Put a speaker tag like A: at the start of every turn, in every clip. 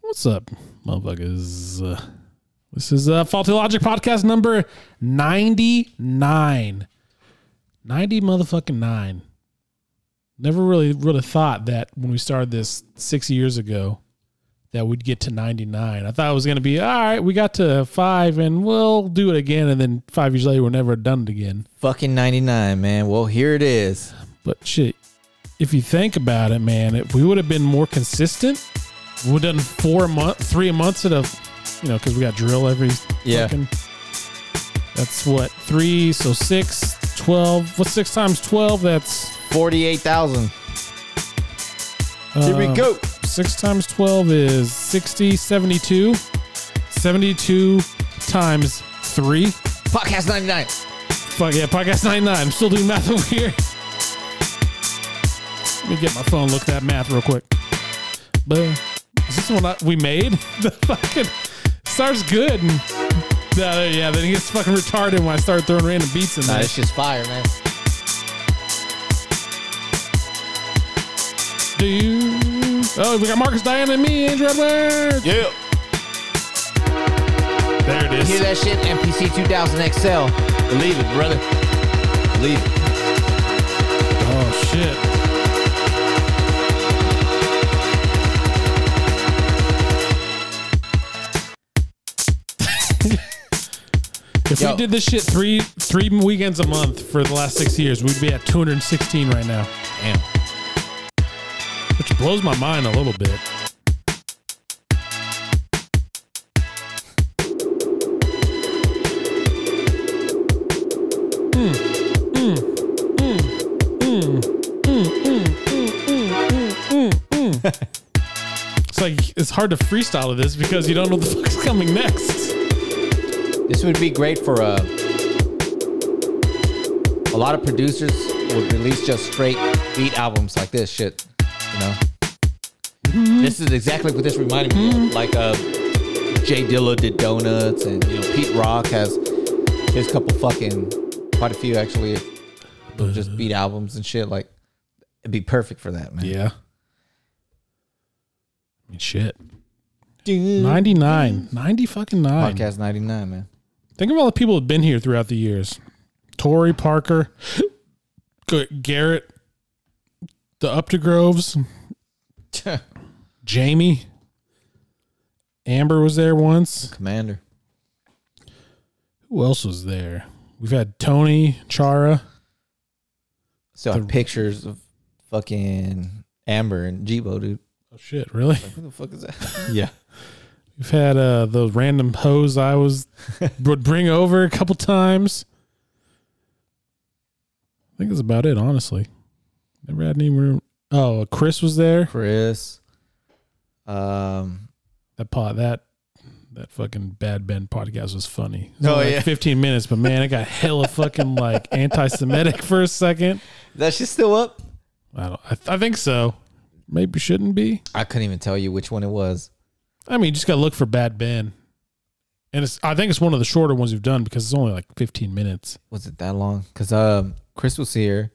A: What's up, motherfuckers? Uh, this is uh, Faulty Logic podcast number 99. 90 motherfucking nine. Never really really thought that when we started this six years ago that we'd get to 99. I thought it was going to be, all right, we got to five and we'll do it again. And then five years later, we're never done it again.
B: Fucking 99, man. Well, here it is.
A: But shit, if you think about it, man, if we would have been more consistent. we would have done four month, three months at a, you know, because we got drill every.
B: Yeah.
A: fucking- that's what three, so six, 12. What's six times twelve? That's
B: 48,000. Here we
A: um,
B: go.
A: Six times twelve is 60, 72. 72 times three.
B: Podcast 99.
A: Fuck yeah, podcast 99. I'm still doing math over here. Let me get my phone, look that math real quick. But is this one I, we made? The fucking starts good. And, uh, yeah, then it gets fucking retarded when I start throwing random beats in
B: Nah,
A: there.
B: this shit's fire, man.
A: Do you? Oh, we got Marcus Diane and me, Andrew Edwards.
B: Yeah.
A: There it
B: Hear
A: is.
B: that shit? MPC 2000 XL. Believe it, brother. Believe it.
A: Oh shit. if
B: Yo.
A: we did this shit three three weekends a month for the last six years, we'd be at 216 right now,
B: Damn.
A: which blows my mind a little bit. It's like it's hard to freestyle to this because you don't know what the fuck's coming next.
B: This would be great for uh, a lot of producers would release just straight beat albums like this shit. You know, this is exactly what this reminded me of. Like uh, Jay Dilla did Donuts, and you know Pete Rock has his couple fucking quite a few actually of just beat albums and shit. Like it'd be perfect for that, man.
A: Yeah. I mean, shit.
B: Dude.
A: 99. 90 fucking 9.
B: Podcast ninety nine, man.
A: Think of all the people who've been here throughout the years. Tory Parker, G- Garrett, the Updegroves, Jamie. Amber was there once.
B: Commander.
A: Who else was there? We've had Tony, Chara.
B: So I have pictures of fucking Amber and Jibo, dude.
A: Oh shit, really?
B: Who the fuck is that? yeah.
A: We've had uh those random hoes I was would bring over a couple times. I think that's about it, honestly. Never had any room. Oh, Chris was there.
B: Chris. Um,
A: That pot that that fucking Bad Ben podcast was funny. It was
B: Oh,
A: only like
B: yeah.
A: fifteen minutes, but man, it got hella fucking like anti-Semitic for a second.
B: that shit still up?
A: I don't. I, th- I think so. Maybe shouldn't be.
B: I couldn't even tell you which one it was.
A: I mean, you just gotta look for Bad Ben, and it's. I think it's one of the shorter ones you've done because it's only like fifteen minutes.
B: Was it that long? Because um, Chris was here.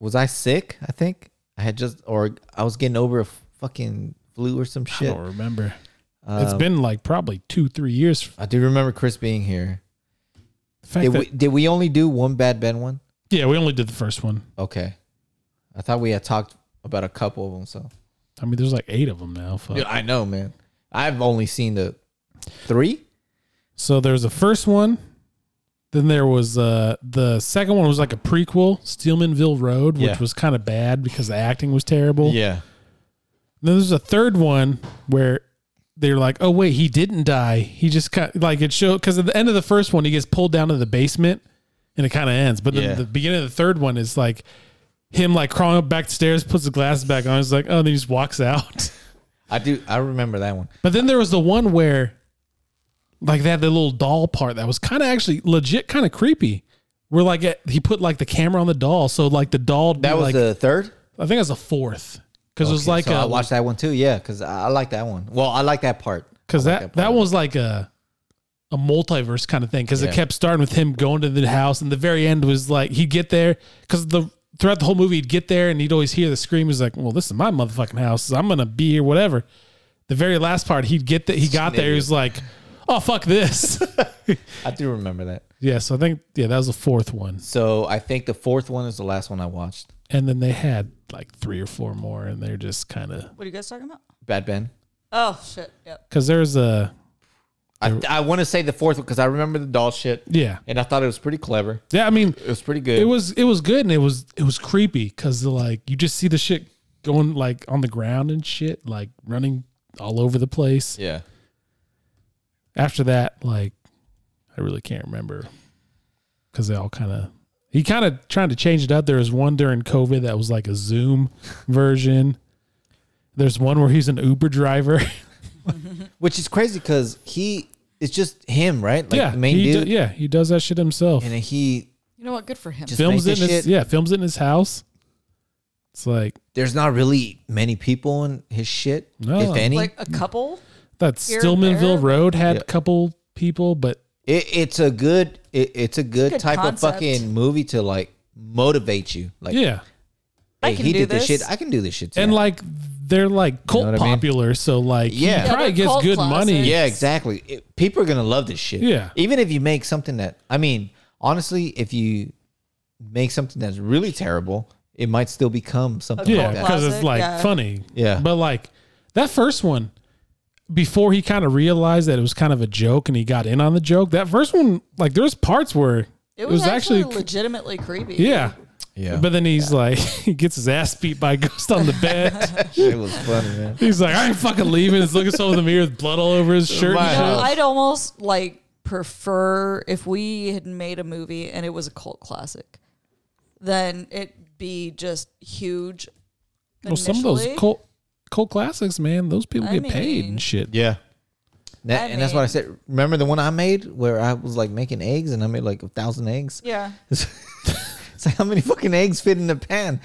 B: Was I sick? I think I had just, or I was getting over a fucking flu or some
A: I
B: shit.
A: don't remember.
B: Um,
A: it's been like probably two, three years.
B: I do remember Chris being here.
A: The fact
B: Did
A: that-
B: we, did we only do one Bad Ben one?
A: yeah, we only did the first one.
B: Okay. I thought we had talked about a couple of them. So
A: I mean, there's like eight of them now. Fuck.
B: Dude, I know, man. I've only seen the three.
A: So there was the first one. Then there was uh, the second one was like a prequel, Steelmanville Road, which
B: Yeah.
A: was kind of bad because the acting was terrible.
B: Yeah.
A: Then there's a third one where they're like, "Oh wait, he didn't die. He just kind like it showed because at the end of the first one, he gets pulled down to the basement, and it kind of ends. But then
B: Yeah.
A: the beginning of the third one is like him like crawling up back the stairs, puts the glasses back on. He's like, "Oh," and then he just walks out.
B: I do. I remember that one.
A: But then there was the one where, like, they had the little doll part that was kind of actually legit, kind of creepy. Where like it, he put like the camera on the doll, so like the doll.
B: That was
A: like,
B: the third.
A: I think that's the fourth because it was
B: Okay,
A: like um,
B: so I
A: a
B: watched that one too. Yeah, because I, I like that one. Well, I like that part.
A: because
B: I like
A: that
B: part.
A: that was like a a multiverse kind of thing because
B: Yeah.
A: it kept starting with him going to the house and the very end was like he'd get there because the throughout the whole movie he'd get there and he'd always hear the scream he's like well this is my motherfucking house i'm gonna be here whatever the very last part, he'd get that he got there. He was like, "Oh fuck this."
B: I do remember that.
A: yeah, so I think yeah, that was the fourth one,
B: So I think the fourth one is the last one I watched.
A: and then they had like three or four more, and they're just kind of
C: What are you guys talking about?
B: Bad Ben.
C: Oh shit. Yep.
A: because there's a
B: I, I want to say the fourth one because I remember the doll shit,
A: yeah,
B: and I thought it was pretty clever.
A: yeah. I mean,
B: It was pretty good.
A: it was it was good and it was it was creepy because like you just see the shit going like on the ground and shit like running all over the place
B: yeah.
A: after that like i really can't remember because they all kind of he kind of trying to change it up there was one during covid that was like a zoom version there's one where he's an uber driver
B: Which is crazy because he it's just him, right? Like
A: yeah
B: the main
A: he do-
B: dude.
A: yeah he does that shit himself
B: And then he
C: You know what? Good for him.
B: Just-
A: films
B: make
A: it
B: this
A: in his,
B: shit-
A: yeah films it in his house it's like
B: there's not really many people in his shit,
A: No.
B: if any.
C: like a couple.
A: that
C: Here and
A: stillmanville
C: there.
A: road had a
B: Yeah.
A: couple people but
B: it, it's a good it, it's a good,
C: Good
B: type of
C: concept.
B: fucking movie to like motivate you. Like
A: yeah
C: I
B: hey,
C: can
B: he
C: do
B: did
C: this.
B: shit. I can do this shit. Too.
A: and like they're like cult
B: what I mean?
A: popular, so like
B: Yeah.
A: yeah,
B: Yeah,
A: he probably
C: they're
A: gets
C: cult
A: good
C: classics.
A: money.
B: yeah, exactly. It- people are gonna love this shit.
A: Yeah.
B: Even if you make something that I mean, honestly, if you make something that's really terrible, it might still become something
A: yeah,
B: like that.
A: because it's
C: classic,
A: like
C: yeah.
A: funny.
B: Yeah.
A: but like that first one, before he kind of realized that it was kind of a joke and he got in on the joke. That first one, like there's parts where
C: It was, actually,
A: c-
C: legitimately creepy.
A: yeah.
B: Yeah.
A: But then he's like, he gets his ass beat by a ghost on the bed.
B: It was funny, man.
A: he's like, I ain't fucking leaving. He's looking so in the mirror with blood all over his shirt.
B: My
A: and
C: You know,
B: house.
C: I'd almost like prefer if we had made a movie and it was a cult classic, then it'd be just huge.
A: shit. Well, some of those
C: initially.
A: cult, cult classics, man, those people
C: I
A: get paid
C: mean-
A: and shit.
B: Yeah. That,
C: I
B: and that's what I
C: mean-
B: said. Remember the one I made where I was like making eggs and I made like a thousand eggs?
C: Yeah.
B: It's like, how many fucking eggs fit in a pan?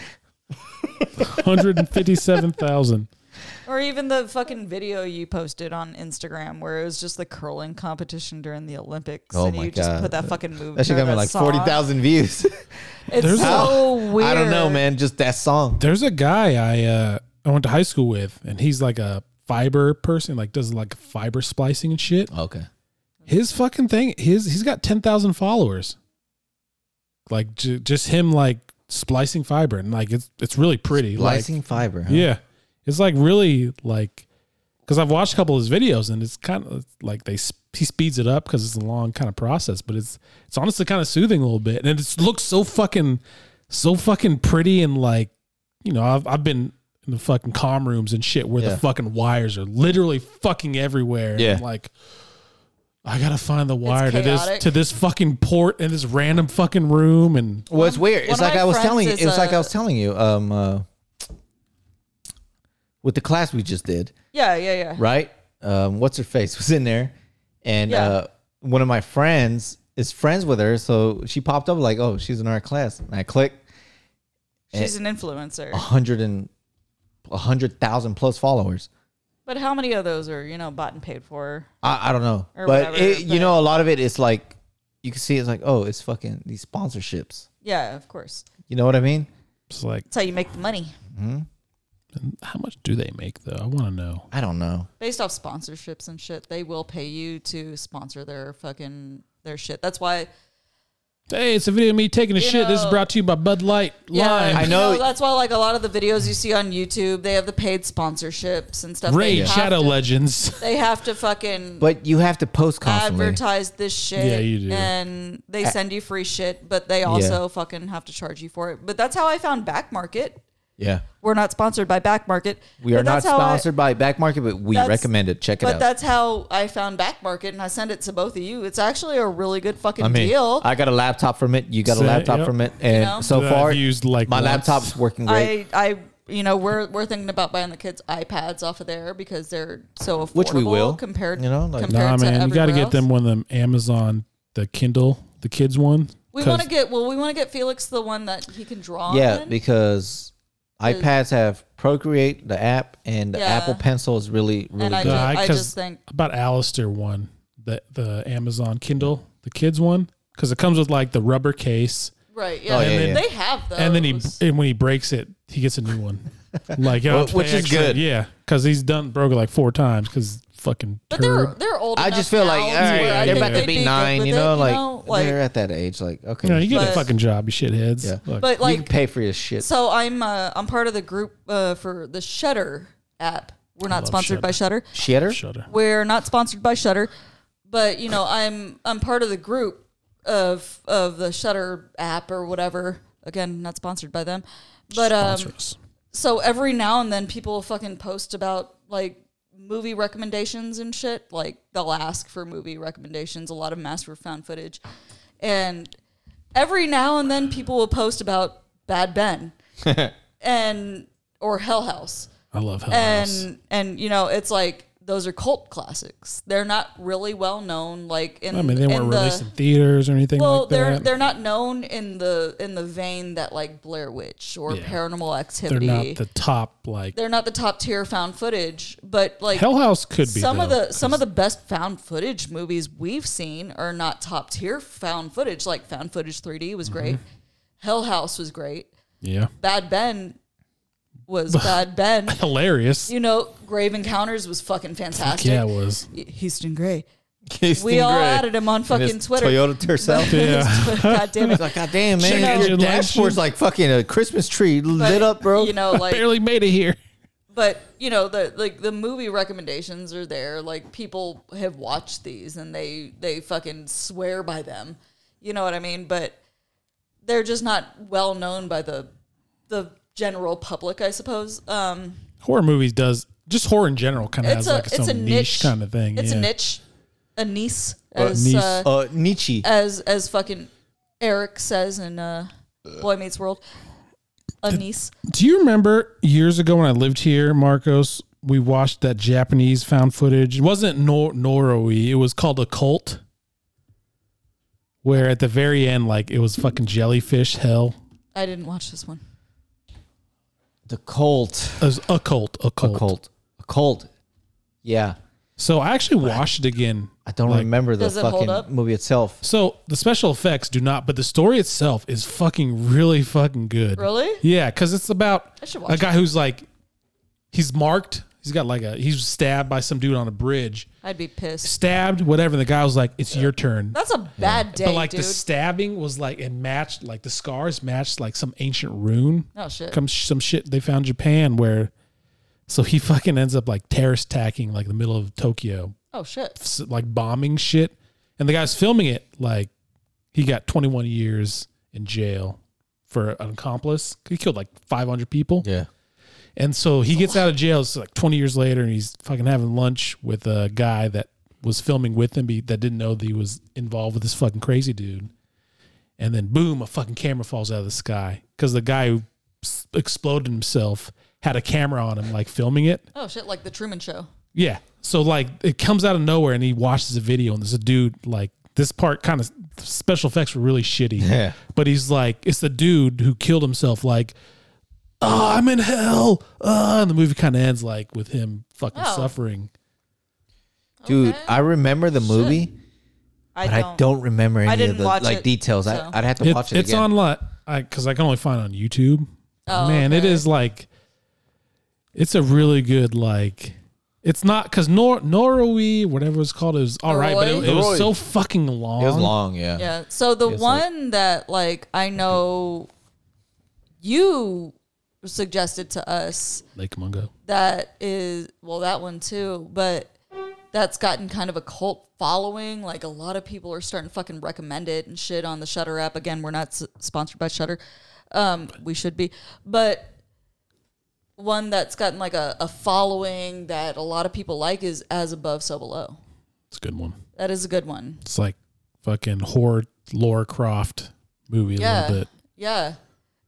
A: 157,000.
C: Or even the fucking video you posted on Instagram where it was just the curling competition during the Olympics
B: Oh
C: and
B: my
C: you just
B: God.
C: put that fucking movie.
B: That shit got me
C: that
B: like
C: song.
B: 40,000 views.
C: It's
A: There's a-
C: so weird.
B: I don't know, man. Just that song.
A: There's a guy I uh, I went to high school with, and he's like a fiber person, like does like fiber splicing and shit.
B: Okay.
A: His fucking thing, his he's got ten thousand followers. Like j- just him, like splicing fiber, and like it's it's really pretty.
B: Lysing fiber. huh?
A: Like, yeah, it's like really like because I've watched a couple of his videos, and it's kind of like they sp- he speeds it up because it's a long kind of process, but it's it's honestly kind of soothing a little bit, and it looks so fucking so fucking pretty and like you know, I've I've been in the fucking com rooms and shit where
B: Yeah.
A: the fucking wires are literally fucking everywhere. And
B: Yeah.
A: I'm like I gotta find the wire to
C: chaotic.
A: this to this fucking port in this random fucking room and
B: Well, it's weird.
C: one
B: It's
C: of
B: like
C: my
B: I was
C: friends
B: telling you.
C: is
B: It was like I
C: a-
B: was telling you. Um, uh, with the class we just did,
C: Yeah, yeah, yeah.
B: right? Um, what's her face was in there, and
C: Yeah.
B: uh, one of my friends is friends with her, so she popped up like, "Oh, she's in our class," and I clicked Eh,
C: She's an influencer.
B: a hundred and a hundred thousand plus followers.
C: But how many of those are, you know, bought and paid for?
B: I, I don't know,
C: Or
B: but
C: whatever,
B: it, you
C: but-
B: know, a lot of it is like you can see it's like, oh, it's fucking these sponsorships.
C: Yeah, of course.
B: You know what I mean?
A: it's like
C: That's how you make the money
A: how much do they make though? I wanna know.
B: I don't know.
C: based off sponsorships and shit. They will pay you to sponsor their fucking their shit. That's why.
A: Hey, it's a video of me taking a
C: You
A: shit. this is
C: know-
A: brought to you by Bud Light
C: Yeah,
A: Lime.
B: I
C: you
B: know-
C: that's why like a lot of the videos you see on YouTube, they have the paid sponsorships and stuff.
A: Raid
C: they have
A: Shadow
C: to,
A: Legends.
C: They have to fucking
B: But you have to post constantly.
C: advertise this shit.
A: Yeah, you do.
C: And they send you free shit, but they also fucking have to charge you for it. But that's how I found Back Market.
B: yeah.
C: We're not sponsored by Back Market.
B: We
C: but
B: are not
C: that's how I-
B: sponsored by Back Market, but we
C: That's-
B: recommend it. Check it
C: But
B: out.
C: that's how I found Back Market, and I sent it to both of you. It's actually a really good fucking
B: I mean,
C: deal.
B: I got a laptop from it. You got a
A: So,
B: laptop
A: yep.
B: from it, and
C: know?
B: so
A: That I've
B: far,
A: used, like,
B: my
A: once.
B: laptop's working great,
C: I, I, you know, we're we're thinking about buying the kids iPads off of there because they're so affordable.
B: Which we will,
C: compared,
B: you know, like-
C: compared
A: Nah,
C: to
A: man, you
C: everywhere
A: got to get them
C: else.
A: one of them Amazon, the Kindle, the kids one.
C: We
A: 'Cause
C: want to get well. We want to get Felix the one that he can draw.
B: yeah,
C: on.
B: because iPads have Procreate, the app, and the
C: Yeah.
B: Apple Pencil is really, really
C: and I,
B: good.
C: just,
A: Nah,
C: I
A: 'cause-
C: just think
A: about Alistair one, the the Amazon Kindle, the kids one, because it comes with like the rubber case,
C: right. Yeah,
B: Oh, yeah,
C: and
B: yeah.
C: they have those.
A: and then he and when he breaks it, he gets a new one. Like, yeah,
B: Well,
A: I'll pay
B: which is
A: extra.
B: good.
A: Yeah, because he's done broke it like four times because fucking
C: But they're
A: turd.
C: they're old.
B: I
C: enough
B: just feel
C: now
B: like all
C: to
B: right,
C: where I
B: they're
C: think
B: about to
C: they'd
B: be
C: good
B: nine,
C: with
B: you
C: it,
B: know, like,
C: like-
B: they're at that age. Like okay,
A: You know, you get a
C: But-
A: fucking job, you shitheads.
B: Yeah.
A: Look,
C: but
B: you can
C: like
B: pay for your shit.
C: so I'm uh, I'm part of the group uh, for the Shutter app. We're not
A: love
C: sponsored by Shutter.
B: Shitter.
A: Shudder.
C: We're not sponsored by Shutter, but you know I'm I'm part of the group of of the Shutter app or whatever. Again, not sponsored by them, but um,
A: Sponsor us.
C: so every now and then people fucking post about like movie recommendations and shit. Like they'll ask for movie recommendations, a lot of master found footage. And every now and then people will post about Bad Ben and or Hell House.
A: I love Hell House.
C: And and you know, it's like those are cult classics. They're not really well known like in
A: I mean, they weren't
C: in
A: released in
C: the
A: theaters or anything
C: well,
A: like
C: they're
A: that.
C: they're not known in the in the vein that like Blair Witch or
A: Yeah.
C: Paranormal
A: They're
C: Activity
A: not the top like
C: they're not the top tier found footage, but like
A: Hell House could be
C: some of
A: though,
C: the some of the best found footage movies we've seen are not top tier found footage. Like found footage 3D
A: Mm-hmm.
C: was great, Hell House was great,
A: yeah
C: Bad Ben was Bad Ben.
A: hilarious.
C: You know, Grave Encounters was fucking fantastic.
A: yeah, it was.
C: Y- Houston Gray.
B: Houston
C: We all
B: Gray.
C: added him on
B: And his
C: fucking Twitter.
B: Toyota Tercel.
A: Yeah.
C: God damn it.
B: Like, God damn, man.
A: Check
B: your
A: engine light
B: dashboard's
A: shoot.
B: like fucking a Christmas tree lit up, bro.
C: You know, like
A: Barely made it here.
C: but you know the like the movie recommendations are there like people have watched these and they they fucking swear by them you know what i mean but they're just not well known by the the general public i suppose um
A: Horror movies does just horror in general kind of has
C: it's a
A: like
C: it's
A: some
C: a
A: niche,
C: niche
A: kind of thing.
C: it's
A: yeah.
C: a niche a niece as
A: niece.
C: Uh,
B: uh, Nietzsche.
C: as as fucking eric says in uh boy meets world a niece
A: Do you remember years ago when I lived here, Marcos? We watched that Japanese found footage. It wasn't nor Noroi. It was called a cult. Where at the very end, like it was fucking jellyfish hell.
C: i didn't watch this one
B: the cult.
A: It was a cult, a
B: A
A: cult.
B: cult. A cult. Yeah.
A: So I actually watched it again.
B: I don't remember the
C: Does it hold
B: fucking
C: up?
B: movie itself.
A: So the special effects do not, but the story itself is fucking really fucking good.
C: Really?
A: Yeah, because it's about
C: I should watch
A: a guy who's like, he's marked. He's got like a, he's stabbed by some dude on a bridge,
C: i'd be pissed
A: stabbed, whatever. And the guy was like, it's your turn.
C: that's a bad day
A: But like
C: dude
A: the stabbing was like, it matched, like the scars matched like some ancient rune.
C: oh shit
A: Comes some shit they found in Japan where, so he fucking ends up like terrorist attacking like the middle of Tokyo
C: oh shit
A: s- like bombing shit, and the guy's filming it like he got 21 years in jail for an accomplice. He killed like 500 people,
B: Yeah.
A: and so he gets out of jail. It's like 20 years later, and he's fucking having lunch with a guy that was filming with him be- that didn't know that he was involved with this fucking crazy dude. And then boom, a fucking camera falls out of the sky because the guy who s- exploded himself had a camera on him, like filming it.
C: Oh shit, like the Truman Show.
A: Yeah. So like it comes out of nowhere and he watches a video and there's a dude like this part kind of special effects were really shitty.
B: Yeah.
A: But he's like, it's the dude who killed himself. Like, oh, I'm in hell. Uh, and the movie kind of ends like with him fucking
C: Oh.
A: suffering.
B: Dude,
C: Okay.
B: I remember the movie,
C: I
B: but I don't remember any of
C: didn't
B: the
C: watch
B: like
C: it,
B: details.
C: so.
B: I, I'd have to
A: It,
B: watch it
A: it's
B: again.
A: on lot because I, can only find it on YouTube.
C: Oh,
A: Man, it
C: okay.
A: is like, it's a really good like. It's not because Nor Norway, whatever it's called, is all right, but it, it was
B: Norway.
A: so fucking long.
B: it was long, yeah.
C: Yeah. So the
B: Yes, like-
C: one that like I know you suggested to us
A: Lake Mungo.
C: that is well that one too, but that's gotten kind of a cult following. Like a lot of people are starting to fucking recommend it and shit on the Shutter app. Again, we're not s- sponsored by Shutter. Um, we should be, but one that's gotten like a, a following that a lot of people like is As Above, So Below.
A: It's a good one.
C: That is a good one.
A: It's like fucking horror Laura Croft movie a
C: yeah,
A: little bit.
C: Yeah.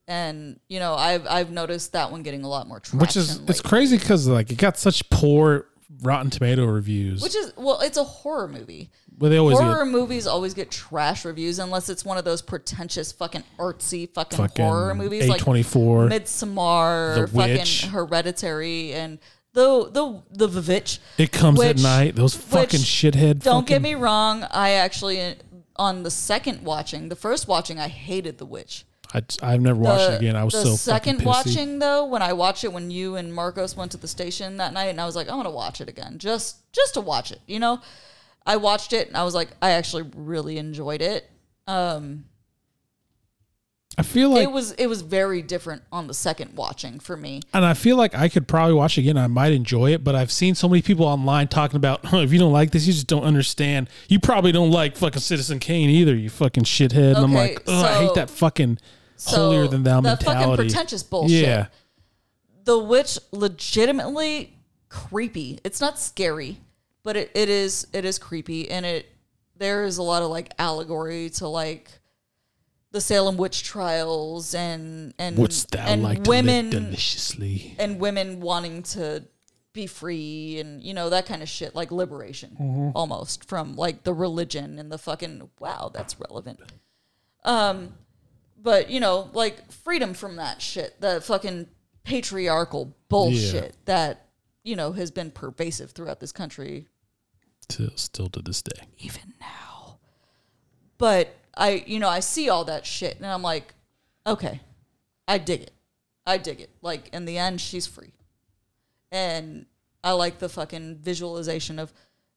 C: And you know, I've I've noticed that one getting a lot more traction.
A: Which is it's
C: lately.
A: crazy because like it got such poor Rotten Tomato reviews.
C: Which is well, it's a horror movie.
A: well, they always
C: horror movies always get trash reviews unless it's one of those pretentious fucking artsy fucking,
A: get fucking
C: horror movies
A: A twenty four.
C: like Midsommar,
A: The
C: fucking
A: Witch.
C: Hereditary, and the the the Vitch.
A: It comes at
C: which-
A: night. Those fucking
C: which-
A: shithead.
C: Don't
A: fucking,
C: get me wrong. I actually on the second watching, the first watching, I hated The Witch.
A: I just- I've never watched it again. I was
C: the
A: so fucking
C: second
A: pissy.
C: watching though when I watched it when you and Marcos went to the station that night, and I was like, I want to watch it again, just just to watch it. You know, I watched it and I was like, I actually really enjoyed it. Um,
A: I feel like
C: it was it was very different on the second watching for me.
A: And I feel like I could probably watch it again. I might enjoy it, but I've seen so many people online talking about "Huh, if you don't like this, you just don't understand. You probably don't like fucking Citizen Kane either, you fucking shithead. and I'm
C: Okay,
A: like, oh, I
C: so-
A: hate that fucking
C: So
A: holier than thou
C: that fucking
A: mentality.
C: pretentious bullshit.
A: yeah,
C: The witch legitimately creepy. It's not scary, but it, it is it is creepy and it there is a lot of like allegory to like the Salem witch trials and and
A: wouldst thou
C: and
A: like
C: women
A: to live deliciously?
C: and women wanting to be free and you know that kind of shit like liberation almost from like the religion and the fucking wow that's relevant um but you know like freedom from that shit the fucking patriarchal bullshit that you know has been pervasive throughout this country
A: Till still to this day,
C: even now. But I, you know, I see all that shit and I'm like, okay, I dig it. I dig it. Like in the end, she's free. And I like the fucking visualization of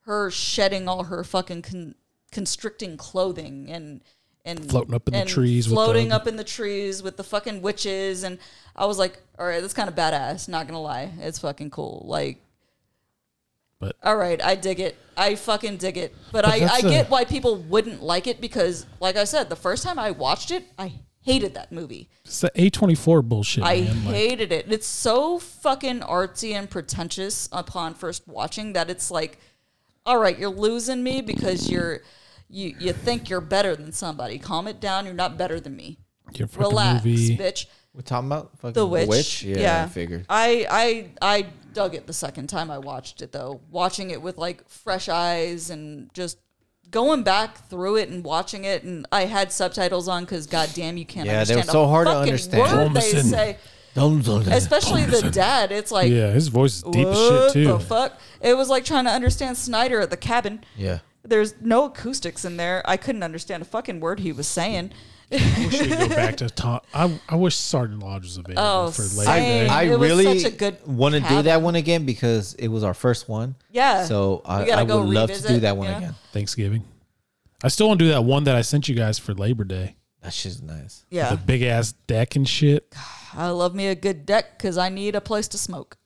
C: her shedding all her fucking con- constricting clothing and and
A: Floating up in the
C: and
A: trees with the-
C: floating up in the trees with the fucking witches. And I was like, all right, that's kind of badass. Not gonna lie, it's fucking cool. Like all right, I dig it. I fucking dig it. But, I, I
A: that's a-
C: get why people wouldn't like it because, like I said, the first time I watched it, I hated that movie.
A: it's the A twenty four bullshit.
C: I
A: man. Like,
C: hated it. It's so fucking artsy and pretentious upon first watching that it's like, all right, you're losing me because you're you you think you're better than somebody. Calm it down. You're not better than me.
A: your fucking
C: Relax,
A: movie.
C: bitch.
B: We're talking about fucking
C: The Witch.
B: Yeah, I figured.
C: I I I dug it the second time I watched it though. Watching it with like fresh eyes and just going back through it and watching it and I had subtitles on because goddamn you can't
B: Yeah, they
C: understand
B: were so
C: a
B: hard to
C: fucking
B: understand.
C: word they
A: Thomason.
C: say.
B: Don't
C: Especially the dad. It's like
A: Yeah, his voice is deep as shit
C: what the
A: too.
C: fuck? It was like trying to understand Snyder at the cabin.
B: Yeah.
C: There's no acoustics in there. I couldn't understand a fucking word he was saying.
A: I wish we could go back to Tom. I, I wish Sergeant Lodge was available
C: Oh,
A: for
C: same.
A: later.
B: I, I
C: It was
B: really
C: such a good
B: want to do
C: cabin.
B: that one again because it was our first one.
C: Yeah.
B: So
C: We
B: I,
C: gotta
B: I would
C: go
B: love to
C: revisit,
B: do that one
C: yeah.
B: again.
A: Thanksgiving. I still want to do that one that I sent you guys for Labor Day.
B: That shit's nice.
C: Yeah.
A: The big ass deck and shit.
C: I love me a good deck because I need a place to smoke.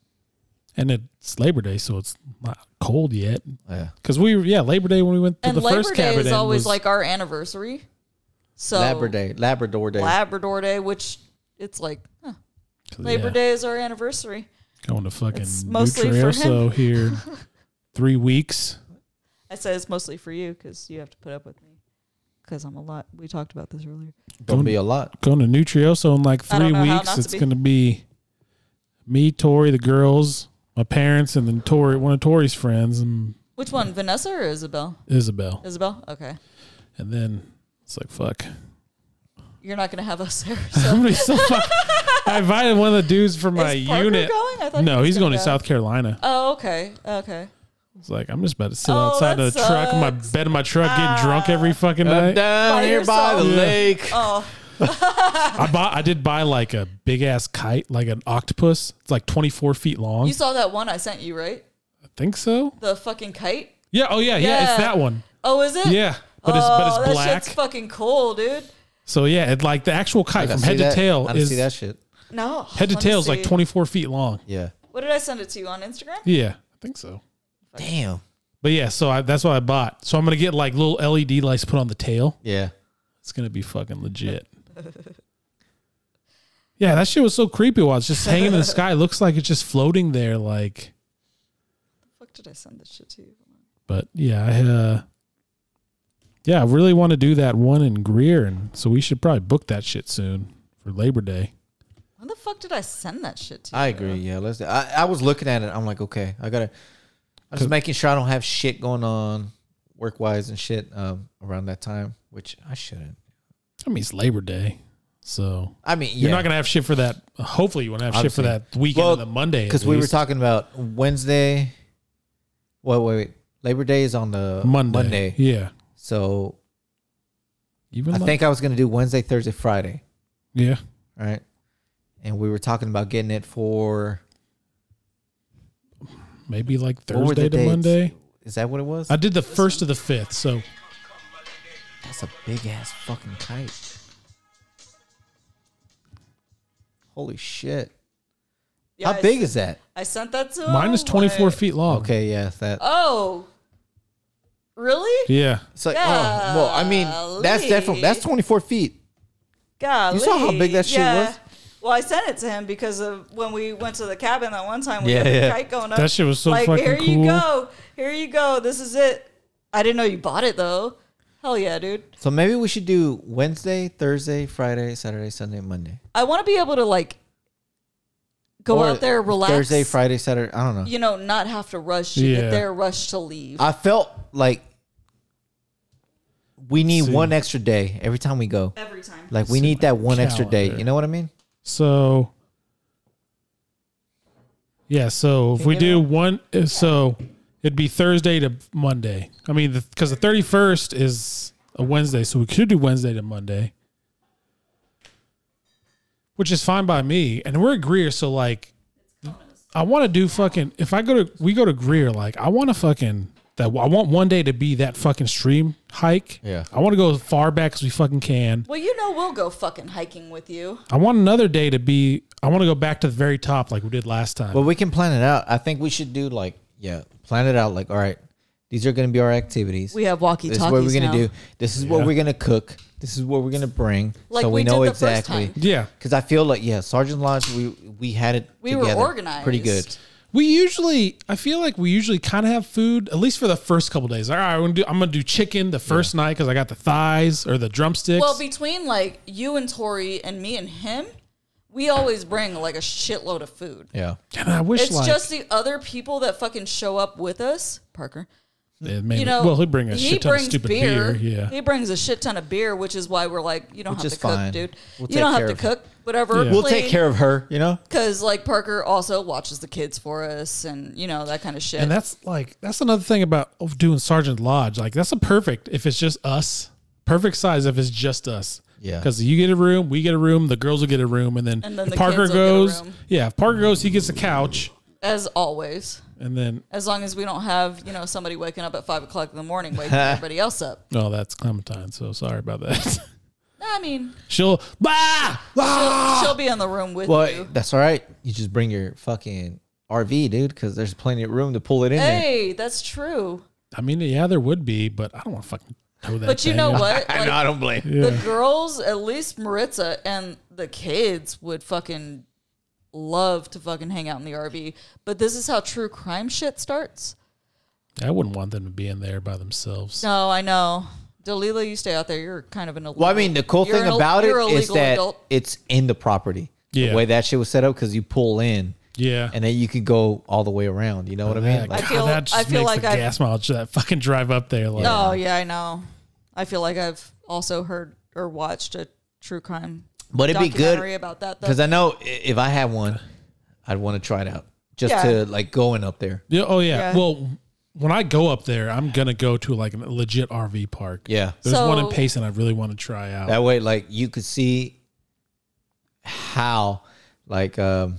A: And it's Labor Day, so it's not cold yet.
B: Yeah.
A: Because we, yeah, Labor Day when we went to
C: and
A: the
C: Labor
A: first
C: Day
A: cabin
C: is always
A: was,
C: like our anniversary. So
B: Labrador Day. Labrador Day.
C: Labrador Day, which it's like huh, Labor
A: yeah,
C: Day is our anniversary.
A: going to fucking
C: It's mostly for him.
A: Nutrierso here. Three weeks.
C: I say it's mostly for you because you have to put up with me because I'm a lot. We talked about this earlier.
B: Gonna be a lot.
A: Going to Nutrioso in like
C: I don't
A: three
C: know how
A: weeks.
C: not to
A: It's
C: be.
A: going to be me, Tori, the girls, my parents, and then Tori, one of Tori's friends, and
C: Which one, Vanessa or Isabel?
A: Isabel.
C: Isabel. Okay,
A: And then it's like, fuck.
C: you're not gonna have us there. So
A: Somebody's so fuck. I invited one of the dudes from my
C: Is Parker
A: unit.
C: going? I thought
A: No,
C: he was
A: he's going to
C: go.
A: South Carolina.
C: Oh, okay, okay.
A: It's like I'm just about to sit
C: Oh,
A: outside
C: that
A: of the truck, in my
C: sucks. Ah.
A: bed in my truck, getting drunk every fucking
B: Uh,
A: night.
B: down
C: By yourself. Yeah.
B: lake.
C: Oh,
A: I bought, I did buy like a big ass kite, like an octopus. It's like 24 feet long.
C: you saw that one I sent you, right?
A: I think so.
C: The fucking kite.
A: Yeah. Oh yeah, yeah.
C: Yeah.
A: It's that one.
C: Oh, is it?
A: Yeah. But it's
C: Oh,
A: but it's
C: that
A: black.
C: shit's fucking cool, dude.
A: so yeah, it like the actual kite
B: I
A: from
B: see
A: head
B: that.
A: to tail
B: I done
A: is
B: see that shit.
C: No,
A: head to
C: let me
A: tail is like
C: see.
A: 24 feet long.
B: Yeah.
C: What did I send it to you on Instagram?
A: Yeah, I think so.
B: Damn.
A: But yeah, so I, that's what I bought. So I'm gonna get like little LED lights put on the tail.
B: Yeah.
A: It's gonna be fucking legit. yeah, that shit was so creepy while it's just hanging in the sky. It looks like it's just floating there, like
C: fuck did I send this shit to you?
A: but yeah, I uh yeah, I really want to do that one in Greer and so we should probably book that shit soon for Labor Day.
C: When the fuck did I send that shit to?
B: I agree. Yeah. Let's. I, I was looking at it. I'm like, okay, I gotta. I'm just making sure I don't have shit going on work wise and shit um, around that time, which I shouldn't.
A: I mean it's Labor Day. So
B: I mean,
A: you're
B: yeah.
A: not gonna have shit for that hopefully you won't have shit for
B: Obviously.
A: that weekend
B: Well,
A: of the Monday. at
B: because we were
A: least.
B: talking about Wednesday. Wait, wait, wait. Labor Day is on the
A: Monday.
B: Monday.
A: Yeah.
B: So
A: Even
B: I
A: like-
B: think I was gonna do Wednesday, Thursday, Friday.
A: Yeah.
B: right? And we were talking about getting it for
A: Maybe like
B: what were
A: Thursday
B: the
A: to
B: dates?
A: Monday.
B: Is that what it was?
A: I did the first of the fifth, so
B: That's a big ass fucking kite. Holy shit!
C: Yeah,
B: How
C: I
B: big
C: s-
B: is that?
C: I sent that to him.
A: minus twenty four
C: like-
A: feet long.
B: Oh, Okay, yeah, that.
C: Oh, really?
A: Yeah.
B: It's like, oh, well, I mean, that's definitely that's
C: Golly.
B: 24 feet.
C: Golly.
B: saw how big that shit
C: Yeah.
B: was?
C: Well, I sent it to him because of when we went to the cabin that one time. We
B: Yeah,
C: had the
B: yeah.
C: kite going up.
A: That shit was so
C: like,
A: fucking
C: here
A: cool.
C: you go, here you go. This is it. I didn't know you bought it though. Hell yeah, dude.
B: So maybe we should do Wednesday, Thursday, Friday, Saturday, Sunday, Monday.
C: I want to be able to like go
B: Or
C: out there, relax.
B: Thursday, Friday, Saturday. I don't know.
C: You know, not have to rush to
A: Yeah.
C: get there, rush to leave.
B: I felt like we need
A: See.
B: one extra day every time we go.
C: Every time.
B: Like we need that one extra day.
A: calendar.
B: You know what I mean?
A: So Yeah, so if we do one uh, so it'd be Thursday to Monday. I mean, because the thirty first is a Wednesday, so we could do Wednesday to Monday, which is fine by me. And we're at Greer, so like, I want to do fucking. If I go to, we go to Greer. Like, I want to fucking that. I want one day to be that fucking stream hike.
B: Yeah.
A: I want to go as far back as we fucking can.
C: well, you know, we'll go fucking hiking with you.
A: I want another day to be. I want to go back to the very top like we did last time.
B: But we can plan it out. I think we should do like yeah, plan it out. Like all right, these are going to be our activities.
C: We have walkie
B: this
C: talkies.
B: is what we're
C: going
B: gonna
C: to
B: do. This is what
A: Yeah.
B: we're gonna cook. This is what we're gonna bring.
C: Like
B: so we,
C: we did
B: know
C: the first
B: exactly.
C: time.
A: yeah,
B: Because I feel like yeah, Sergeant Lodge, we we had it.
C: We were
B: together Pretty good.
C: organized.
A: We usually, I feel like we usually kind of have food at least for the first couple days. All right, I'm gonna do, I'm gonna do chicken the first night because I got the thighs or the drumsticks.
C: Well, between like you and Tori and me and him, we always bring like a shitload of food.
B: Yeah.
A: and I wish
C: It's
A: like
C: just the other people that fucking show up with us, Parker.
A: Yeah, maybe-
C: You know,
A: well, he'll bring a
C: he
A: shit ton of
C: brings
A: stupid beer. Yeah,
C: he brings a shit ton of beer, which is why we're like, you don't
B: Which
C: have
B: is
C: to cook,
B: fine.
C: dude.
B: We'll
C: you
B: take
C: don't
B: care
C: have to
B: of it.
C: cook, whatever.
A: Yeah.
B: We'll take care of her. You know.
C: because like Parker also watches the kids for us, and you know that kind of shit.
A: and that's like that's another thing about doing Sergeant Lodge. Like that's a perfect if it's just us. Perfect size if it's just us.
B: Yeah.
A: Because you get a room, we get a room, the girls will get a room, and then,
C: And then
A: if
C: the
A: Parker
C: kids will get a
A: goes.
C: room.
A: Yeah, if Parker goes, he gets a couch,
C: as always,
A: and then
C: as long as we don't have you know somebody waking up at five o'clock in the morning waking everybody else up.
A: oh, that's Clementine. So sorry about that.
C: I mean,
A: She'll bah, bah!
C: she'll be in the room with
B: Well,
C: you.
B: that's all right. You just bring your fucking RV, dude, because there's plenty of room to pull it in there.
C: Hey, that's true.
A: I mean, yeah, there would be, but I don't want to fucking know that.
C: But you
A: thing.
C: know what? Like,
B: I don't blame. you.
C: the girls, at least Maritza and the kids, would fucking love to fucking hang out in the RV. But this is how true crime shit starts.
A: I wouldn't want them to be in there by themselves.
C: No, I know. Delila, you stay out there. You're kind of an illegal.
B: Well, I mean, the cool
C: you're
B: thing
C: an-
B: about it
C: you're a
B: is
C: legal
B: that
C: adult.
B: it's in the property.
A: Yeah.
B: The way that shit was set up, because you pull in,
A: Yeah,
B: and then you could go all the way around. You know what I mean?
A: That-
B: Like,
A: God,
C: feel-
A: that just
C: I feel
A: makes
C: like
A: the
C: I-
A: gas mileage that fucking drive up there. Like,
C: Oh yeah, I know. I feel like I've also heard or watched a true crime.
B: But it'd be good-
C: documentary about that though.
B: Because I know i- if I had one, I'd want to try it out just
C: Yeah.
B: to like going up there.
A: yeah, oh yeah.
C: Yeah.
A: Well, when I go up there, I'm gonna go to like a legit RV park.
B: Yeah.
A: there's one in
C: So-
A: Payson I really want to try out.
B: That way, like you could see how, like, um,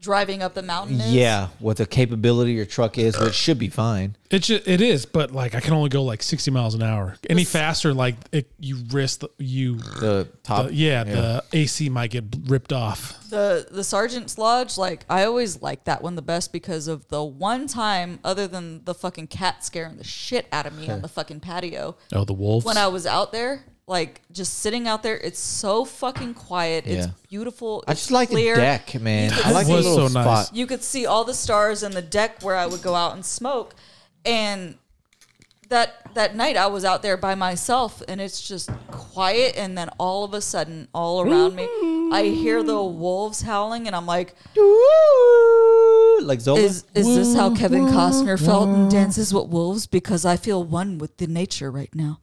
C: Driving up the mountain. Is.
B: yeah, what the capability your truck is, which should be fine.
A: It ju- it is, but like I can only go like 60 miles an hour. Any faster, like it, you risk the, you.
B: The top,
A: the- yeah, the AC might get ripped off.
C: The the sergeant's lodge, like I always liked that one the best because of the one time, other than the fucking cat scaring the shit out of me on the fucking patio,
A: Oh, the wolves.
C: when I was out there, like just sitting out there, it's so fucking quiet. It's
B: Yeah.
C: beautiful.
B: I
C: it's
B: just like
C: clear.
B: the deck, man.
C: could
B: I like the
A: was
B: little
A: so nice.
B: spot.
C: you could see all the stars and the deck where I would go out and smoke. And that that night I was out there by myself and it's just quiet and then all of a sudden all around me I hear the wolves howling and I'm like
B: Ooh, Like Zola.
C: is is this how Kevin Costner felt in Dances with Wolves because I feel one with the nature right now.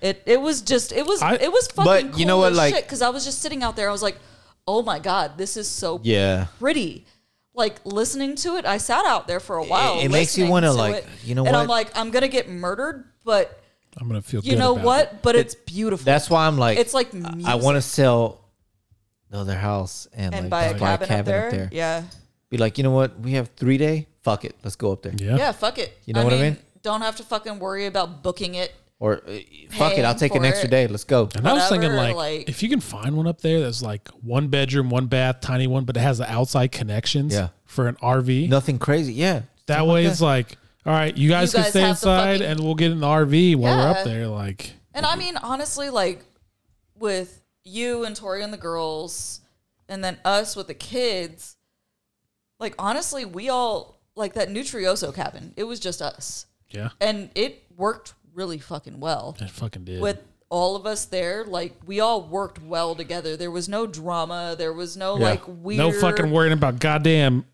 C: It it was just it was
A: I-
C: it was fucking
B: But you know what, like-
C: cuz I was just sitting out there I was like oh my god this is so
B: yeah.
C: pretty. Like listening to it, I sat out there for a while.
B: It- it makes you
C: listening
B: wanna,
C: to
B: like,
C: it,
B: you know
C: and
B: what?
C: I'm like, I'm gonna get murdered, but
A: I'm gonna feel.
C: you
A: good
C: know
A: about
C: what?
A: it.
C: But it's beautiful.
B: That's why I'm like,
C: It's like
B: I want to sell the other house and,
C: and
B: like
C: buy a
B: buy
C: cabin, up, there. Yeah.
B: Be like, you know what? We have three day. Fuck it, let's go up there.
A: Yeah.
C: Yeah, fuck it.
B: You know what I mean?
C: Don't have to fucking worry about booking it.
B: Or uh, fuck it, I'll
C: Paying
B: take an
C: for
B: extra
C: it.
B: day. Let's go.
A: And I was thinking,
C: whatever,
A: like,
C: like-
A: if you can find one up there that's like one bedroom, one bath, tiny one, but it has the outside connections
B: Yeah.
A: for an RV.
B: Nothing crazy. Yeah.
A: that way, it's like, all right, you guys can
C: guys
A: stay
C: have the
A: inside,
C: fucking-
A: and we'll get in the RV while we're
C: Yeah.
A: up there. Like,
C: And
B: Mm-hmm.
C: I mean, honestly, like with you and Tori and the girls, and then us with the kids, like honestly, we all like that Nutrioso cabin. It was just us,
A: yeah,
C: and it worked really fucking well
A: it fucking did.
C: with all of us there. Like we all worked well together. There was no drama. There was no
B: Yeah.
C: like weird.
A: no fucking worrying about goddamn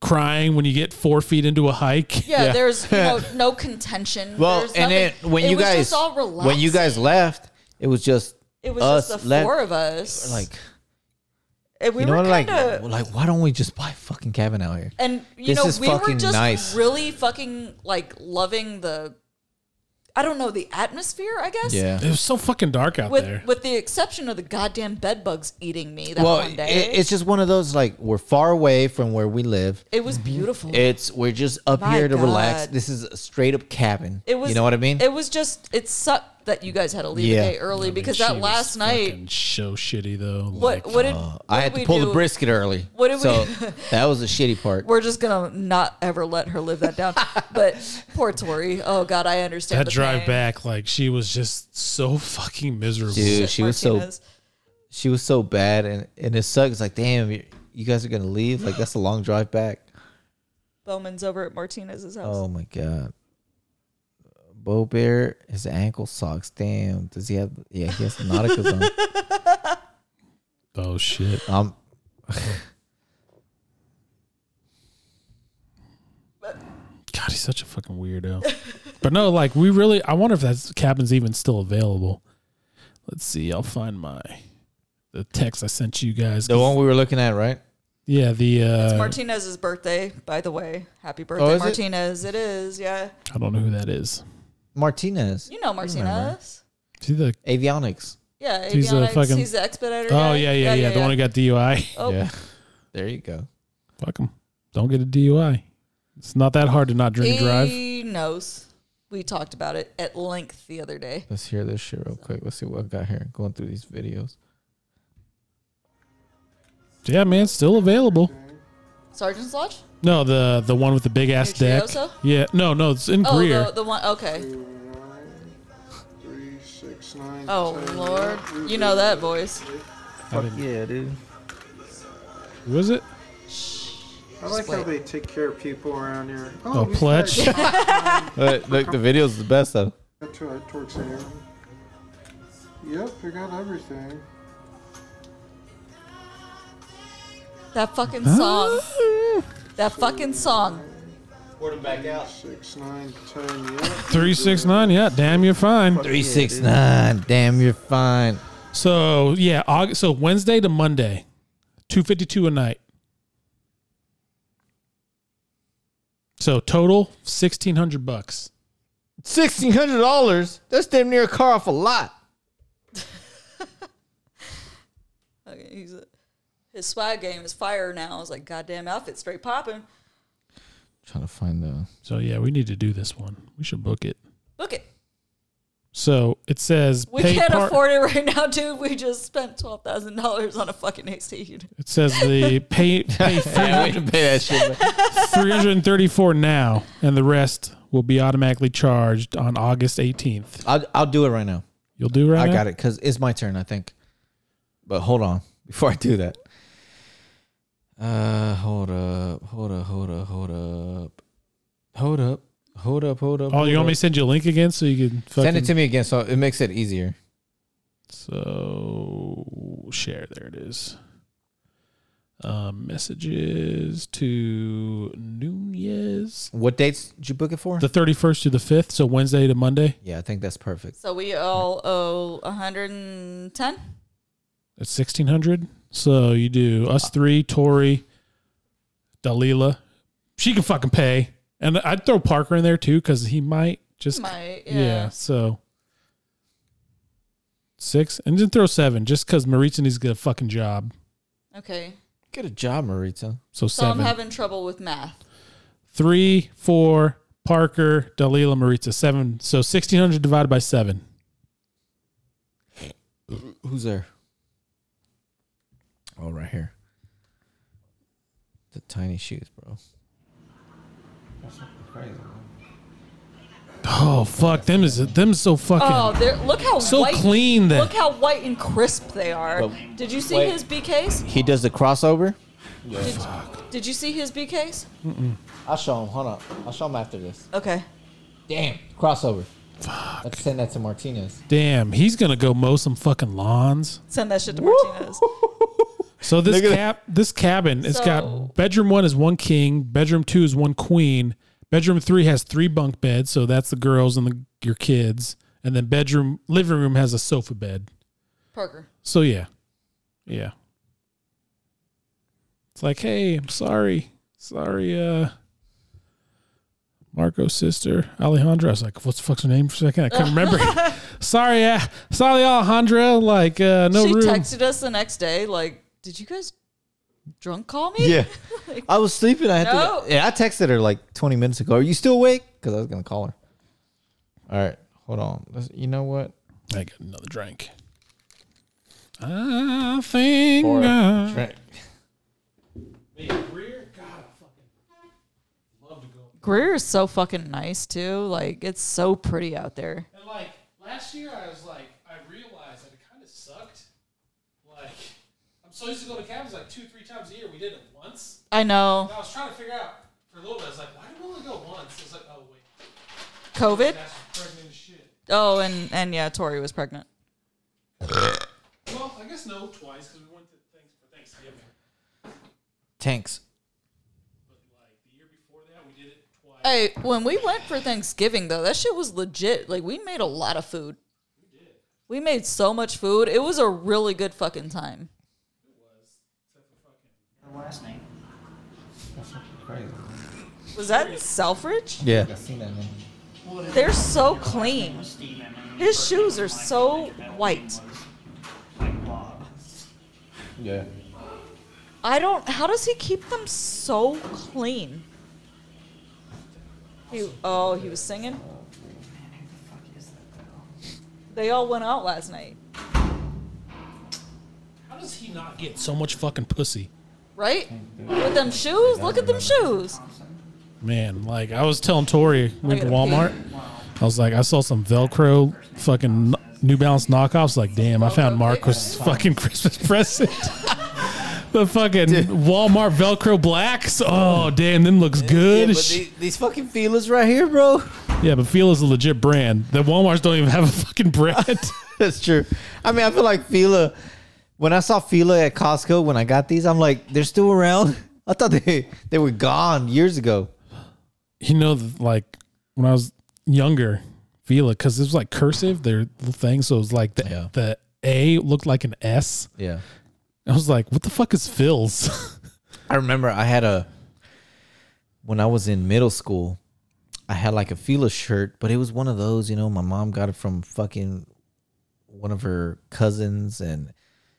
A: crying when you get four feet into a hike.
C: Yeah,
B: Yeah.
C: there's you know, no contention.
B: Well,
C: There's
B: and then
C: nothing-
B: when
C: it
B: you
C: was
B: guys
C: just all
B: when you guys
C: relaxing.
B: left, it was just
C: it was
B: us
C: just the
B: left-
C: four of us.
B: like
C: And we
B: you know
C: were
B: what, like
C: kind of
B: like why don't we just buy a fucking cabin out here?
C: and you
B: this
C: know
B: is
C: we were
B: fucking
C: just
B: nice.
C: really fucking like loving the I don't know the atmosphere I guess
B: Yeah.
A: It was so fucking dark out
C: with
A: there.
C: with the exception of the goddamn bed bugs eating me that
B: Well,
C: one
B: it,
C: day
B: it's just one of those like we're far away from where we live.
C: it was beautiful
B: It's we're just up
C: My
B: here to relax.
C: God.
B: This is a straight up cabin.
C: it was
B: you know what I mean?
C: it was just it sucked that you guys had to leave
B: Yeah.
C: a day early because
A: She
C: that
A: was
C: last
A: fucking
C: night
A: so shitty though.
C: what what did
B: Uh,
C: what
B: I
C: did
B: had to
C: we
B: pull the
C: do?
B: brisket early.
C: What did
B: so
C: we-
B: that was the shitty part.
C: we're just gonna not ever let her live that down but poor Tori oh god I understand
A: that
C: the
A: drive
C: pain.
A: back, like she was just so fucking miserable.
B: Dude,
C: Shit,
B: she was so-
C: Martinez.
B: She was so bad, and and it sucks. It's Like damn, you, you guys are gonna leave. Like that's a long drive back.
C: Bowman's over at Martinez's house
B: Oh my god. Bo Bear, his ankle socks. Damn. Does he have yeah, he has Nauticas on.
A: Oh shit.
B: Um
A: God, he's such a fucking weirdo. but no, like we really I wonder if that cabin's even still available. Let's see, I'll find my the text I sent you guys.
B: the one we were looking at, right?
A: yeah, the uh
C: Martinez's birthday, by the way. Happy birthday,
B: Oh, is it?
C: Martinez. it is, yeah.
A: I don't know who that is.
B: Martinez.
C: You know Martinez.
A: See the
B: Avionics.
C: Yeah,
A: He's a
C: avionics.
A: fucking-
C: He's the expeditor.
A: Oh
C: guy.
A: yeah, yeah, yeah. the one who got DUI.
C: Oh,
B: There you go.
A: Fuck him. Don't get a DUI. It's not that hard to not drink and drive.
C: he knows. We talked about it at length the other day.
B: Let's hear this shit real quick. Let's see what I got here. Going through these videos.
A: Yeah, man, it's still available.
C: Sergeant's Lodge?
A: No, the the one with the big ass deck.
C: Nutrioso?
A: Yeah, no, no, it's in
C: Oh,
A: Greer.
C: the, the one. Okay.
D: Three, six, nine,
C: Oh,
D: ten,
C: Lord. You know that voice.
A: I didn't-
B: yeah, dude.
A: who was it?
D: I like how
C: Wait.
D: they take care of people around here.
A: Oh,
D: you
A: Pledge.
D: said-
B: look, the video's the best though.
D: That's right, towards the end. Yep, they got everything.
C: That fucking
A: Ah.
C: song. that fucking song.
B: Quarterback out.
D: Six, nine, ten, yep.
A: Three six nine. Yeah, damn, you're fine.
B: Three six nine. Damn, you're fine.
A: So yeah, August, so Wednesday to Monday, two fifty two a night. So total sixteen hundred bucks.
B: Sixteen hundred dollars? That's damn near a car off a lot.
C: Okay, he's a, his swag game is fire now. I was like, goddamn outfit, straight popping.
B: Trying to find the
A: So yeah, we need to do this one. We should book it.
C: Look at
A: So it says
C: We
A: pay
C: can't
A: part-
C: afford it right now, dude. We just spent twelve thousand dollars on a fucking AC unit.
A: It says the pay pay
B: Yeah, we didn't pay that shit. back.
A: three hundred and thirty four now, and the rest will be automatically charged on August eighteenth.
B: I'll I'll do it right now.
A: You'll do right.
B: I got it because it's my turn, I think. But hold on before I do that. Uh, hold up, hold up, hold up, hold up, hold up, hold up, hold up.
A: Oh, you
B: hold
A: want me to
B: up.
A: send you a link again so you can fucking
B: send it to me again so it makes it easier.
A: So share. There it is. Um, messages to Nunez.
B: What dates did you book it for?
A: The 31st to the 5th, so Wednesday to Monday.
B: yeah, I think that's perfect.
C: So we all owe a hundred and ten.
A: It's 1600. So you do us three, Tori, Dalila. She can fucking pay. And I'd throw Parker in there too because he might just.
C: Might yeah.
A: yeah. so. Six. And then throw seven just because Maritza needs to get a fucking job.
C: Okay.
B: Get a job, Marita.
A: So
C: So
A: seven.
C: I'm having trouble with math.
A: Three, four, Parker, Dalila, Maritza, seven. So 1600 divided by seven.
B: Who's there? Oh, right here. The tiny shoes, bro.
A: Oh, fuck. Them is, them is so fucking,
C: Oh, they're- look how
A: so
C: white,
A: clean that
C: Look how white and crisp they are.
B: Well,
C: Did you see
B: wait.
C: his BKs?
B: He does the crossover.
C: Did, did you see his BKs?
B: I'll show him. Hold on. I'll show him after this.
C: Okay.
B: Damn. Crossover. Let's send that to Martinez.
A: damn, he's going to go mow some fucking lawns.
C: Send that shit to Martinez.
A: So this
B: Look at
A: cap, this cabin, it's
C: So-
A: got bedroom one is one king, bedroom two is one queen, bedroom three has three bunk beds, so that's the girls and the, your kids, and then bedroom living room has a sofa bed.
C: Parker.
A: So yeah, yeah. It's like, hey, I'm sorry, sorry, uh, Marco's sister Alejandra. I was like, what's the fuck's her name for a second? I couldn't remember. sorry, uh, sorry, Alejandra. Like, uh, no
C: she
A: room.
C: texted us the next day, like, did you guys drunk call me?
B: Yeah. I was sleeping. I had
C: No.
B: to. Yeah, I texted her like 20 minutes ago. Are you still awake? Because I was gonna call her. All right. Hold on. Let's- you know what?
A: I get another drink. I think.
B: Or
A: I-
B: drink.
C: Greer is so fucking nice too. Like it's so pretty out there.
A: And like last year, I was like, I realized that it kind of sucked. Like, I'm so used to going to cabins like two, three times a year. We did it once.
C: I know.
A: And I was trying to figure out for a little bit. I was like, why did we only go once? It's like, oh wait,
C: COVID.
A: that's pregnant as shit.
C: Oh, and and yeah, Tori was pregnant.
A: Well, I guess no, twice because we went to things for Thanksgiving.
B: Tanks.
A: But like the year before that, we did it twice.
C: Hey, when we went for Thanksgiving though, that shit was legit. Like we made a lot of food. We made so much food. It was a really good fucking time. Was that in Selfridge?
B: Yeah.
C: They're so clean. His shoes are so white.
B: Yeah.
C: I don't. How does he keep them so clean? He, oh, he was singing. They all went out last night,
A: How does he not get so much fucking pussy?
C: right? With them shoes. Look at them shoes.
A: Man, like I was telling Tori, we went to
C: I gotta pee.
A: Walmart. I was like, I saw some Velcro fucking New Balance knockoffs. Like, damn, I found Marco's fucking Christmas present. the fucking Walmart Velcro blacks. Oh, damn, them looks good.
B: but
A: as
B: the- these fucking feelers right here, bro.
A: sh- yeah, but Fila is a legit brand. The Walmarts don't even have a fucking brand.
B: That's true. I mean, I feel like Fila. When I saw Fila at Costco when I got these, I'm like, they're still around. I thought they they were gone years ago.
A: you know, th- like when I was younger, Fila, because it was like cursive, their little thing. So it was like the,
B: Yeah.
A: the A looked like an S.
B: Yeah.
A: I was like, what the fuck is Phil's?
B: I remember I had a when I was in middle school, I had like a Fila shirt, but it was one of those, you know, my mom got it from fucking one of her cousins and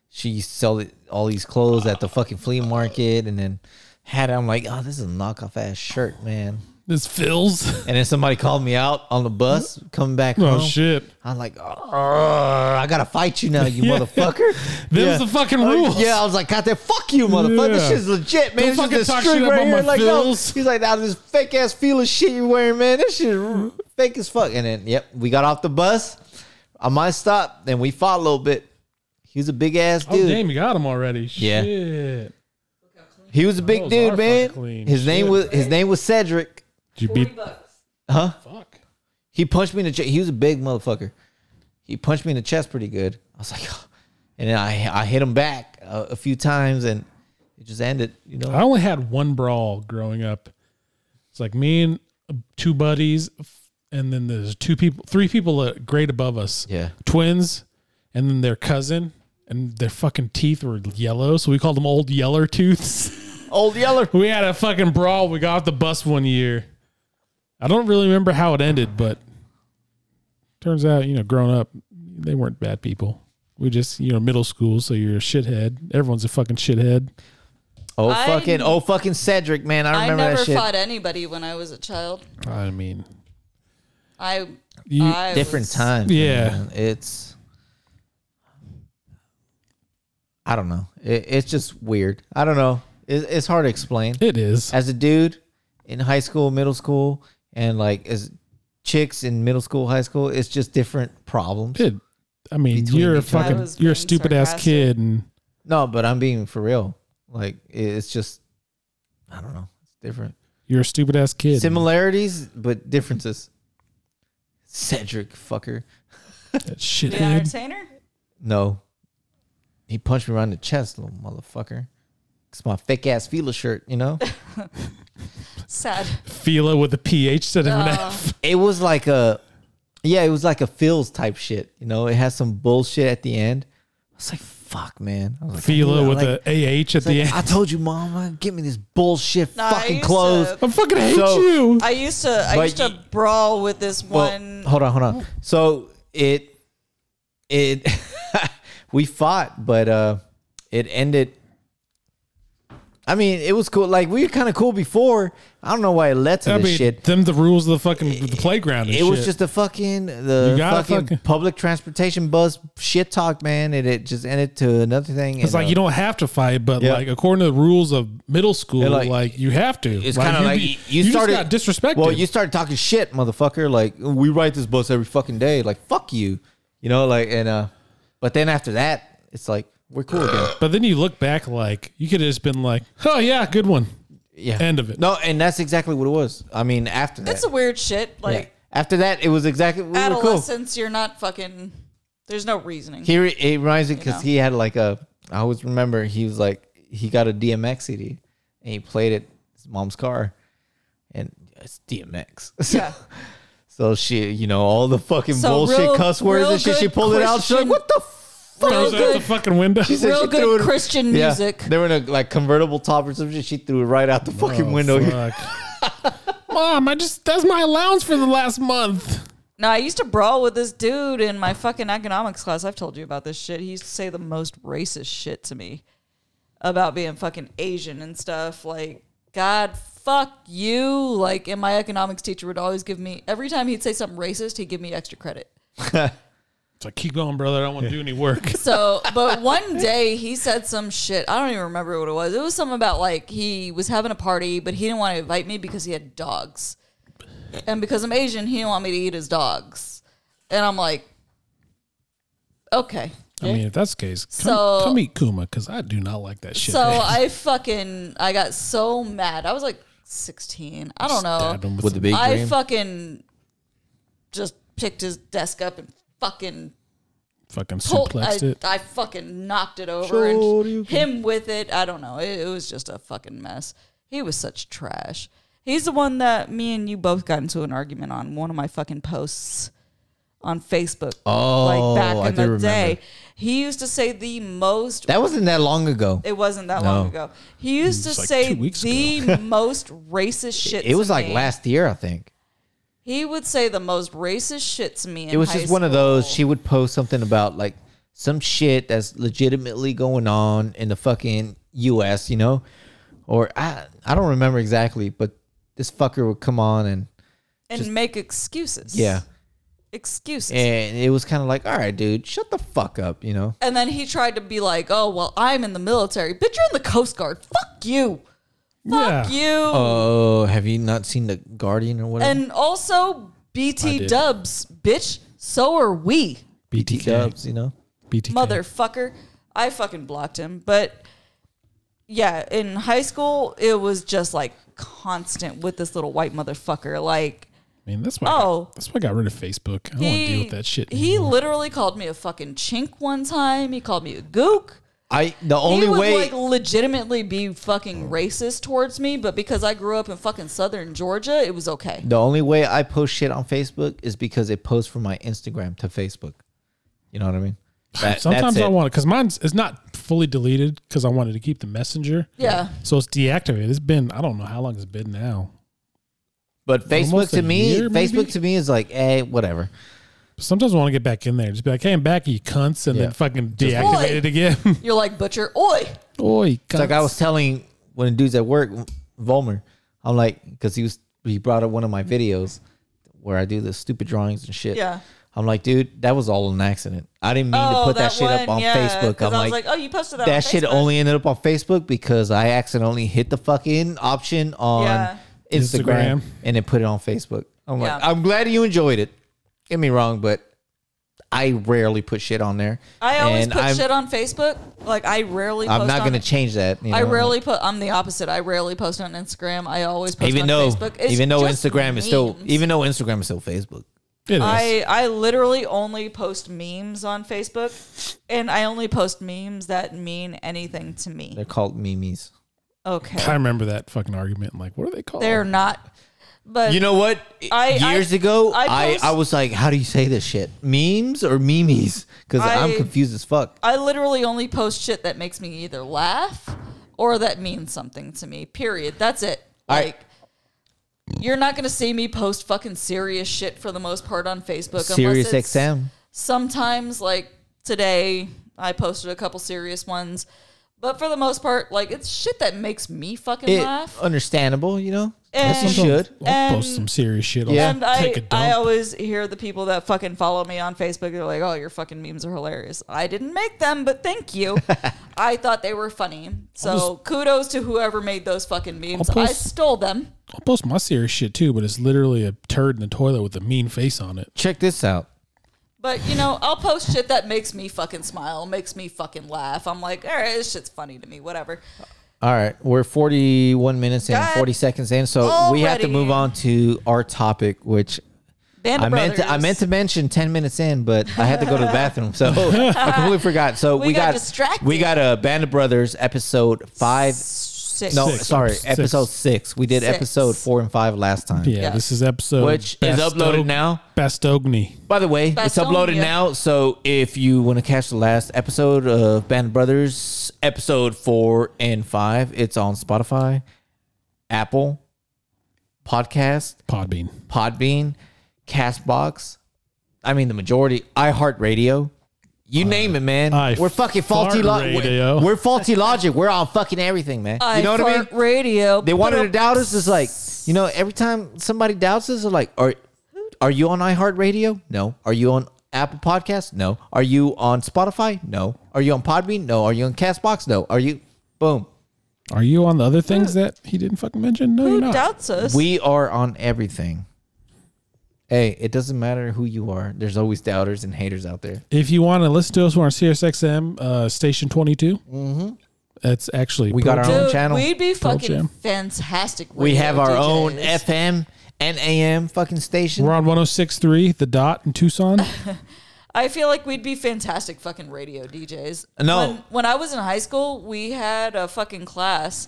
B: she used to sell it- all these clothes at the fucking flea market and then had it. I'm like, oh, this is a knockoff ass shirt, man.
A: It's Phil's.
B: And then somebody called me out on the bus coming back
A: Oh
B: home.
A: shit!
B: I'm like, "Arr, I gotta fight you now, you
A: Yeah.
B: motherfucker.
A: Them's the fucking
B: Uh,
A: rules.
B: Yeah, I was like, God damn, fuck you, motherfucker. This
A: Yeah.
B: shit's legit,
A: Don't
B: man. This is
A: fucking
B: the
A: talk
B: street
A: shit
B: right
A: about
B: here.
A: my
B: like, no.
A: feels.
B: He's like, now this fake ass feel of shit you're wearing, man. This shit is r- fake as fuck. And then, yep, we got off the bus. I might stop, and we fought a little bit. He was a big ass
A: Oh
B: dude.
A: damn, you got him already.
B: Yeah.
A: Shit.
B: he was a big
A: Those are
B: dude, man.
A: fucking clean.
B: His name
A: Shit.
B: was his name was Cedric.
A: Did you beat?
C: bucks.
B: Huh?
A: Fuck.
B: He punched me in the chest. He was a big motherfucker. He punched me in the chest pretty good. I was like, oh. and then I I hit him back a, a few times, and it just ended. You know,
A: I only had one brawl growing up. It's like me and two buddies, and then there's two people, three people uh, grade above us.
B: Yeah.
A: Twins, and then their cousin, and their fucking teeth were yellow, so we called them old yeller tooths.
B: old yeller.
A: we had a fucking brawl. We got off the bus one year. I don't really remember how it ended, but turns out, you know, growing up, they weren't bad people. We just you're in middle school, so you're a shithead. Everyone's a fucking shithead.
B: Oh
C: I-
B: fucking, oh fucking Cedric, man! I
C: I
B: remember
C: never
B: that shit.
C: fought anybody when I was a child.
A: I mean,
C: I,
A: You-
C: I
B: Different
C: was-
B: times.
A: Yeah.
B: man. it's. I don't know. It, it's just weird. I don't know. It, it's hard to explain.
A: it is.
B: As a dude in high school, middle school, and like as chicks in middle school, high school, it's just different problems.
A: It. I mean,
B: Between
A: you're a
B: each other.
A: fucking
C: I was
A: you're a
C: being
A: stupid ass
C: sarcastic.
A: kid, and
B: No, but I'm being for real. Like it, it's just, I don't know. It's different.
A: you're a stupid ass kid.
B: Similarities, but differences. Cedric fucker.
A: That
C: The
A: shithead.
C: entertainer?
B: No. He punched me around the chest, little motherfucker. It's my fake ass Fila shirt, you know?
C: Sad.
A: Fila with a ph instead of an
C: Uh,
A: f.
B: it was like a yeah, it was like a Phil's type shit. You know, it has some bullshit at the end. I was like, fuck, man. I was like,
A: Fila
B: yeah,
A: with
B: like-
A: a ah at
B: I was
A: the
B: like,
A: end.
B: I told you, mama, get me this bullshit
C: Nah, I
B: fucking
C: used
B: clothes.
C: to-
A: I fucking hate
B: So-
A: you.
C: I used to I
B: But
C: used to
B: y-
C: brawl with this
B: Well,
C: one.
B: hold on, hold on. So it it we fought, but uh it ended. I mean, it was cool. Like we were kind of cool before. I don't know why it led to
A: I
B: this
A: mean,
B: shit.
A: them the rules of the fucking the playground. And
B: it was
A: shit.
B: just the fucking the
A: You gotta
B: fucking
A: fucking-
B: public transportation bus shit talk, man. And it just ended to another thing. uh,
A: It's like you don't have to fight, but
B: Yeah.
A: like according to the rules of middle school,
B: like-
A: like, you have to.
B: It's kind of like
A: be-
B: you, you started
A: just got disrespected.
B: Well, you started talking shit, motherfucker. Like we ride this bus every fucking day. Like fuck you, you know. Like and uh, but then after that, it's like we're cool again.
A: but then you look back, like you could have just been like, "Oh yeah, good one."
B: Yeah.
A: End of it.
B: No, and that's exactly what it was. I mean, after that,
C: It's a weird shit.
B: Yeah.
C: Like
B: after that, it was exactly we were cool.
C: adolescence, you're not fucking there's no reasoning.
B: He re- it reminds me because
C: know?
B: he had like a. I always remember he was like he got a DMX CD and he played it his mom's car, and it's DMX.
C: yeah.
B: So she, you know, all the fucking
C: So
B: bullshit
C: real-
B: cuss words
C: real
B: and shit. She
C: good
B: pulled it out. She's like,
C: Christian-
B: "What the fuck?"
A: Throws
C: Real
A: it out the
C: good,
A: fucking window.
B: She said
C: real
B: she threw
C: good
B: it-
C: Christian
B: Yeah,
C: music.
B: They were in a like convertible top or something. She threw it right out the fucking
A: Oh,
B: window.
A: fuck. Mom, I just that's my allowance for the last month.
C: No, I used to brawl with this dude in my fucking economics class. I've told you about this shit. He used to say the most racist shit to me about being fucking Asian and stuff. Like, God, fuck you. Like, and my economics teacher would always give me, every time he'd say something racist, he'd give me extra credit.
A: It's like keep going, brother. I don't want to do any work.
C: So, but one day he said some shit. I don't even remember what it was. It was something about like he was having a party, but he didn't want to invite me because he had dogs. And because I'm Asian, he didn't want me to eat his dogs. And I'm like, okay.
A: I mean, if that's the case, come,
C: So-
A: come eat Kuma because I do not like that shit.
C: So I fucking, I got so mad. I was like 16. I don't
A: Stab
C: know.
A: him
B: With the big
C: I
B: dream.
C: fucking just picked his desk up and fucking
A: fucking
C: pulled,
A: suplexed
C: I,
A: it.
C: I fucking knocked it over and him with it. I don't know. It, it was just a fucking mess. He was such trash. He's the one that me and you both got into an argument on one of my fucking posts on Facebook.
B: Oh,
C: like back in
B: I
C: the
B: do
C: day,
B: remember.
C: he used to say the most.
B: that wasn't that long ago.
C: it wasn't that long ago. He used to
A: like
C: say
A: two weeks
C: the most racist shit.
B: It was
C: to
B: like
C: me.
B: last year, I think.
C: He would say the most racist shit to me.
B: It was just one of those. She would post something about like some shit that's legitimately going on in the fucking U.S. You know, or I I don't remember exactly, but this fucker would come on and
C: and make excuses.
B: yeah,
C: excuses.
B: and it was kind of like, all right, dude, shut the fuck up, you know.
C: And then he tried to be like, "Oh well, I'm in the military, bitch. You're in the Coast Guard. Fuck you,
A: yeah.
C: fuck you."
B: Oh, have you not seen the Guardian or whatever?
C: and also, BT
A: did.
C: Dubs, bitch. So are we,
B: BT Dubs, you know.
A: BTK.
C: motherfucker. I fucking blocked him, but yeah, in high school it was just like constant with this little white motherfucker. Like
A: I mean, that's why. I
C: Oh.
A: got, that's why I got rid of Facebook. I don't want to deal with that shit.
C: He literally called me a fucking chink one time. He called me a gook.
B: I the
C: he
B: only
C: would
B: way Oh.
C: like legitimately be fucking racist towards me, but because I grew up in fucking southern Georgia, it was okay.
B: the only way I post shit on Facebook is because it posts from my Instagram to Facebook. You know what I mean? That,
A: Sometimes
B: that's
A: I
B: it.
A: want it because mine's is not fully deleted because I wanted to keep the messenger.
C: Yeah.
A: So it's deactivated. It's been I don't know how long it's been now.
B: But Facebook
A: Almost
B: to
A: a
B: me,
A: year, maybe?
B: Facebook to me is like, eh, whatever.
A: Sometimes I want to get back in there. Just be like, hey, I'm back, you cunts. And
B: Yeah.
A: then fucking deactivate
C: Oi.
A: it again.
C: You're like butcher. Oi,
A: Oi, cunts.
B: It's like I was telling when dudes at work, Volmer, I'm like, because he was he brought up one of my videos where I do the stupid drawings and shit.
C: Yeah.
B: I'm like, dude, that was all an accident. I didn't mean
C: oh,
B: to put that, shit up
C: one,
B: on
C: yeah,
B: Facebook. I'm
C: 'cause I
B: like,
C: was like, oh, you posted that.
B: that
C: on
B: shit
C: Facebook.
B: only ended up on Facebook because I accidentally hit the fucking option on
C: Yeah.
B: Instagram,
A: Instagram.
B: and then put it on Facebook. I'm like,
C: Yeah.
B: I'm glad you enjoyed it. Get me wrong, but I rarely put shit on there.
C: I always
B: And
C: put
B: I'm,
C: shit on Facebook. Like I rarely.
B: I'm
C: post
B: not
C: on
B: gonna
C: it.
B: change that. you
C: I
B: know?
C: rarely put. I'm the opposite. I rarely post on Instagram. I always post
B: even
C: on
B: though
C: Facebook. It's
B: even though
C: just
B: Instagram is still
C: memes.
B: even though Instagram is still Facebook.
A: It is.
C: I I literally only post memes on Facebook, and I only post memes that mean anything to me.
B: They're called memes.
A: I
C: Okay,
A: remember that fucking argument. Like, what are they called?
C: they're not. But
B: You know what?
C: I-
B: Years
C: I-
B: ago,
C: I
B: I,
C: post-
B: I was like, how do you say this shit? Memes or memes? Because I'm
C: I-
B: confused as fuck.
C: I literally only post shit that makes me either laugh or that means something to me. Period. That's it.
B: I-
C: Like you're not gonna see me post fucking serious shit for the most part on Facebook.
B: Serious
C: unless it's
B: XM.
C: Sometimes, like today, I posted a couple serious ones, but for the most part, like it's shit that makes me fucking
B: It,
C: laugh.
B: understandable, you know? Yes, you
C: And-
B: should.
A: I'll post
C: and-
A: some serious shit. I'll
B: Yeah.
C: And I,
A: take a dump.
C: I always hear the people that fucking follow me on Facebook. They're like, "Oh, your fucking memes are hilarious." I didn't make them, but thank you. I thought they were funny. So kudos to whoever made those fucking memes.
A: I'll
C: I
A: post-
C: stole them.
A: I'll post my serious shit too, but it's literally a turd in the toilet with a mean face on it.
B: Check this out.
C: But you know, I'll post shit that makes me fucking smile, makes me fucking laugh. I'm like, all right, this shit's funny to me, whatever.
B: All right, we're 41 minutes and
C: God.
B: 40 seconds in, so we have to
C: Already.
B: move on to our topic, which
C: Band of
B: I meant to, I
C: Brothers.
B: meant to mention 10 minutes in, but I had to go to the bathroom, so I completely forgot. So we,
C: We got
B: got,
C: distracted.
B: we got a Band of Brothers episode five.
C: Six.
B: No,
A: Six.
B: sorry,
A: Six.
B: episode six. We did
C: Six.
B: episode four and five last time.
A: Yeah,
C: Yeah.
A: this is episode
B: Which is uploaded now.
A: Bastogni.
B: By the way, it's uploaded
C: Bastogne.
B: now, so if you want to catch the last episode of Band of Brothers, episode four and five, it's on Spotify, Apple, Podcast,
A: Podbean.
B: Podbean, Castbox. I mean, the majority. iHeartRadio. You name it, man.
A: I
B: we're fucking faulty
A: fart
B: logic.
A: radio.
B: We're, we're faulty logic. We're on fucking everything, man.
C: I
B: you know what I mean?
C: fart Radio.
B: They wanted to doubt us. It's like, you know, every time somebody doubts us, they're like, are, are you on iHeartRadio? No. Are you on Apple Podcasts? No. Are you on Spotify? No. Are you on Podbean? No. Are you on Castbox? No. Are you? Boom.
A: Are you on the other things that he didn't fucking mention? No, you're
C: Who
A: not.
C: doubts us?
B: We are on everything. Hey, it doesn't matter who you are. There's always doubters and haters out there.
A: if you want to listen to us, we're on SiriusXM uh, Station 22. Mm-hmm. That's actually
B: We got our own
C: Dude,
B: channel.
C: We'd be
A: Pearl
C: fucking
A: Jam.
C: fantastic.
B: We
C: radio
B: have our own
C: DJs.
B: FM and AM fucking station.
A: We're on 106.3 The Dot in Tucson.
C: I feel like we'd be fantastic fucking radio DJs.
B: No.
C: When, when I was in high school, we had a fucking class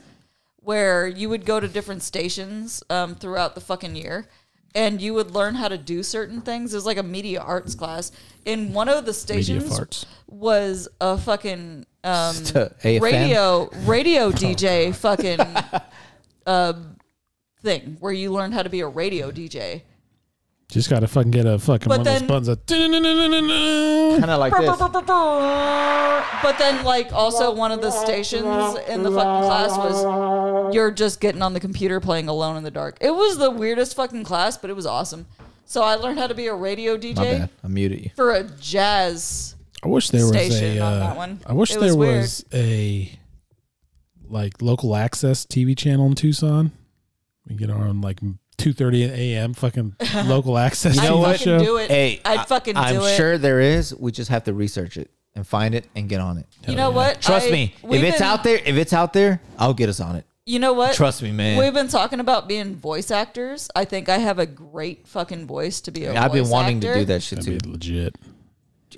C: where you would go to different stations um, throughout the fucking year and you would learn how to do certain things. It was like a media arts class. And one of the stations
A: farts.
C: was a fucking um,
B: AFM.
C: radio radio DJ fucking uh, thing where you learned how to be a radio DJ.
A: Just got to fucking get a fucking
C: But
A: one
C: then-
A: of those buttons. That,
B: Kind of like this.
C: But then, like, also one of the stations in the fucking class was you're just getting on the computer playing Alone in the Dark. It was the weirdest fucking class, but it was awesome. So I learned how to be a radio
B: My
C: DJ
B: bad. I muted you.
C: for a jazz.
A: I wish there was a.
C: station on
A: uh,
C: that one.
A: I wish
C: It
A: there
C: was weird.
A: was a like local access TV channel in Tucson. We get our own like two thirty a.m. fucking local access.
B: You know
A: TV
B: what?
C: Fucking do it.
B: Hey, I-
C: I'd fucking
B: I'm
C: do it.
B: sure there is. We just have to research it and find it and get on it.
C: You know what?
B: Trust
C: I-
B: me.
C: we've
B: If it's
C: been-
B: out there, if it's out there, I'll get us on it.
C: you know what?
B: Trust me, man.
C: We've been talking about being voice actors. I think I have a great fucking voice to be a
B: I've been
C: voice
B: wanting to
C: actor.
B: do that shit too.
A: That'd be legit.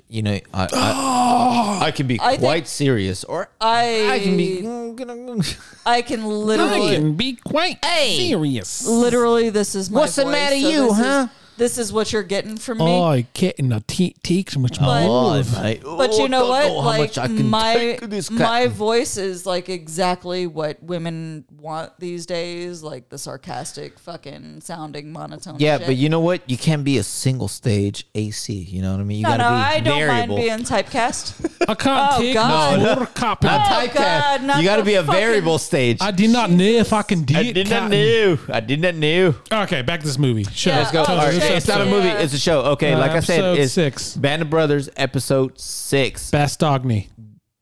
B: You know, I, I, I can be
C: I think-
B: quite serious, or
C: I
B: I can be. mm,
C: I can literally
A: be quite serious.
C: Literally, this is my
B: What's the
C: voice,
B: matter,
C: so
B: you,
C: this is-
B: huh?
C: this is what you're getting from me.
A: Oh, you're getting a te- teach much my
C: But-
A: love.
B: mate.
C: but
B: Oh, I
C: you know
B: don't
C: what?
B: how
C: like
B: much I can
C: my
B: take of this
C: my
B: cat.
C: voice is like exactly what women want these days, like the sarcastic, fucking sounding monotone.
B: Yeah,
C: shit.
B: but you know what? You can't be a single stage AC. You know what I mean? You
C: No,
B: gotta
C: no,
B: be
C: I don't
B: variable.
C: mind being typecast.
A: I can't
C: Oh,
A: take
C: God.
A: no more copy.
B: not
C: Oh,
B: typecast.
C: God, not
B: you gotta
C: the
B: be a
C: fucking-
B: variable stage.
A: I did not know if I can do
B: I
A: it.
B: did not
A: Cotton.
B: know. I did not know.
A: Okay, back to this movie. Show.
C: Yeah,
B: Let's go.
C: oh,
B: All right,
C: shit.
B: it's not a movie.
C: Yeah.
B: It's a show. Okay,
A: Uh,
B: like I said,
A: episode
B: it's
A: six.
B: Band of Brothers, episode six.
A: Bastogny.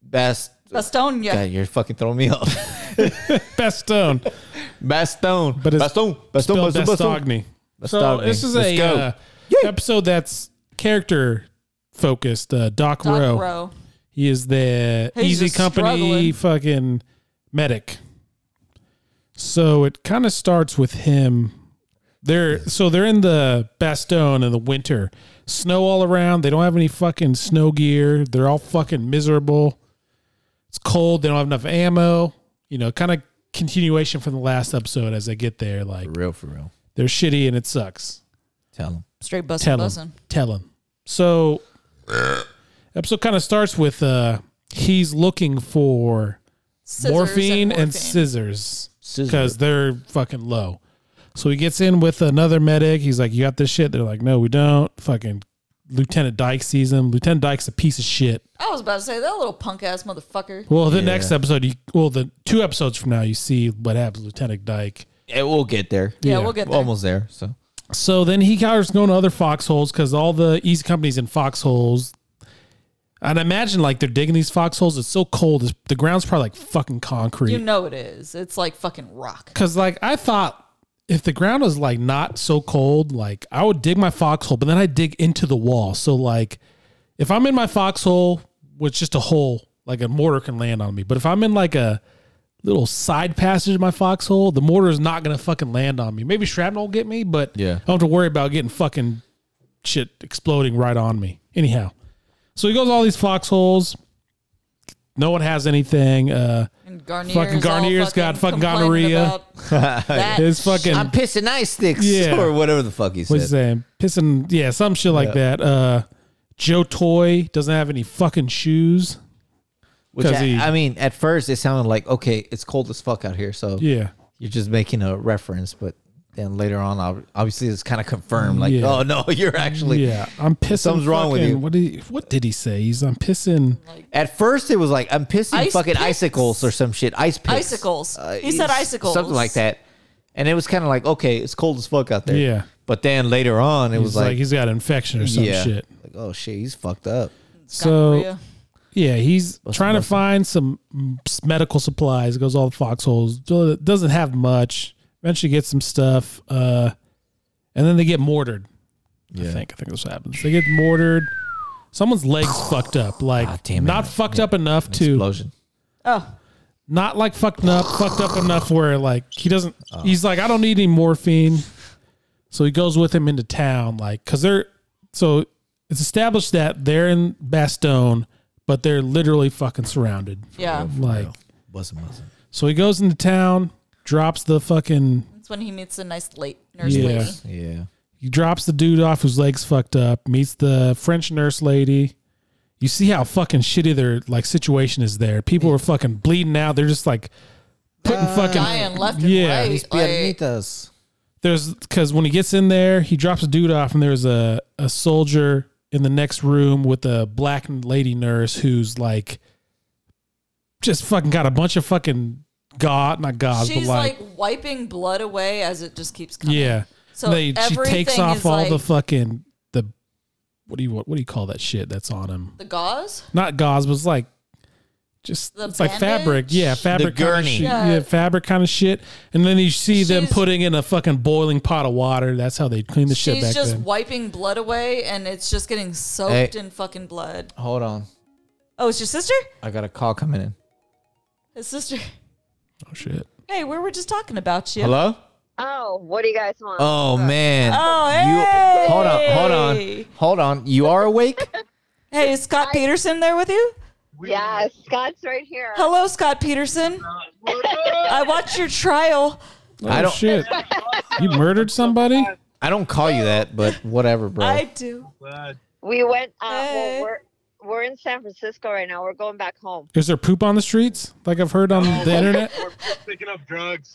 B: Best.
C: Bastonia.
B: God, you're fucking throwing me off.
A: Bastone.
B: Bastone.
A: But it's
B: Bastone. Bastone.
A: Spelled
B: Bastone. Bastone.
A: Bastogny. So
B: Bastogny.
A: this is
B: Let's
A: a
B: go.
A: uh, episode that's character focused. Uh, Doc,
C: Doc
A: Rowe.
C: Rowe.
A: He is the
C: He's
A: Easy
C: just
A: Company
C: struggling.
A: fucking medic. So it kind of starts with him. They're so they're in the Bastogne in the winter, snow all around. They don't have any fucking snow gear. They're all fucking miserable. It's cold. They don't have enough ammo. You know, kind of continuation from the last episode as they get there. Like
B: For real, for real.
A: they're shitty and it sucks.
B: Tell him.
C: Straight bustin'
A: Tell
C: bussin'.
A: him. Tell him. So, episode kind of starts with uh he's looking for
C: Scissors
A: morphine and,
C: morphine.
A: scissors because
B: Scissors.
A: they're fucking low. So he gets in with another medic. He's like, "You got this shit." They're like, "No, we don't." Fucking Lieutenant Dyke sees him. Lieutenant Dyke's a piece of shit.
C: I was about to say that little punk ass motherfucker.
A: Well, the
B: Yeah.
A: next episode, you, well, the two episodes from now, you see what happens, to Lieutenant Dyke.
B: Yeah, we'll get there.
C: Yeah,
A: yeah,
C: we'll get there.
B: Almost there. So
A: So then he starts going to other foxholes because all the East companies in foxholes. And I imagine like they're digging these foxholes. It's so cold. it's- The ground's probably like fucking
C: You
A: concrete.
C: know it is. It's like fucking rock.
A: Because like I thought if the ground was like not so cold, like I would dig my foxhole, but then I dig into the wall. So like if I'm in my foxhole with just a hole, like a mortar can land on me. But if I'm in like a little side passage of my foxhole, the mortar is not gonna fucking land on me. Maybe shrapnel will get me, but
B: Yeah.
A: I don't have to worry about getting fucking shit exploding right on me. Anyhow. So he goes all these foxholes. No one has anything. Uh
C: And Garnier's
A: Fucking
C: all
A: Garnier's got fucking
C: complaining
A: gonorrhea.
C: about that.
A: his fucking
B: I'm pissing ice sticks
A: Yeah.
B: or whatever the fuck he
A: What's his
B: said.
A: name? Pissing, yeah, some shit like that. Uh, Joe Toy doesn't have any fucking shoes.
B: Which
A: 'Cause he-
B: I, I mean, at first it sounded like okay, it's cold as fuck out here, so
A: Yeah,
B: you're just making a reference, but then later on, ob- obviously it's kind of confirmed. Like,
A: Yeah.
B: oh no, you're actually.
A: yeah. I'm pissing.
B: something's wrong with
A: fucking-
B: you.
A: What did he, what did he say? He's I'm pissing.
B: At first, it was like I'm pissing
C: Ice
B: fucking
C: picks.
B: icicles or some shit. Ice picks. Uh,
C: Icicles. He said
B: it's-
C: icicles.
B: Something like that. And it was kind of like okay, it's cold as fuck out there.
A: Yeah.
B: But then later on, it
A: He's
B: was
A: like,
B: like,
A: he's got an infection or some
B: yeah,
A: shit.
B: like oh shit, he's fucked up.
A: So
C: Gonorrhea.
A: yeah, he's trying to
B: bussin'.
A: find some mm, s- medical supplies. Goes all the foxholes. Do- Doesn't have much. Eventually gets some stuff. Uh, and then they get mortared. I think I think that's what happens. They get mortared. Someone's legs fucked up. Like
B: Ah, damn it.
A: not fucked up enough to
B: Explosion.
C: oh,
A: not like fucked up, fucked up enough where like he doesn't. He's like, I don't need any morphine, so he goes with him into town, like because they're so it's established that they're in Bastogne, but they're literally fucking surrounded.
C: yeah.
A: Like
B: Wasn't wasn't.
A: so, he goes into town, drops the fucking
C: That's when he meets a nice late nurse
A: Yeah.
C: lady.
B: Yeah.
A: he drops the dude off whose legs fucked up, meets the French nurse lady. You see how fucking shitty their like situation is there. People are fucking bleeding out. They're just like putting fucking
C: Dying Uh, left and
A: Yeah.
C: right.
A: These
C: like,
B: Pianitas.
A: there's because when he gets in there, he drops a dude off, and there's a a soldier in the next room with a black lady nurse who's like just fucking got a bunch of fucking god, not gods,
C: she's
A: but like,
C: like, wiping blood away as it just keeps coming.
A: yeah.
C: So
A: they, she takes
C: everything
A: off
C: is
A: all the
C: like-
A: fucking the what do you what, what do you call that shit that's on him?
C: The gauze.
A: Not gauze, but it's like just
C: The
A: it's like fabric,
C: bandage?
A: yeah, fabric kind of
B: gurney.
A: shit,
C: Yeah.
A: yeah, fabric kind of shit. And then you see them
C: She's-
A: putting in a fucking boiling pot of water. That's how they clean the shit
C: She's
A: back
C: just
A: then.
C: wiping blood away, and it's just getting soaked in fucking blood.
B: Hold on.
C: Oh, it's your sister?
B: I got a call coming in.
C: His sister.
A: Oh shit.
C: Hey, we were just talking about you.
B: Hello?
E: Oh, what do you guys want?
B: Oh man.
C: Oh,
B: You, hold on, hold
C: hey.
B: on. Hold on. You are awake?
C: Hey, is Scott Peterson there with you?
E: yeah, Scott's right here.
C: Hello, Scott Peterson. I watched your trial.
A: Oh,
B: I don't-
A: shit. You murdered somebody?
B: I don't call you that, but whatever, bro.
C: I do.
F: Glad.
E: We went. Uh,
C: Hey.
E: well, we're we're in San Francisco right now. We're going back home.
A: Is there poop on the streets? Like I've heard on the internet?
F: We're picking up drugs.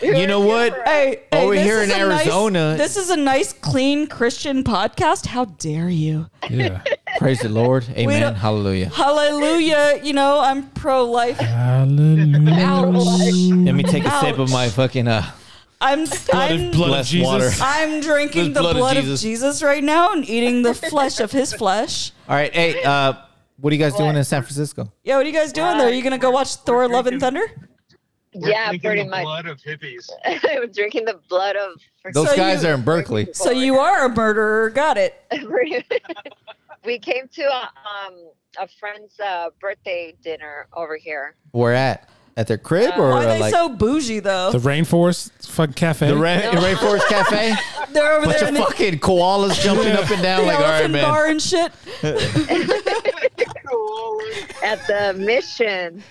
B: you know what?
C: Hey, hey,
B: Over
C: this
B: here
C: is
B: in
C: a nice-
B: Arizona-
C: this is a nice, clean Christian podcast. How dare you?
A: Yeah.
B: Praise the Lord. Amen.
C: don't-
B: Hallelujah.
C: Hallelujah. You know, I'm pro life.
A: Hallelujah.
B: Let me take a sip of
C: Ouch.
B: my fucking uh
C: I'm
A: blood of
C: I'm
B: blessed
A: Jesus.
B: water.
C: I'm drinking
B: There's
C: the
B: blood
C: blood,
B: of
C: of,
B: Jesus.
C: Jesus. right now and eating the flesh of his flesh.
B: All right, hey, uh what are you guys doing in San Francisco?
C: Yeah, what are you guys doing there? Are you gonna go watch Thor: Love and Thunder?
F: We're
E: yeah,
F: drinking
E: pretty
F: the
E: much.
F: Blood of hippies.
E: I'm drinking the blood of.
B: Those
C: So
B: guys
C: you-
B: are in Berkeley.
C: So you are a murderer. Got it.
E: we came to a, um, a friend's uh, birthday dinner over here.
B: We're at at their crib
E: Uh,
B: or
C: Why are they
B: like
C: so bougie though?
A: The rainforest fucking cafe.
B: the Ra-
E: No.
B: Rainforest Cafe?
C: They're over
B: Bunch
C: there
B: of
C: in the,
B: fucking koalas jumping up and
C: the
B: down like all right,
C: elephant
B: man.
C: bar and shit.
E: at the mission.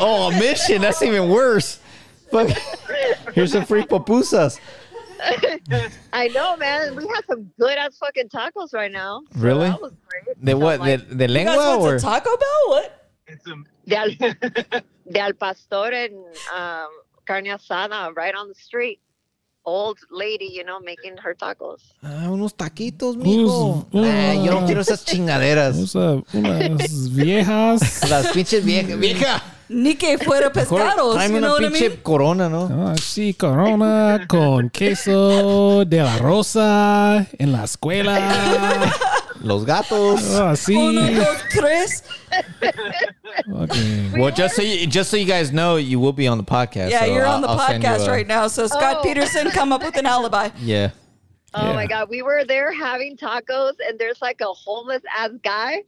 B: Oh, a mission. That's even worse. Fuck. Here's some free pupusas.
E: I know, man. We had some good ass fucking tacos right now. So
B: Really?
E: That was great.
B: The what?
E: Like,
B: The, the
C: You guys
B: lengua
C: went
B: or
C: to Taco Bell? What?
F: It's a,
E: de, al, de al pastor and um, carne asada right on the street. Old lady, you know, making her tacos.
B: ah, unos taquitos,
A: mijo. Who's-
B: Nah, yo no
A: Ah.
B: quiero esas chingaderas.
A: What's up? Unas viejas.
B: Las pinches vieja, vieja.
C: Ni que fuera pescados.
B: Tráeme
C: You know
B: una
C: what I
B: pinche
C: mean?
B: corona, ¿no?
A: Ah, sí, corona con queso de la rosa en la escuela.
B: Los gatos.
A: Ah, sí.
C: Uno, dos, tres.
A: Fucking-
B: Well, just so you, just so you guys know, you will be on the podcast.
C: Yeah,
B: so
C: you're
B: I'll-
C: on the
B: I'll send you
C: podcast
B: a-
C: right now. So Scott
E: Oh.
C: Peterson, come up with an alibi.
B: Yeah.
E: Oh
A: Yeah.
E: my God. We were there having tacos, and there's like a homeless ass guy.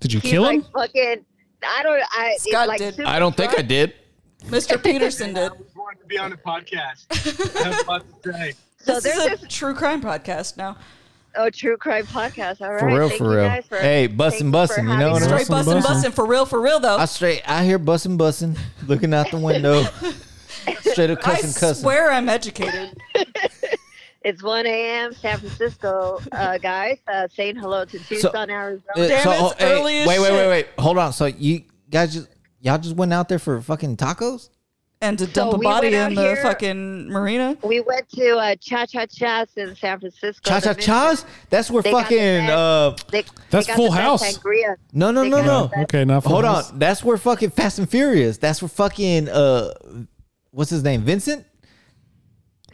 A: Did you
E: He's
A: kill
E: like
A: him?
E: fucking. I don't. I he's,
C: Scott
E: like,
C: did.
E: super
B: I don't think I
E: drunk.
B: did.
C: Mr. Peterson did.
F: I just wanted to be on a podcast. I have lots to say.
E: So
C: This
E: there's
C: is a
E: this
C: true crime podcast now.
E: oh true crime podcast. All right,
B: For real,
E: Thank
B: for
E: you
B: real.
E: guys for-
B: Hey,
E: thank
B: bussin',
E: you
B: bussin',
E: for
B: you
E: having
B: know what
A: me.
B: I'm
C: Straight
A: Bussin',
C: busting,
A: bussin'.
C: busting for real, for real though.
B: I straight I hear bussing bussing, looking out the window, straight up
C: I
B: cussing cussing.
C: swear I'm educated.
E: It's 1 a.m. San Francisco, uh, guys. Uh, saying hello to Tucson, Arizona.
B: Uh,
C: Damn, it's
B: ho- hey,
C: early as
B: wait, wait, wait,
C: shit.
B: wait. Hold on. So you guys just y'all just went out there for fucking tacos?
C: And to dump a
E: we
C: body
E: went out
C: in the
E: here-
C: fucking marina.
E: We went to uh, Cha Cha Cha's in San Francisco.
B: Cha
E: the
B: cha chas? That's where
E: They got the
B: fucking
E: best.
B: uh
E: They- they
A: That's
E: got
A: Full
E: the best
A: House.
E: Sangria.
B: no no
E: They
B: no
E: got
B: no.
E: the best-
A: Okay, not for
B: Hold
A: us.
B: on. That's where fucking Fast and Furious. That's where fucking uh what's his name? Vincent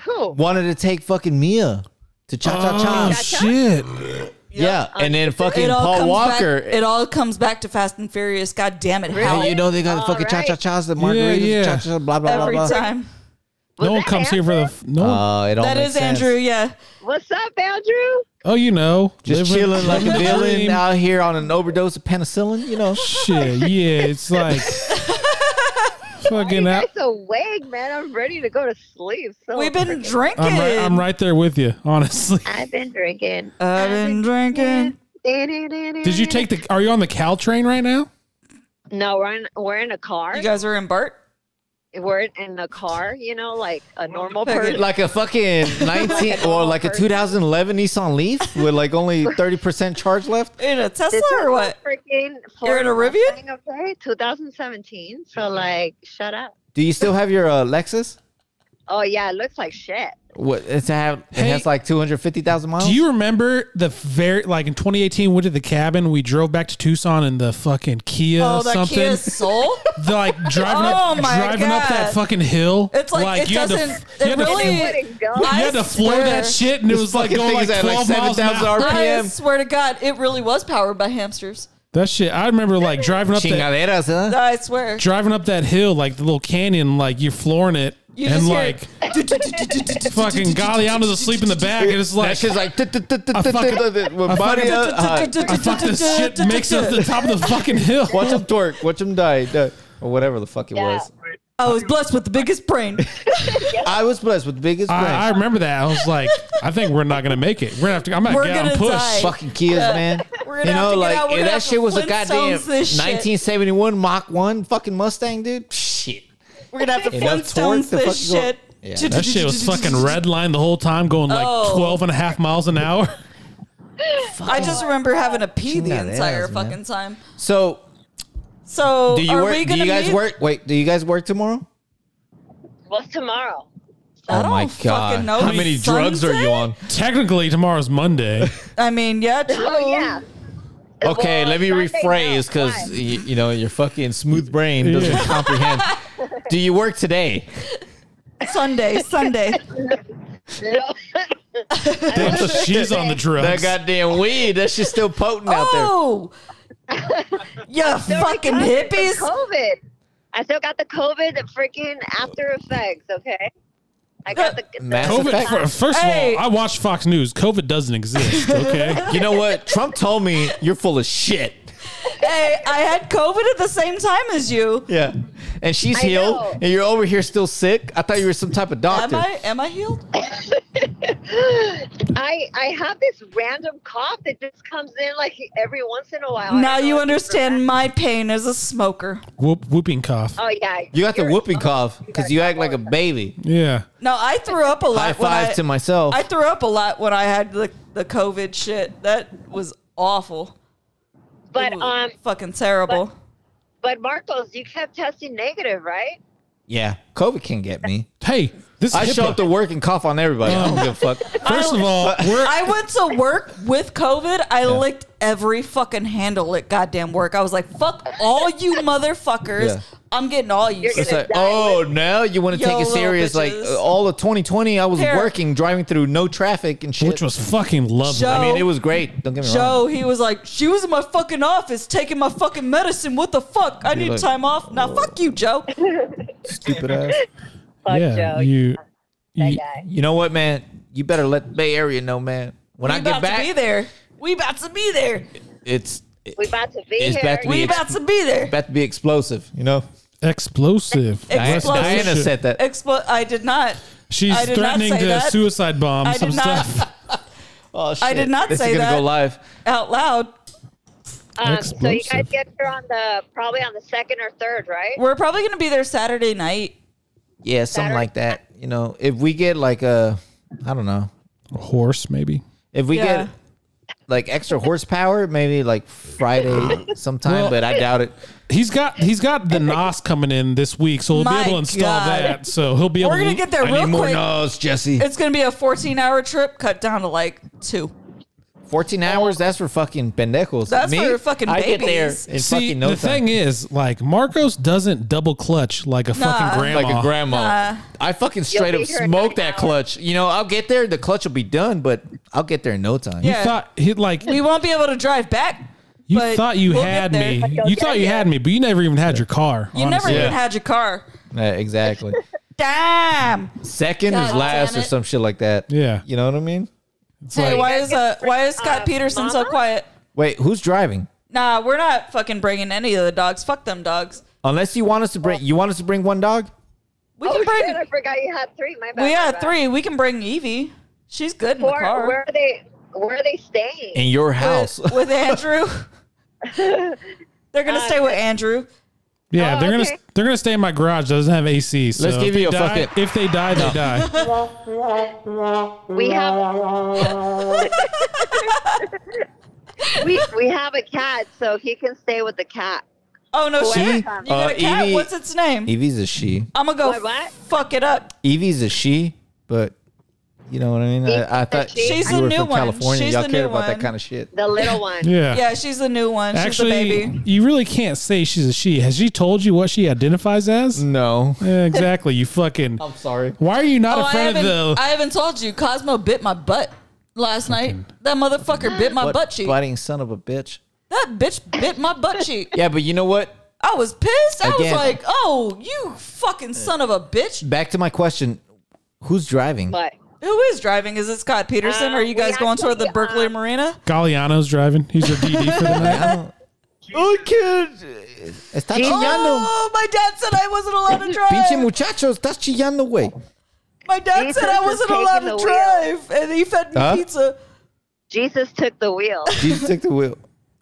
E: Who?
B: wanted to take fucking Mia to cha cha
A: Oh,
B: cha.
A: shit.
B: Yeah, and then fucking
C: It all
B: Paul
C: comes
B: Walker.
C: Back, it all comes back to Fast and Furious. God damn it! How
B: Hey, you know they got the
E: All
B: fucking cha
E: right.
B: cha chas, the margaritas,
A: yeah.
B: cha cha blah blah blah
C: every
B: blah.
C: time.
E: Was
A: No one
E: that
A: comes here for the. f- No one.
B: Uh, it all
C: That
B: makes
C: is
B: sense.
C: Andrew. Yeah.
E: What's up, Andrew?
A: Oh, you know.
B: Just
A: living-
B: chilling like a
A: living the
B: villain
A: dream.
B: out here on an overdose of penicillin, you know.
A: Shit, yeah. It's like. fucking out.
E: It's awake, man. I'm ready to go to sleep. So
C: We've been
E: freaking-
C: drinking.
A: I'm right, I'm right there with you, honestly.
E: I've been drinking.
C: I've been drinking.
A: Did
E: Did
A: you take the. Are you on the Cal train right now?
E: No, we're in we're in a car.
C: You guys are in Bart.
E: we're in, in a car. You know, like a normal
C: fuck
E: person.
B: Like a fucking 19 or like a 2011 Nissan Leaf with like only 30% charge left.
C: In a Tesla
E: This is
C: or what?
E: a Freaking
C: You're in a
E: Ford
C: Rivian?
E: Mustang, Okay, 2017. So like, shut up.
B: Do you still have your uh, Lexus?
E: Oh yeah, it looks like shit.
B: What it's have it
A: Hey.
B: has like 250,000 miles?
A: Do you remember the very like in 2018 we went to the cabin? We drove back to Tucson in the fucking Kia
C: Oh, the
A: something.
C: Kia Soul.
A: The, like driving
C: Oh
A: up
C: my
A: driving up that
C: God.
A: fucking hill.
C: It's like, it
A: you had to-
C: doesn't.
A: you
C: it
A: had to-
C: really.
E: Let it go.
A: you had to floor that
C: swear-
A: shit, and it was like
B: fucking
A: going
B: thing
A: like
B: is at, like,
A: 12 miles an
B: 7,000
A: hour.
C: I
B: RPM.
C: swear to God, it really was powered by hamsters.
A: That shit, I remember like driving up that,
B: Chingaderas, huh?
C: I swear.
A: driving up that hill, like the little canyon, like you're flooring it,
C: You
A: and
C: just hear
A: like fucking Galeano's asleep in the back, and it's like
B: That shit's like with body
A: fucking-
B: up high.
A: I fuck this shit makes it up the top of the fucking hill.
B: Watch him dork, watch him die, die, or whatever the fuck it
E: Yeah.
B: was.
C: I was blessed with the biggest brain.
B: I was blessed with the biggest brain.
A: I, I remember that. I was like, I think we're not gonna make it. We're gonna have to. I'm gonna
C: We're
A: get out and
C: gonna
A: push.
C: die.
B: fucking kids, man.
C: We're gonna
B: You
C: have
B: know,
C: to get
B: like
C: out. We're
B: if
C: gonna
B: that
C: have
B: shit was a
C: Flintstones
B: goddamn
C: this shit.
B: 1971 Mach One fucking Mustang, dude. Shit.
C: We're gonna have to
B: Enough torque
C: Flintstones
B: to
C: this
B: fucking go-
C: shit.
B: Yeah.
A: That shit was fucking redline the whole time, going like
C: Oh.
A: 12 and a half miles an hour.
C: I just remember having to pee the
B: Chingada
C: entire
B: ass, man.
C: fucking time.
B: So
C: So
B: do you
C: are
B: work?
C: we
B: do
C: gonna
B: you guys
C: meet?
B: work? Wait, do you guys work tomorrow?
E: What's tomorrow?
C: I
B: Oh
C: don't
B: my
C: fucking
B: God.
C: know.
B: How many drugs are you on?
A: Technically, tomorrow's Monday.
C: I mean, yeah, true.
E: Oh yeah.
B: Okay,
E: Well,
B: let me
E: Sunday
B: rephrase
E: now,
B: because
E: why?
B: you, know your fucking smooth brain doesn't
A: Yeah.
B: comprehend. Do you work today?
C: Sunday, Sunday.
A: She's on the
B: That
A: drugs.
B: goddamn weed, that shit's still potent out there.
C: oh, you fucking
E: Recovered from
C: hippies!
E: COVID. I still got the COVID, the freaking after effects. Okay. I got the, the
B: Mass
A: COVID.
B: effect.
A: fir- First
C: Hey.
A: of all, I watch Fox News. COVID doesn't exist. Okay.
B: You know what? Trump told me you're full of shit.
C: Hey, I had COVID at the same time as you.
B: Yeah, and she's
E: I
B: healed,
E: know.
B: and you're over here still sick. I thought you were some type of
C: Am
B: doctor.
C: I? Am I healed?
E: I I have this random cough that just comes in like every once in a while. I
C: Now
E: don't know
C: you
E: if
C: understand my pain as a smoker.
A: Whoop, whooping cough.
C: Uh,
E: Oh yeah.
B: You got the
E: You're-
B: whooping cough because you act like a baby.
A: Yeah.
C: No, I threw up a lot.
B: High
C: when
B: five
C: I,
B: to myself.
C: I threw up a lot when I had the the COVID shit. That was awful.
E: But
C: It was
E: um,
C: fucking terrible.
E: but Marcos, you kept testing negative, right?
B: yeah, COVID can get me.
A: Hey, this
B: I
A: HIPAA.
B: show up to work and cough on everybody. I don't give a fuck.
A: First of all, we're
C: I went to work with COVID. I licked every fucking handle at goddamn work. I was like, fuck all you motherfuckers.
B: Yeah.
C: I'm getting all you.
E: You're
C: Sick.
B: It's like, oh, now you want to
C: Yo,
B: take it
C: little
B: serious? Like
C: bitches.
B: uh, all of 2020, I was
C: Here.
B: working, driving through no traffic and shit.
A: which was fucking lovely.
C: Joe.
B: I mean, it was great. Don't get me
C: Joe,
B: wrong.
C: he was like, she was in my fucking office taking my fucking medicine. What the fuck? I need
B: like-
C: time off. Now, fuck you, Joe.
B: Stupid ass.
E: Fuck
A: yeah,
E: Joe.
A: you.
E: that
A: you-
E: guy.
B: You know what, man? You better let Bay Area know, man. When
C: we
B: I
C: about
B: get
C: to be
B: back,
C: there. We about to be there.
B: it's it-
E: We about to be
B: It's
E: here.
B: back to
C: We
B: be-
C: about to be there.
B: about to be explosive. You know,
A: explosive.
B: Diana,
C: Explosive.
B: Diana said that.
C: Expl- I did not.
A: She's
C: I did not
A: threatening
C: say
A: to
C: that.
A: suicide bomb
C: I
A: some
C: did not
A: stuff.
B: oh, shit.
C: I did not
B: this
C: say
B: is gonna
C: that.
B: go live.
C: out loud.
E: um, so you guys
A: Explosive.
E: get here on the probably on the second or third, right?
C: We're probably going to be there Saturday night.
B: Yeah, something
E: Saturday.
B: like that. You know, if we get like a, I don't know,
A: A horse, maybe.
B: if we
C: Yeah.
B: get like extra horsepower, maybe like Friday sometime,
A: Well-
B: but I doubt it.
A: He's got he's got the NOS coming in this week, so we'll
C: My
A: be able to install
C: God.
A: that. So he'll be able.
C: We're going to
A: to
C: get there
B: I
C: real
B: need more
C: quick.
B: nose, Jesse.
C: It's going to be a 14 hour trip cut down to like two.
B: 14 hours, that's for fucking pendejos.
C: That's
B: Me,
C: for fucking
B: I get there
C: babies.
B: in
A: See,
B: fucking no
A: the
B: time.
A: thing is, like Marcos doesn't double clutch like a
C: Nah.
A: fucking grandma.
B: like a grandma.
C: Nah.
B: I fucking straight
E: You'll
B: up
E: be here in
B: smoke
E: nine
B: that
E: hours.
B: clutch. You know, I'll get there, the clutch will be done, but I'll get there in no time.
A: You
C: Yeah.
A: thought he like
C: We won't be able to drive back.
A: you
C: but
A: thought you
C: we'll get
A: had
C: there.
A: me.
E: you'll
A: You
E: get
A: thought you
E: there.
A: had me, but you never even had your car.
C: You never
A: honestly.
B: Yeah.
C: even had your car.
B: Yeah, Uh, exactly.
C: Damn.
B: Second
C: God
B: is
C: damn
B: last or
C: it.
B: some shit like that.
A: Yeah.
B: You know what I mean?
A: It's
C: Hey,
A: like-
C: why is uh, why is Scott
E: Uh,
C: Peterson so
E: Mama?
C: quiet?
B: Wait, who's driving?
C: Nah, we're not fucking bringing any of the dogs. Fuck them dogs.
B: Unless you want us to bring you want us to bring one dog?
C: We
E: Oh
C: can bring.
E: shit! I forgot you had three. My bad.
C: we
E: my
C: had
E: bad.
C: three. We can bring Evie. She's good in the
E: Four.
C: car.
E: Where are they? Where are they staying?
B: In your house.
C: with, with Andrew. They're
E: Uh,
C: gonna stay with Andrew.
A: yeah,
E: Oh,
A: they're gonna
E: okay.
A: they're gonna stay in my garage. that Doesn't have AC. So
B: Let's
A: if
B: give
A: they
B: you a
A: die-
B: fucking-
A: If they die, they die.
E: We have we we have a cat, so he can stay with the cat.
C: Oh no,
E: She-
C: shit! You got
B: uh,
C: a cat.
B: Evie-
C: What's its name?
B: Evie's a she.
C: I'm gonna go
E: What, what?
C: fuck it up.
B: Evie's a she, but you know what I mean? I, I thought
E: She's
B: you
C: the
B: were
C: new
B: from
C: one.
B: California.
C: She's
B: Y'all
C: the
B: care
C: new
B: about that
C: one.
B: kind of shit.
E: The little one.
A: Yeah.
C: Yeah, she's the new one.
A: Actually,
C: she's the baby.
A: you really can't say she's a she. Has she told you what she identifies as?
B: No.
A: Yeah, exactly. You fucking.
B: Mm. I'm sorry.
A: Why are you not
C: Oh,
A: a
C: I
A: friend of
C: haven't,
A: the?
C: I haven't told you. Cosmo bit my butt last night. That motherfucker bit my
B: What
C: butt cheek.
B: biting son of a bitch.
C: That bitch bit my butt cheek.
B: Yeah, but you know what?
C: I was pissed. I was
B: Again.
C: like, "Oh, you fucking son of a bitch!
B: Back to my question. Who's driving?
E: But
C: Who is driving? Is it Scott Peterson?
E: Uh,
C: Are you
E: we
C: guys going toward the
E: actually,
C: Berkeley
E: uh,
C: Marina?
A: Galliano's driving. He's your DD for the night.
B: I don't- Oh, kid. Está chillando.
C: Oh, my dad said I wasn't allowed to
B: Pinche
C: drive.
B: muchacho, estás chillando, güey.
C: My dad
E: Jesus
C: said I
E: is
C: wasn't
E: taking
C: allowed
E: the
C: to
E: wheel.
C: drive, and he fed me
B: Huh?
C: pizza.
E: Jesus took the wheel.
B: Jesus took the wheel.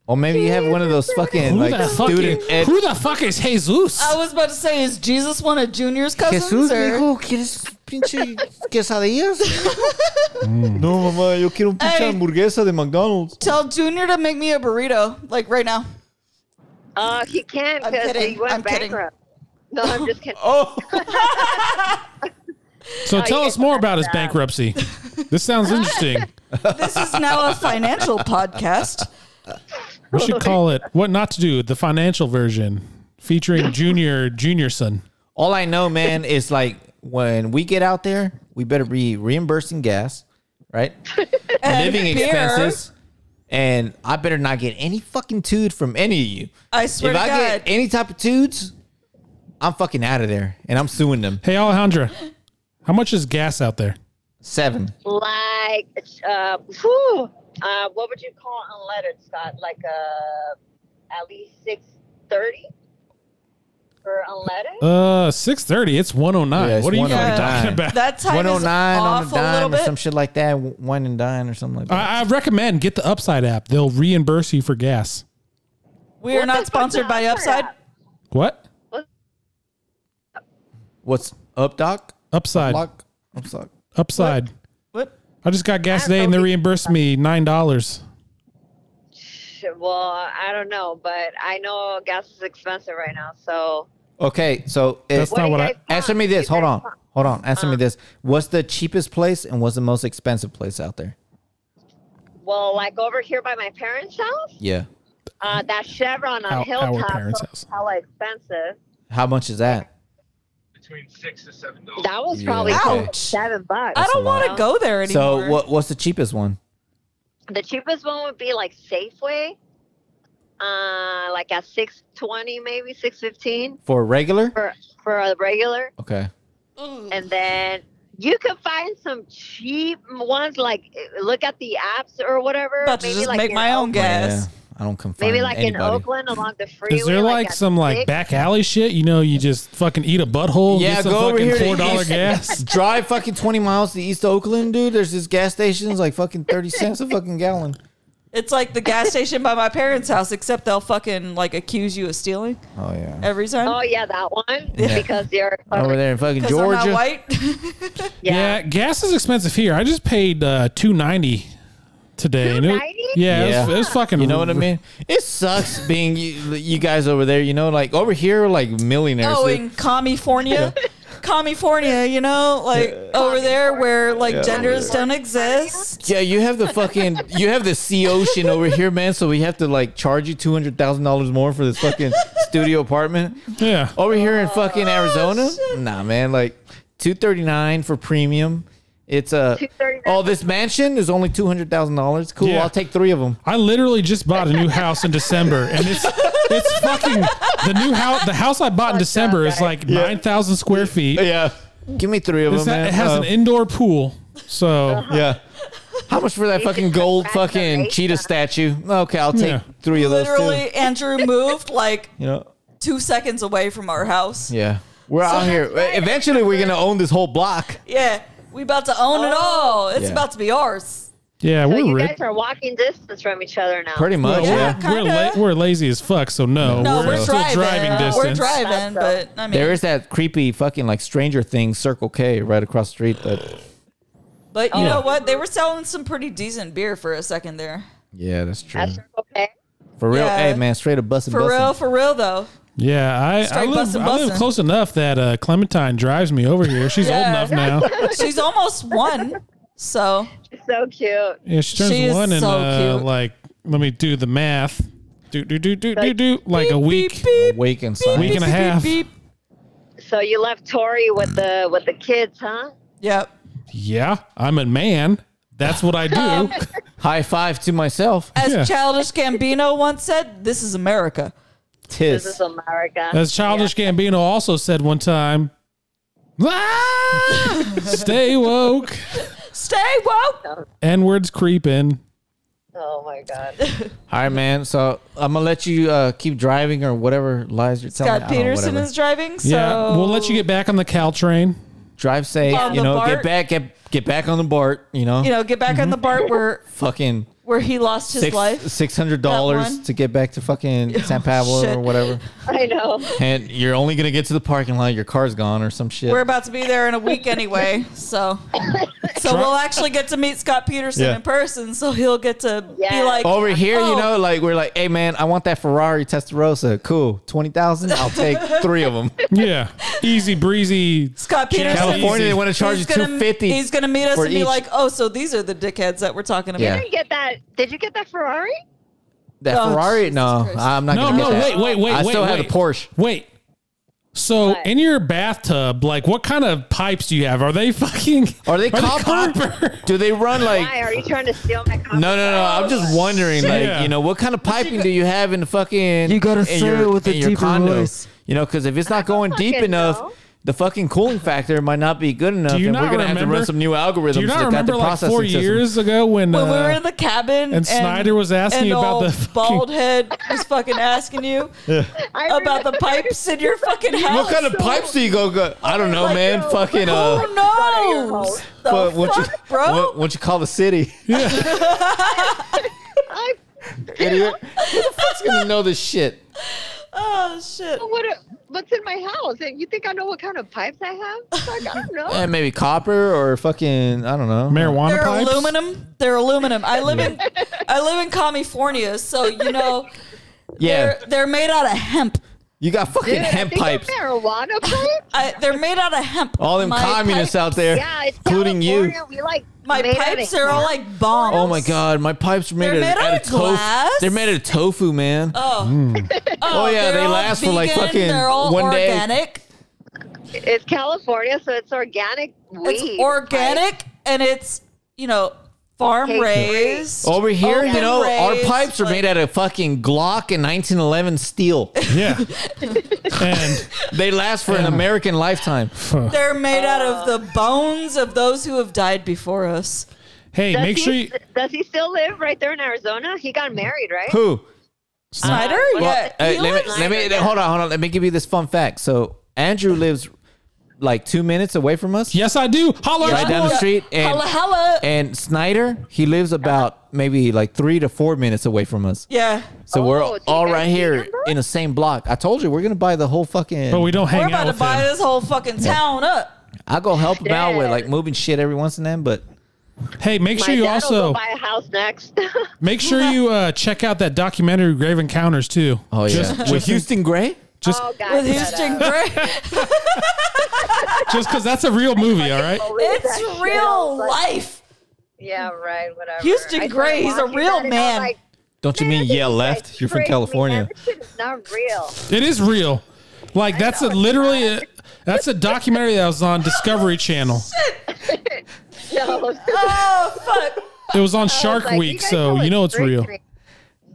B: Or maybe you have one of those fucking
A: Who,
B: like
A: the fuck
B: student
A: is,
B: ed.
A: who the fuck is Jesus?
C: I was about to say, is Jesus one of Junior's cousins?
B: Jesús,
C: or-
B: hijo, ¿quieres pinche quesadillas? No, mamá, yo quiero un pinche
C: Hey.
B: hamburguesa de McDonald's.
C: Tell Junior to make me a burrito, like right now.
E: Uh, he can't
C: I'm
E: because he
C: kidding.
E: went
C: I'm kidding.
E: bankrupt. No, I'm just kidding.
B: Oh,
A: so tell
E: you
A: us
E: can
A: more
E: put
A: about
E: that
A: his
E: down.
A: bankruptcy. this sounds interesting.
C: This is now a financial podcast.
A: We should call it "What Not to Do," the financial version, featuring Junior Junior Son.
B: All I know, man, is like when we get out there, we better be reimbursing gas, right?
C: And
B: Living
C: beer.
B: expenses. And I better not get any fucking tood from any of you.
C: I swear
B: if
C: to
B: I
C: God.
B: get any type of toods, I'm fucking out of there and I'm suing them.
A: Hey Alejandra, how much is gas out there?
B: Seven.
E: Like, uh, whew, uh, what would you call unleaded, Scott? Like uh, at least six thirty for unleaded.
A: Uh, six thirty. It's one oh
B: Yeah,
A: nine.
B: it's
A: What are you
B: 109.
A: guys talking about?
C: that time
B: One oh nine
C: is
B: on
C: off
B: a
C: a little
B: dime or
C: bit.
B: some shit like that. Wine and dine or something like that.
A: I, I recommend get the Upside app. They'll reimburse you for gas.
C: we are
E: What
C: not
E: the fuck's
C: sponsored by
E: up?
C: Upside.
A: What
B: What's up, Doc?
A: upside?
B: Lock. I'm sorry.
A: Upside.
C: What?
A: I just got gas
E: I
A: today, and they
E: don't-
A: reimbursed me nine dollars.
E: Shit, Well, I don't know, but I know gas is expensive right now. So
B: Okay, so it,
A: That's It's not
E: do you
A: what I-
E: guys want?
B: answer me this.
E: You
B: Hold
E: guys
B: on.
E: want-
B: Hold on. Answer me this. What's the cheapest place and what's the most expensive place out there?
E: Well, like over here by my parents' house,
B: Yeah.
E: uh, that Chevron on
A: Our- our
E: Hilltop.
A: parents'
E: so
A: house.
E: Hella expensive.
B: How much is that?
F: Between six to seven dollars.
E: That was
B: Yeah,
E: probably
B: okay.
E: like seven bucks.
C: I don't
B: a lot.
C: want to go there anymore.
B: So what what's the cheapest one?
E: The cheapest one would be like Safeway, uh, like at six twenty, maybe six fifteen
B: For a regular?
E: for for a regular,
B: Okay.
E: and then you can find some cheap ones. Like eh, look at the apps or whatever.
C: about to just
E: like
C: make
E: in
C: my own
E: Oak-
C: gas.
B: Yeah. I don't confirm.
E: Maybe like
B: anybody.
E: in Oakland along the freeway.
A: Is there like
E: at
A: some like
E: six.
A: back alley shit? You know, you just fucking eat a butthole.
B: Yeah,
A: get some
B: go over
A: fucking
B: here to
A: Four dollar
B: East-
A: gas.
B: Drive fucking 20 miles to East Oakland, dude. There's this gas station. It's like fucking 30 cents a fucking gallon.
C: It's like the gas station by my parents' house, except they'll fucking like accuse you of stealing
B: Oh, yeah.
C: every time.
E: Oh yeah, that one
B: Yeah.
E: because they're
B: Over there in fucking
C: Because I'm not
B: Georgia.
C: white. Oh,
A: Yeah. gas is expensive here. I just paid uh, two ninety today. and it-
E: 290?
A: yeah, It, was,
B: Yeah.
A: it was fucking.
B: You know what I mean? It sucks being you, you guys over there. You know, like over here, like millionaires.
C: oh,
B: dude.
C: in California, California, you know, like over there where like genders don't exist.
B: Yeah, you have the fucking you have the sea ocean over here, man. So we have to like charge you two hundred thousand dollars more for this fucking studio apartment
A: Yeah.
B: over here in fucking Arizona. Nah, man, like two thirty nine for premium. It's a
E: $239.
B: oh this mansion is only two hundred thousand dollars. Cool,
A: Yeah.
B: I'll take three of them.
A: I literally just bought a new house in December, and it's it's fucking the new house. The house I bought in December is like nine thousand square feet.
B: Yeah, give me three of
A: It's
B: them,
A: not-
B: man.
A: it has
B: Uh,
A: an indoor pool, so
C: Uh-huh.
B: yeah. How much for that fucking
E: should come
B: gold
E: back to
B: fucking
E: Mesa.
B: cheetah statue? Okay, I'll take
A: Yeah.
B: three of those too.
C: Literally, Andrew moved like
B: You know.
C: two seconds away from our house. Yeah,
B: Yeah. We're out here. Eventually, we're gonna own this whole block.
C: we about to own
E: Oh.
C: it all. It's
B: Yeah.
C: about to be ours.
A: yeah,
E: So
A: we're
E: you
A: rich.
E: guys are walking distance from each other now.
B: Pretty much.
A: Well,
B: yeah.
C: Yeah,
A: we're, we're, la-
C: kinda.
A: we're lazy as fuck, so no,
C: No, we're,
A: still
C: driving.
A: driving distance.
C: We're driving, but I mean,
B: There is that creepy fucking like Stranger Things Circle K right across the street. That
C: but you know what? They were selling some pretty decent beer for a second there.
B: yeah, that's true.
E: That's okay.
B: for real,
C: Yeah.
B: hey man, straight up busting.
C: For real, for real though.
A: Yeah, I, I,
C: Straight
A: live,
C: bussin',
A: I live
C: bussin'.
A: close enough that uh, Clementine drives me over here. She's
C: Yeah.
A: old enough now.
C: She's almost one. So
E: So cute.
A: Yeah, she turns
C: She is
A: one and
C: so
A: uh,
C: cute.
A: like let me do the math. Do do do do do
E: Like-
A: do like a
C: Beep,
A: week.
C: beep, beep,
B: Week and sign.
A: Week and a
C: beep,
A: half.
C: beep, beep.
E: So you left Tori with the with the kids, huh?
C: Yep.
A: Yeah, I'm a man. That's what I do.
B: High five to myself.
C: As
A: Yeah.
C: Childish Gambino once said, this is America.
E: This is
B: Tis.
E: America.
A: As Childish Gambino also said one time, "Ah, stay woke.
C: Stay woke.
A: N words creeping.
E: oh my god.
B: All right, man. So I'm gonna let you uh, keep driving or whatever lies you're telling.
C: Scott
B: me. I don't know,
C: Peterson
B: whatever.
C: is driving, so
A: Yeah, we'll let you get back on the Caltrain.
B: drive safe.
C: On
B: you
C: the
B: know,
C: BART.
B: get back, get, get back on the BART. You know,
A: Mm-hmm.
C: you know, get back on the BART. We're
B: fucking.
C: where he lost his
B: Six
C: life.
B: six hundred
C: That
B: dollars
C: one?
B: to get back to fucking San Pablo
C: shit.
B: or whatever,
E: I know.
B: and you're only gonna get to the parking lot. Your car's gone or some shit.
C: We're about to be there in a week anyway, so so we'll actually get to meet Scott Peterson
B: Yeah.
C: in person. So he'll get to be
E: Yeah.
C: like
B: Over here,
C: oh,
B: you know, like we're like, hey man, I want that Ferrari Testarossa. Cool, twenty thousand. I'll take three of them.
A: Yeah. Easy breezy.
C: Scott Peterson.
B: California, they want to charge you
C: he's gonna-
B: two fifty.
C: He's gonna meet us
B: for
C: and be
B: each.
C: like, "Oh, so these are the dickheads that we're talking about."
B: Yeah.
E: Did you get that? Did you get that Ferrari?
B: That
C: Oh,
B: Ferrari?
C: Jesus
B: no,
C: Christ.
B: I'm not
A: No,
B: gonna
A: no,
B: get that.
A: wait, wait, wait,
B: I
A: wait.
B: still have
A: wait.
B: the Porsche.
A: Wait. So
E: What?
A: in your bathtub, like what kind of pipes do you have? Are they fucking
B: Are they copper? Do they run like?
E: Why are you trying to steal my car?
B: No, no, no. I'm just wondering, like,
A: Yeah.
B: you know, what kind of piping do you have in the fucking?
G: You gotta
B: in
G: say it with a
B: in your
G: deeper
B: condo?
G: voice.
B: You know, because if it's not going deep
E: fucking
B: enough,
E: know.
B: the fucking cooling factor might not be good enough,
A: you
B: and
A: not
B: we're gonna have to
A: remember-
B: run some new algorithms.
A: Do you
B: to
A: not
B: look at the
A: remember like
B: processing
A: four
B: system.
A: years ago when,
C: When we
A: uh,
C: were in the cabin,
A: and Snyder was asking
C: and
A: you about
C: old
A: the fucking-
C: bald head was fucking asking you
E: I
C: about the
E: remember-
C: pipes in your fucking house.
B: What kind of pipes do you go? go I don't know,
E: Like,
B: man.
E: no.
B: Fucking uh.
C: Who
E: Out of your
C: knows?
E: house.
C: The
B: what- what you,
C: fuck, bro?
B: What, what you call the city?
E: I,
B: Idiot. Who the fuck's gonna know this shit?
C: Oh shit!
E: what what's in my house? And you think I know what kind of pipes I have? Fuck, I don't know.
B: Eh, maybe copper or fucking I don't know.
A: marijuana
C: They're
A: pipes?
C: aluminum. They're aluminum. I live in I live in California, so you know
B: Yeah,
C: they're they're made out of hemp.
B: you got fucking
E: Dude, I
B: hemp
E: think they're
B: pipes.
E: Marijuana pipes?
C: I, they're made out of hemp.
B: All them
C: My
B: communists
C: pipe-
B: out there,
E: yeah, it's
B: including you.
E: California. We like
C: My
E: made out of
C: pipes are all
E: glass.
C: like bombs.
B: Oh my god, my pipes are made,
C: They're
B: of,
C: made out of
B: tofu.
C: glass?
B: They're made out of tofu, man.
C: Oh,
B: Oh, yeah,
C: they're
B: they
C: all
B: last for, like,
C: vegan,
B: fucking
C: they're all
B: one day.
C: organic.
E: It's California, so it's organic weed.
C: It's organic and it's you know farm
E: Okay,
C: raised.
B: Over here, you know,
C: raised,
B: our pipes are
C: like-
B: made out of fucking Glock and 1911 steel.
A: Yeah. and
B: they last for an American lifetime.
C: They're made out of the bones of those who have died before us.
A: hey,
E: Does
A: make
E: he,
A: sure you
E: does he still live right there in Arizona? He got married, right?
B: Who?
C: Snyder, yeah,
B: Uh,
C: he
B: let me,
C: lives-
B: let me hold on, hold on. Let me give you this fun fact. So Andrew lives like two minutes away from us,
A: Yes, I do. Holler
B: right
A: at
B: down the
A: boy.
B: street, and
C: hella hella.
B: and Snyder he lives about maybe like three to four minutes away from us.
C: yeah,
B: So
E: Oh,
B: we're
E: do you
B: all
E: guys
B: right here
E: remember?
B: in the same block. I told you we're gonna buy the whole fucking.
A: But we don't hang
C: we're about
A: out
C: to
A: with
C: buy
A: him.
C: this whole fucking town up.
B: I go help him out with
E: Shit.
B: like moving shit every once and then, but
A: Hey, make
E: My
A: sure you
E: dad'll
A: also
E: go buy a house next.
A: make sure you uh, check out that documentary Grave Encounters too.
B: oh yeah,
A: Just,
B: with Houston Gray.
A: just
E: oh God,
C: With
E: shut
C: Houston
E: up.
C: Gray,
A: just cuz that's a real movie, all right?
E: Oh, read that
C: it's
E: shit.
C: real
E: Like,
C: life.
E: Yeah, right. Whatever.
C: Houston
E: I
C: Gray,
E: started
C: he's a
E: watching
C: real
E: that and I was
C: man.
E: like,
B: Don't you
E: "Man,
B: mean
E: this
B: yell
E: is
B: left?
E: like
B: You're from
E: crazy,
B: California.
E: Man. This shit is not real.
A: It is real. Like that's a literally a, that's a documentary that was on Discovery Channel.
E: No.
C: Oh fuck!
A: It was on Shark
E: Like, you
A: Week,
E: guys
A: so
E: call
A: you
E: it
A: know it's
E: drink
A: real.
E: drink.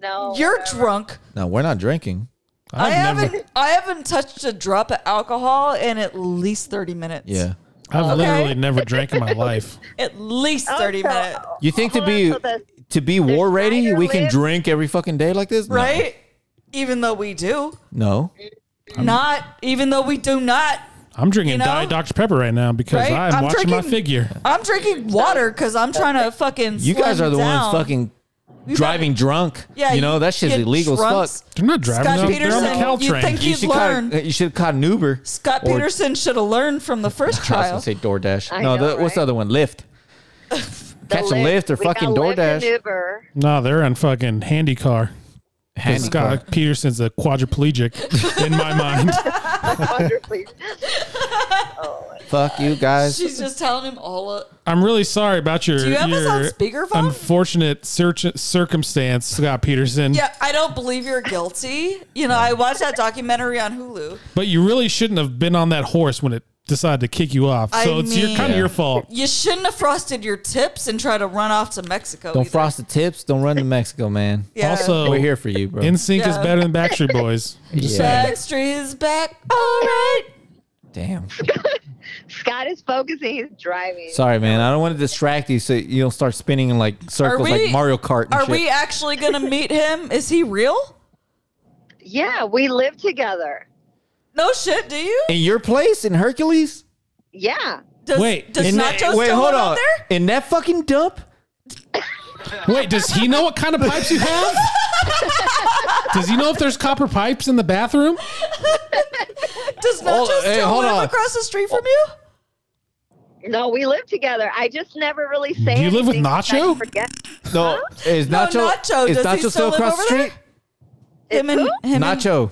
E: No.
C: You're
E: whatever.
C: drunk.
B: No, we're not drinking.
C: I
A: I've
C: haven't
A: never
C: I haven't touched a drop of alcohol in at least thirty minutes.
B: Yeah.
A: I've
C: Okay.
A: literally never drank in my life.
C: At least thirty
E: Also,
C: minutes.
B: You think to
E: hold on,
B: be
E: Oh, so the-
B: to be war ready,
E: Snyder
B: we can
E: lives-
B: drink every fucking day like this? No.
C: Right? Even though we do.
B: No.
C: not even though we do not.
A: I'm drinking
C: You know?
A: Diet Dr Pepper right now because
C: Right?
A: I'm,
C: I'm
A: watching my
C: drinking-
A: figure.
C: I'm drinking water because I'm trying to fucking.
B: You guys
C: slim
B: are the
C: down.
B: ones fucking
C: We've
B: driving drunk.
C: Yeah,
B: You know, that shit's
C: get
B: illegal as
C: drunks.
B: fuck.
A: They're not driving.
C: Scott
A: they're- they're on the
C: Peterson,
A: Cal
C: you
A: train.
C: think
B: You
C: He'd
B: should caught,
C: learned.
B: you should have caught an Uber.
C: Scott
B: Or-
C: Peterson should have learned from the first
B: I was
C: trial.
B: gonna say DoorDash.
E: I
B: no,
E: know,
B: the, what's the
E: right?
B: other one? Lyft.
E: The
B: Catch a Lyft or
E: we got
B: fucking
E: Lyft and
B: DoorDash.
E: Uber.
A: no, they're on fucking handy car. 'Cause
B: Handy
A: Scott Peterson's a quadriplegic in my mind.
E: Wonderfully.
B: Fuck you guys.
C: She's just telling him all. Of,
A: I'm really sorry about your,
C: Do you have us on
A: your
C: speakerphone?
A: unfortunate search circumstance, Scott Peterson.
C: yeah, I don't believe you're guilty. You know, I watched that documentary on Hulu.
A: But you really shouldn't have been on that horse when it decided to kick you off.
C: I
A: so it's your,
C: mean-
A: kind of your fault.
C: You shouldn't have frosted your tips and try to run off to Mexico.
B: Don't
C: either.
B: frost the tips. Don't run to Mexico, man.
C: Yeah.
A: Also,
B: We're here for you, bro.
A: In sync is
C: Yeah.
A: better than Backstreet Boys. I'm just saying.
B: Yeah.
C: Backstreet's back. All right.
B: Damn.
E: Scott is focusing. He's driving.
B: Sorry, man. I don't want to distract you so you don't start spinning in like circles
C: we-
B: like Mario Kart and
C: Are
B: shit.
C: we actually gonna meet him? Is he real?
E: Yeah, we live together.
C: No shit. Do you?
B: in your place in Hercules?
E: Yeah.
C: Does,
A: Wait,
C: does
B: In
C: Nacho
B: that- wait,
C: still
B: hold
C: live
B: on.
C: out there?
B: In that fucking dump?
A: Wait, does he know what kind of pipes you have? Does he know if there's copper pipes in the bathroom?
C: Does not
B: Hold-
C: just
B: hey,
C: still
B: hold
C: live
B: on.
C: across the street from you?
E: No, we live together. I just never really say.
A: You live with
E: anything because I
A: Nacho?
E: forget.
B: No, is
C: No,
B: Nacho?
C: Nacho.
B: Is
C: Does he
B: Nacho
C: still
B: still
C: live
B: across the
C: over there?
B: street?
C: Him and him And,
B: Nacho.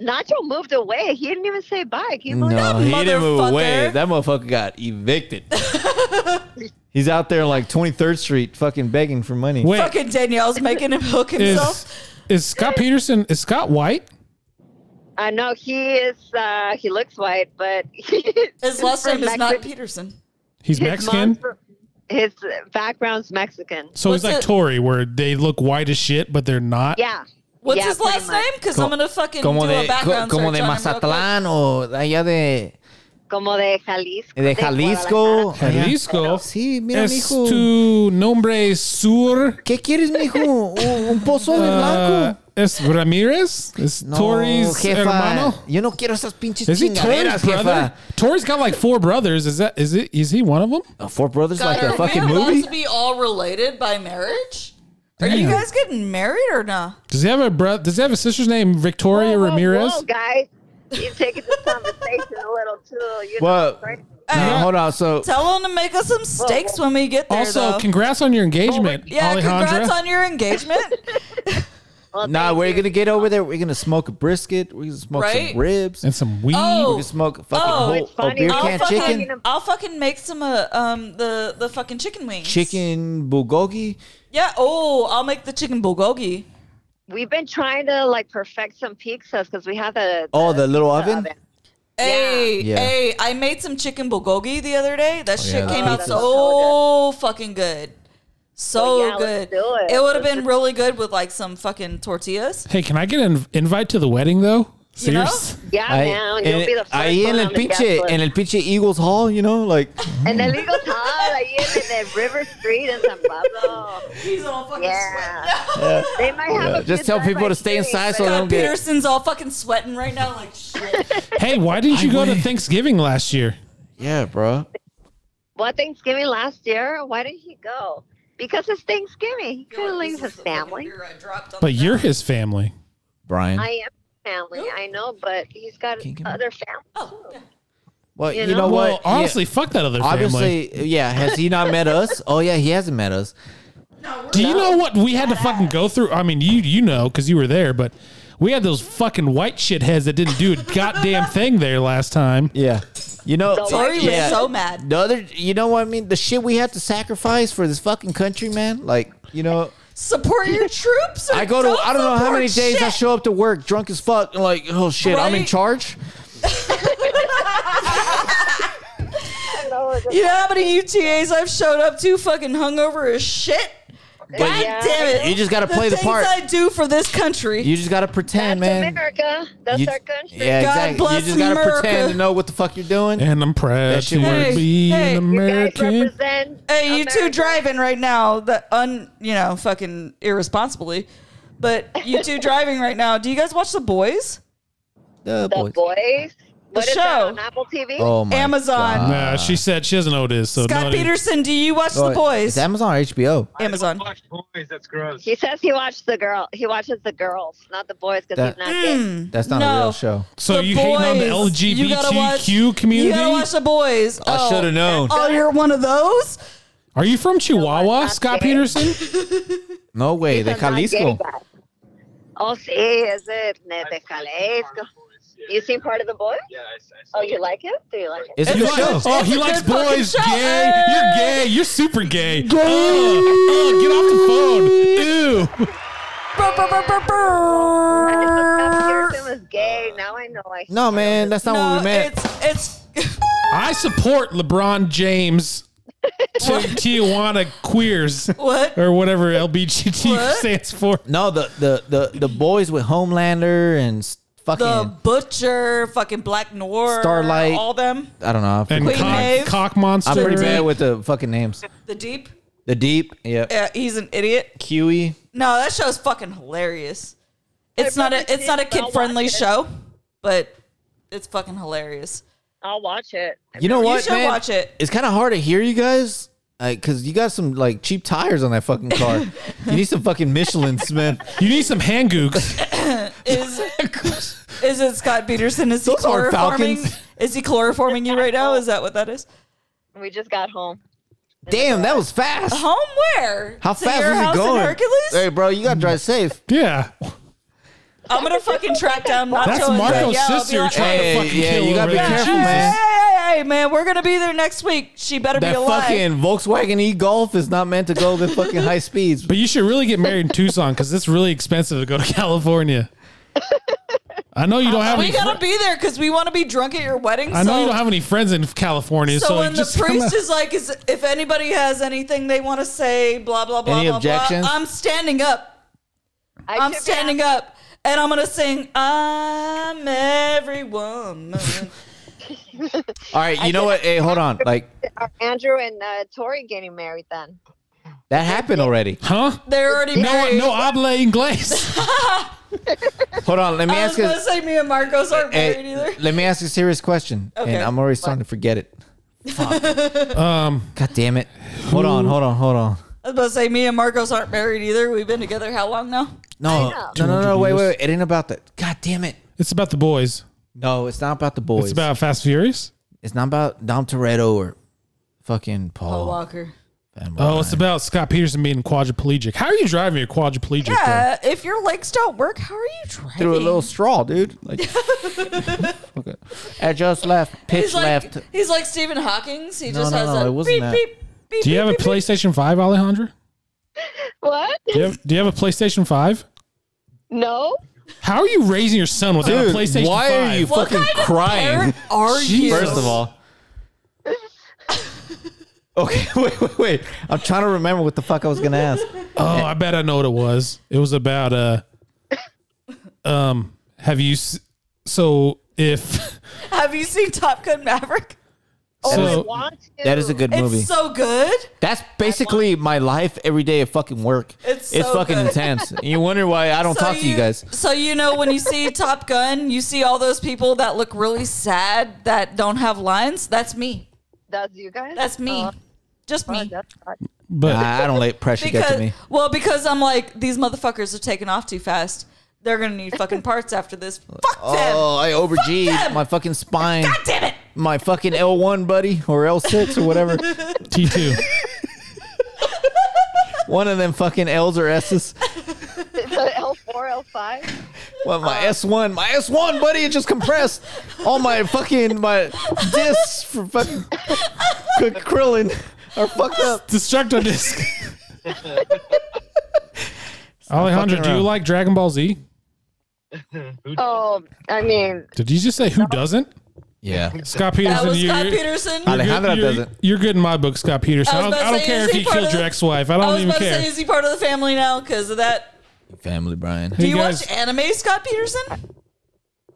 E: Nacho moved away. He didn't even say bye. Can you believe
B: No,
C: that
B: he didn't move away.
C: motherfucker.
B: That motherfucker got evicted. He's out there like 23rd Street, fucking begging for money.
A: Wait,
C: fucking Danielle's making him hook himself.
A: is is Scott Peterson? Is Scott white?
E: I know he is. Uh, he looks white, but
C: His last
E: from
C: name is not
E: Mexi-
C: Peterson.
A: He's
E: his
A: Mexican,
E: mom's from- His background's Mexican.
A: so he's
C: What's
A: like
C: it-
A: Tory, where they look white as shit, but they're not.
E: Yeah.
C: What's
E: Yeah,
C: his
E: pretty
C: last
E: much.
C: name? Because I'm gonna fucking do
B: como
C: a
B: de, co-
C: background
B: como
C: search
B: de
C: on him real quick.
B: Mazatlán o de allá de,
E: Como de Jalisco.
B: de Jalisco.
E: Guadalajara.
B: allá.
A: Jalisco.
B: Sí, mira,
A: Es
B: mijo.
A: tu nombre sur.
B: ¿Qué quieres, mijo? ¿Un un pozo de
A: Uh,
B: blanco?
A: es Ramirez? Es
B: No,
A: Tori's
B: jefa.
A: hermano?
B: Yo no quiero esas pinches
A: Is he Tori's
B: chingaderas,
A: brother?
B: jefa.
A: Tori's got like four brothers. Is that is it? Is he one of them?
B: Uh, Four Brothers like
C: are
B: a
C: we
B: fucking
C: allowed
B: movie?
C: to be all related by marriage? Are you
A: Damn.
C: guys getting married or not?
A: Does he have a brother? Does he have a sister's name Victoria
E: Whoa, whoa,
A: Ramirez?
E: Whoa, guys, you're taking this conversation a little too. You know,
B: Well,
E: crazy.
B: No, hold on. So,
C: Tell him to make us some steaks when we get there.
A: Also,
C: though. Oh,
A: congrats on your engagement,
C: yeah,
A: Alejandra.
C: congrats on your engagement.
E: Well,
B: nah,
E: Oh, thank
B: we're
E: you. Oh.
B: going to get over there. We're going to smoke a brisket. We're going to smoke
C: Right?
B: some ribs.
A: and some weed.
B: We're
C: Oh.
B: going to smoke a fucking
C: Oh,
B: whole
E: it's
B: a
E: funny.
B: beer
E: I'll
C: I'll
B: can
C: fucking,
B: chicken.
C: I'll fucking make some uh, um the the fucking chicken wings.
B: Chicken bulgogi.
C: Yeah. Oh, I'll make the chicken bulgogi.
E: We've been trying to like perfect some pizzas because we have the.
B: Oh, the little oven?
C: Hey,
B: Yeah. Oh,
C: hey! I made some chicken bulgogi the other day. That shit
B: yeah, the
C: came out
B: pizza's
C: so fucking good, so
E: Well, yeah,
C: good.
E: let's do it.
C: would have
E: Let's
C: been really good with like some fucking tortillas.
A: Hey, can I get an invite to the wedding though?
C: You know?
A: Serious?
E: Yeah,
B: Ahí-
E: man.
B: en-
E: You'll be the first
B: ahí
E: one
B: en el
E: on the guest
B: pinche,
E: list.
B: en el pinche Eagles Hall, you know, like,
E: And then Legal Todd, ahí en the River Street in San Pablo.
C: He's all fucking
E: Yeah.
C: sweating.
E: They might have a
B: just
E: good
B: tell
E: time
B: people to
E: at
B: stay
E: Chili's,
B: inside so
E: but-
B: they
C: God,
B: don't get.
C: Peterson's all fucking sweating right now, like shit.
A: hey, why didn't you
B: I
A: go to
B: went-
A: Thanksgiving last year?
B: Yeah, bro.
E: Well, Thanksgiving last year, why didn't he go? Because it's Thanksgiving. He couldn't
C: Like,
E: leave
C: this
E: his
C: is the fucking
E: family.
C: beer I dropped on
A: But
C: the
A: you're
C: ground.
A: his family.
B: Brian.
E: I am family. I know, but he's got
B: Can you give me-
E: other family.
C: Oh, yeah.
B: well,
E: you
B: you
E: know?
B: know,
A: Well,
B: what? Yeah,
A: honestly, fuck that other family.
B: obviously, yeah. Has he not met us? Oh, yeah, he hasn't met us.
A: Do you know what we had to fucking go through? I mean, you you know because you were there, but we had those fucking white shitheads that didn't do a goddamn thing there last time.
B: Yeah. You know,
C: Tori was
B: yeah,
C: so mad.
B: The other, you know what I mean? The shit we had to sacrifice for this fucking country, man. Like, you know,
C: Support your troops. or
B: I go to,
C: don't
B: I don't know how
C: support
B: many days I
C: shit.
B: show up to work drunk as fuck and like, oh shit, I'm in
C: Right?
B: charge.
C: You know how many UTAs I've showed up to fucking hungover as shit? God
E: yeah.
C: damn it.
B: You just gotta play the
C: things
B: part.
C: I do for this country.
B: You just gotta pretend,
E: That's
B: man.
E: America. That's
B: You-
E: our country.
B: Yeah,
C: God
B: exactly.
C: bless
B: you just gotta
C: America.
B: pretend to know what the fuck you're doing.
A: And I'm proud to
B: That shit was-
A: be
C: Hey, hey,
A: an
C: you guys
E: You guys
A: American.
E: represent.
C: hey, you two
E: America.
C: driving right now, the un, you know, fucking irresponsibly. But you two driving right now. Do you guys watch The Boys?
B: The
E: The
B: boys.
E: boys. What is that
C: show.
E: on Apple TV?
B: Oh my
C: Amazon.
B: God.
A: Nah, she said she doesn't know what it is. So
C: Scott
A: nobody-
C: Peterson, do you watch The
B: It's
C: Boys?
B: Amazon or HBO.
C: Amazon.
F: Watch boys. That's gross.
E: He says he watched the girl. He watches the girls, not the boys, because he's
B: That- Mm.
E: not gay.
B: That's not a
C: No.
B: real show.
A: So
C: The
A: you hate on the
C: Boys. You gotta watch-
A: LGBTQ
C: You gotta watch
A: community?
C: The Boys. Oh.
B: known.
C: Oh, you're one of those?
A: Are you from Chihuahua,
E: not
A: Scott
E: gay.
A: Peterson?
B: No way. The
E: He's not gay
B: Jalisco.
E: guy. Oh, sí, is it? Ne- De
F: I've seen part of the
E: Jalisco.
F: boys,
E: You seen part of the boys?
F: Yeah, I, s- I saw
E: Oh,
F: it.
E: you like it? Do you like it?
B: It's a
C: It's
B: good
C: like-
B: show.
A: Oh, he
C: It's a
A: likes
C: good fucking
A: boys.
C: show.
A: Gay. You're gay. You're super gay. Gay. get off the phone. Ew.
C: Brr, brr, brr, brr, brr.
E: Scott Peterson was gay. Now I know I.
B: No, man, that's not what
C: No,
B: we meant.
C: it's it's
A: I support LeBron James to Tijuana queers
C: what?
A: or whatever LBGT
C: What?
A: stands for.
B: No, the, the the the boys with Homelander and s- fucking
C: The butcher, fucking Black Noir,
B: Starlight.
C: all them,
B: I don't know. I
A: And
B: forget the names.
A: cock,
C: Maeve.
A: cock monster.
B: I'm pretty bad with the fucking names.
C: the Deep.
B: The Deep. Yep.
C: Yeah, he's an idiot.
B: Kiwi.
C: No, that show's fucking hilarious. It's
E: I've
C: not a
E: never
C: it's
E: seen
C: not a
E: it, but I'll
C: kid friendly
E: watch it.
C: show, but it's fucking hilarious.
E: I'll watch it.
B: You know
C: You
B: what,
C: should
B: man?
C: watch it.
B: It's kind of hard to hear you guys. because you got some like cheap tires on that fucking car. you need some fucking Michelin, Smith.
A: You need some hand gooks.
C: Is is it Scott Peterson? Is he
B: Those aren't
C: chloroforming?
B: Falcons.
C: Is he chloroforming you right now? Is that what that is?
E: We just got home.
B: Damn, that was fast.
C: Home where?
B: How
C: Uh-huh. to
B: fast
C: your
B: was
C: house
B: it going?
C: In Hercules? Mm.
B: Hey, bro, you gotta drive safe.
A: yeah.
C: I'm gonna fucking track down Nacho.
A: That's
C: and
A: Marco's
C: Danielle. I'll be
A: sister you're
C: like,
A: trying
B: Hey,
A: to fucking
B: yeah,
A: kill.
B: you gotta
A: over
B: be
A: there.
B: careful,
A: Jesus.
B: man.
C: Hey, hey, man, we're gonna be there next week. She better
B: That
C: be alive.
B: fucking Volkswagen E Golf is not meant to go the fucking high speeds.
A: But you should really get married in Tucson because it's really expensive to go to California. I know you don't have
C: Uh, we
A: any.
C: gotta
A: fri-
C: be there because we want to be drunk at your wedding.
A: I know
C: so,
A: you don't have any friends in California, so,
C: so, when
A: you
C: the
A: just come
C: priest
A: out-
C: is like, is, if anybody has anything they want to say, blah blah blah
B: Any
C: blah
B: objections?
C: blah. I'm standing up.
E: I
C: I'm
E: should be
C: standing up, and I'm gonna sing. I'm every woman.
B: All right, you know what? Hey, hold on. Like
E: Are Andrew and uh, Tori getting married then?
B: that happened already.
A: huh?
C: They're already
A: No,
C: married.
A: no habla inglés.
B: Hold on. Let me
C: I was
B: ask
C: gonna
B: you.
C: say me and Marcos aren't
B: hey,
C: married either.
B: let me ask you a serious question,
C: Okay.
B: and I'm already starting to forget it. um. God damn it. Hold on. Hold on. Hold on.
C: I was about to say me and Marcos aren't married either. We've been together how long now?
B: No.
E: know.
B: No. No. No.
A: 200
B: Wait. Wait.
A: years.
B: wait. It ain't about that. God damn it.
A: It's about the boys.
B: No. It's not about the boys.
A: It's about Fast Furious.
B: It's not about Dom Toretto or fucking
C: Paul
B: Paul.
C: Walker.
B: Van
A: Oh,
B: Ryan.
A: it's about Scott Peterson being quadriplegic. How are you driving your quadriplegic?
C: Yeah, if your legs don't work, how are you driving?
B: through a little straw, dude. Like, okay. I just left. Pitch
C: he's like,
B: left.
C: He's like Stephen Hawking's. He
B: No,
C: just
B: no,
C: has
B: no,
C: a
B: it wasn't
C: beep,
B: that.
C: beep, beep,
A: though? Do you
C: beep,
A: have a
C: beep, beep.
A: PlayStation Five, Alejandro?
E: What?
A: Do you have, do you have a PlayStation Five?
E: No.
A: How are you raising your son without a PlayStation
B: why
A: 5?
B: are you
C: What
B: fucking
C: kind of
B: crying?
C: parent are you?
B: First of all. Okay, wait, wait, wait. I'm trying to remember what the fuck I was gonna ask.
A: Oh, I bet I know what it was. It was about uh, um, have you s- so if
C: have you seen Top Gun Maverick?
A: so
E: Oh, I want to.
B: That is a good
C: It's
B: movie.
C: so good.
B: That's basically my life every day of fucking work.
C: It's
B: it's
C: so
B: fucking
C: good.
B: intense. And you wonder why I don't talk to you guys.
C: So you know when you see Top Gun, you see all those people that look really sad that don't have lines. That's me.
E: That's you guys.
C: That's me.
E: Oh,
C: Just
E: oh,
C: me.
E: that's hot.
A: but
B: I, I don't let pressure get to
C: because
B: me.
C: well because I'm like these motherfuckers are taking off too fast. They're gonna need fucking parts after this. Fuck
B: Oh, I over
C: them.
B: my fucking spine,
C: them. Damn it.
B: my fucking L1 buddy or L6 or whatever.
A: T two,
B: One of them fucking L's or S's.
E: It's a L4, L5.
B: Well, my S1, my S1, buddy, it just compressed. All my fucking my discs for fucking Cook Krillin are fucked up.
A: destructo disc. Alejandro,
B: fucking
A: do you
B: around.
A: like Dragon Ball Z?
E: Oh, I mean,
A: Did you just say who doesn't?
B: Yeah,
A: Scott
C: That
A: Peterson.
C: was
A: you're-
C: Scott
A: you're-
C: Peterson.
A: you're good-
B: Alejandra
A: you're,
B: doesn't.
A: You're good in my book, Scott Peterson.
C: I
A: I don't,
C: was about to
A: I don't
C: say,
A: care
C: is
A: if
C: he
A: you
C: part
A: killed
C: of
A: your
C: the-
A: ex-wife. I don't
C: I was
A: even
C: about to
A: care.
C: say, is he part of the family now? Because of that.
B: family, Brian.
C: Do
A: Hey,
C: you
A: guys.
C: watch anime, Scott Peterson?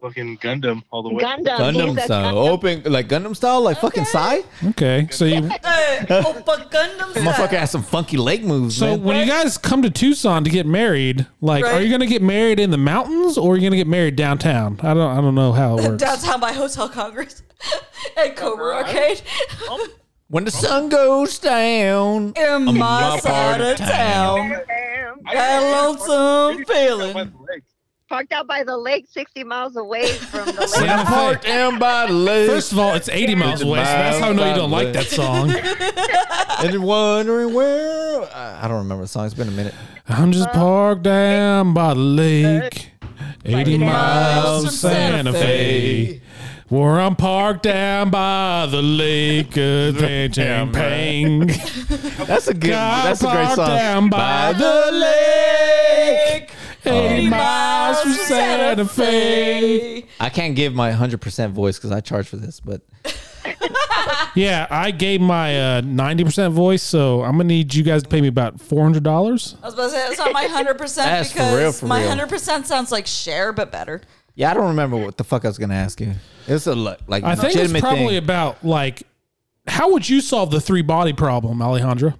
F: Fucking Gundam all the way.
E: Gundam.
B: Gundam Oh.
E: He's a
B: style,
E: Gundam.
B: open like Gundam style, like fucking Psy.
A: Okay, so you
C: Hey, Opa Gundam.
B: Motherfucker has some funky leg moves.
A: So
B: man.
A: when you guys come to Tucson to get married, like, are
C: Right.
A: you gonna get married in the mountains or are you gonna get married downtown? I don't, I don't know how it works.
C: Downtown by Hotel Congress at Cobra Arcade.
B: when the sun goes down,
C: In my side of town.
E: Damn.
C: That lonesome feeling.
E: Parked out by the lake, 60 miles away from the
A: See,
E: lake.
A: I'm
B: I'm parked down by the lake.
A: First of all, it's 80 miles away, so that's how I know you don't like that song.
B: and then wondering where I, I don't remember the song. It's been a minute.
A: I'm just parked down by the lake, 80 miles
C: from
A: from Santa
C: Santa
A: Fe. Where I'm parked down by the lake, a ping, ping, ping.
B: That's a good.
A: Got
B: That's a great
A: parked
B: song.
A: down by the lake, 80 miles from Santa Fe.
B: I can't give my 100% voice because I charge for this, but
A: Yeah, I gave my uh, ninety percent voice, so I'm gonna need you guys to pay me about four hundred dollars.
C: I was about to say, that's not my 100%
B: That's
C: because
B: for real, for
C: my
B: real.
C: 100% sounds like share, but better.
B: yeah, I don't remember what the fuck I was gonna ask you. It's a le- like
A: I think it's
B: legitimate
A: probably
B: thing.
A: about like how would you solve the three body problem, Alejandra?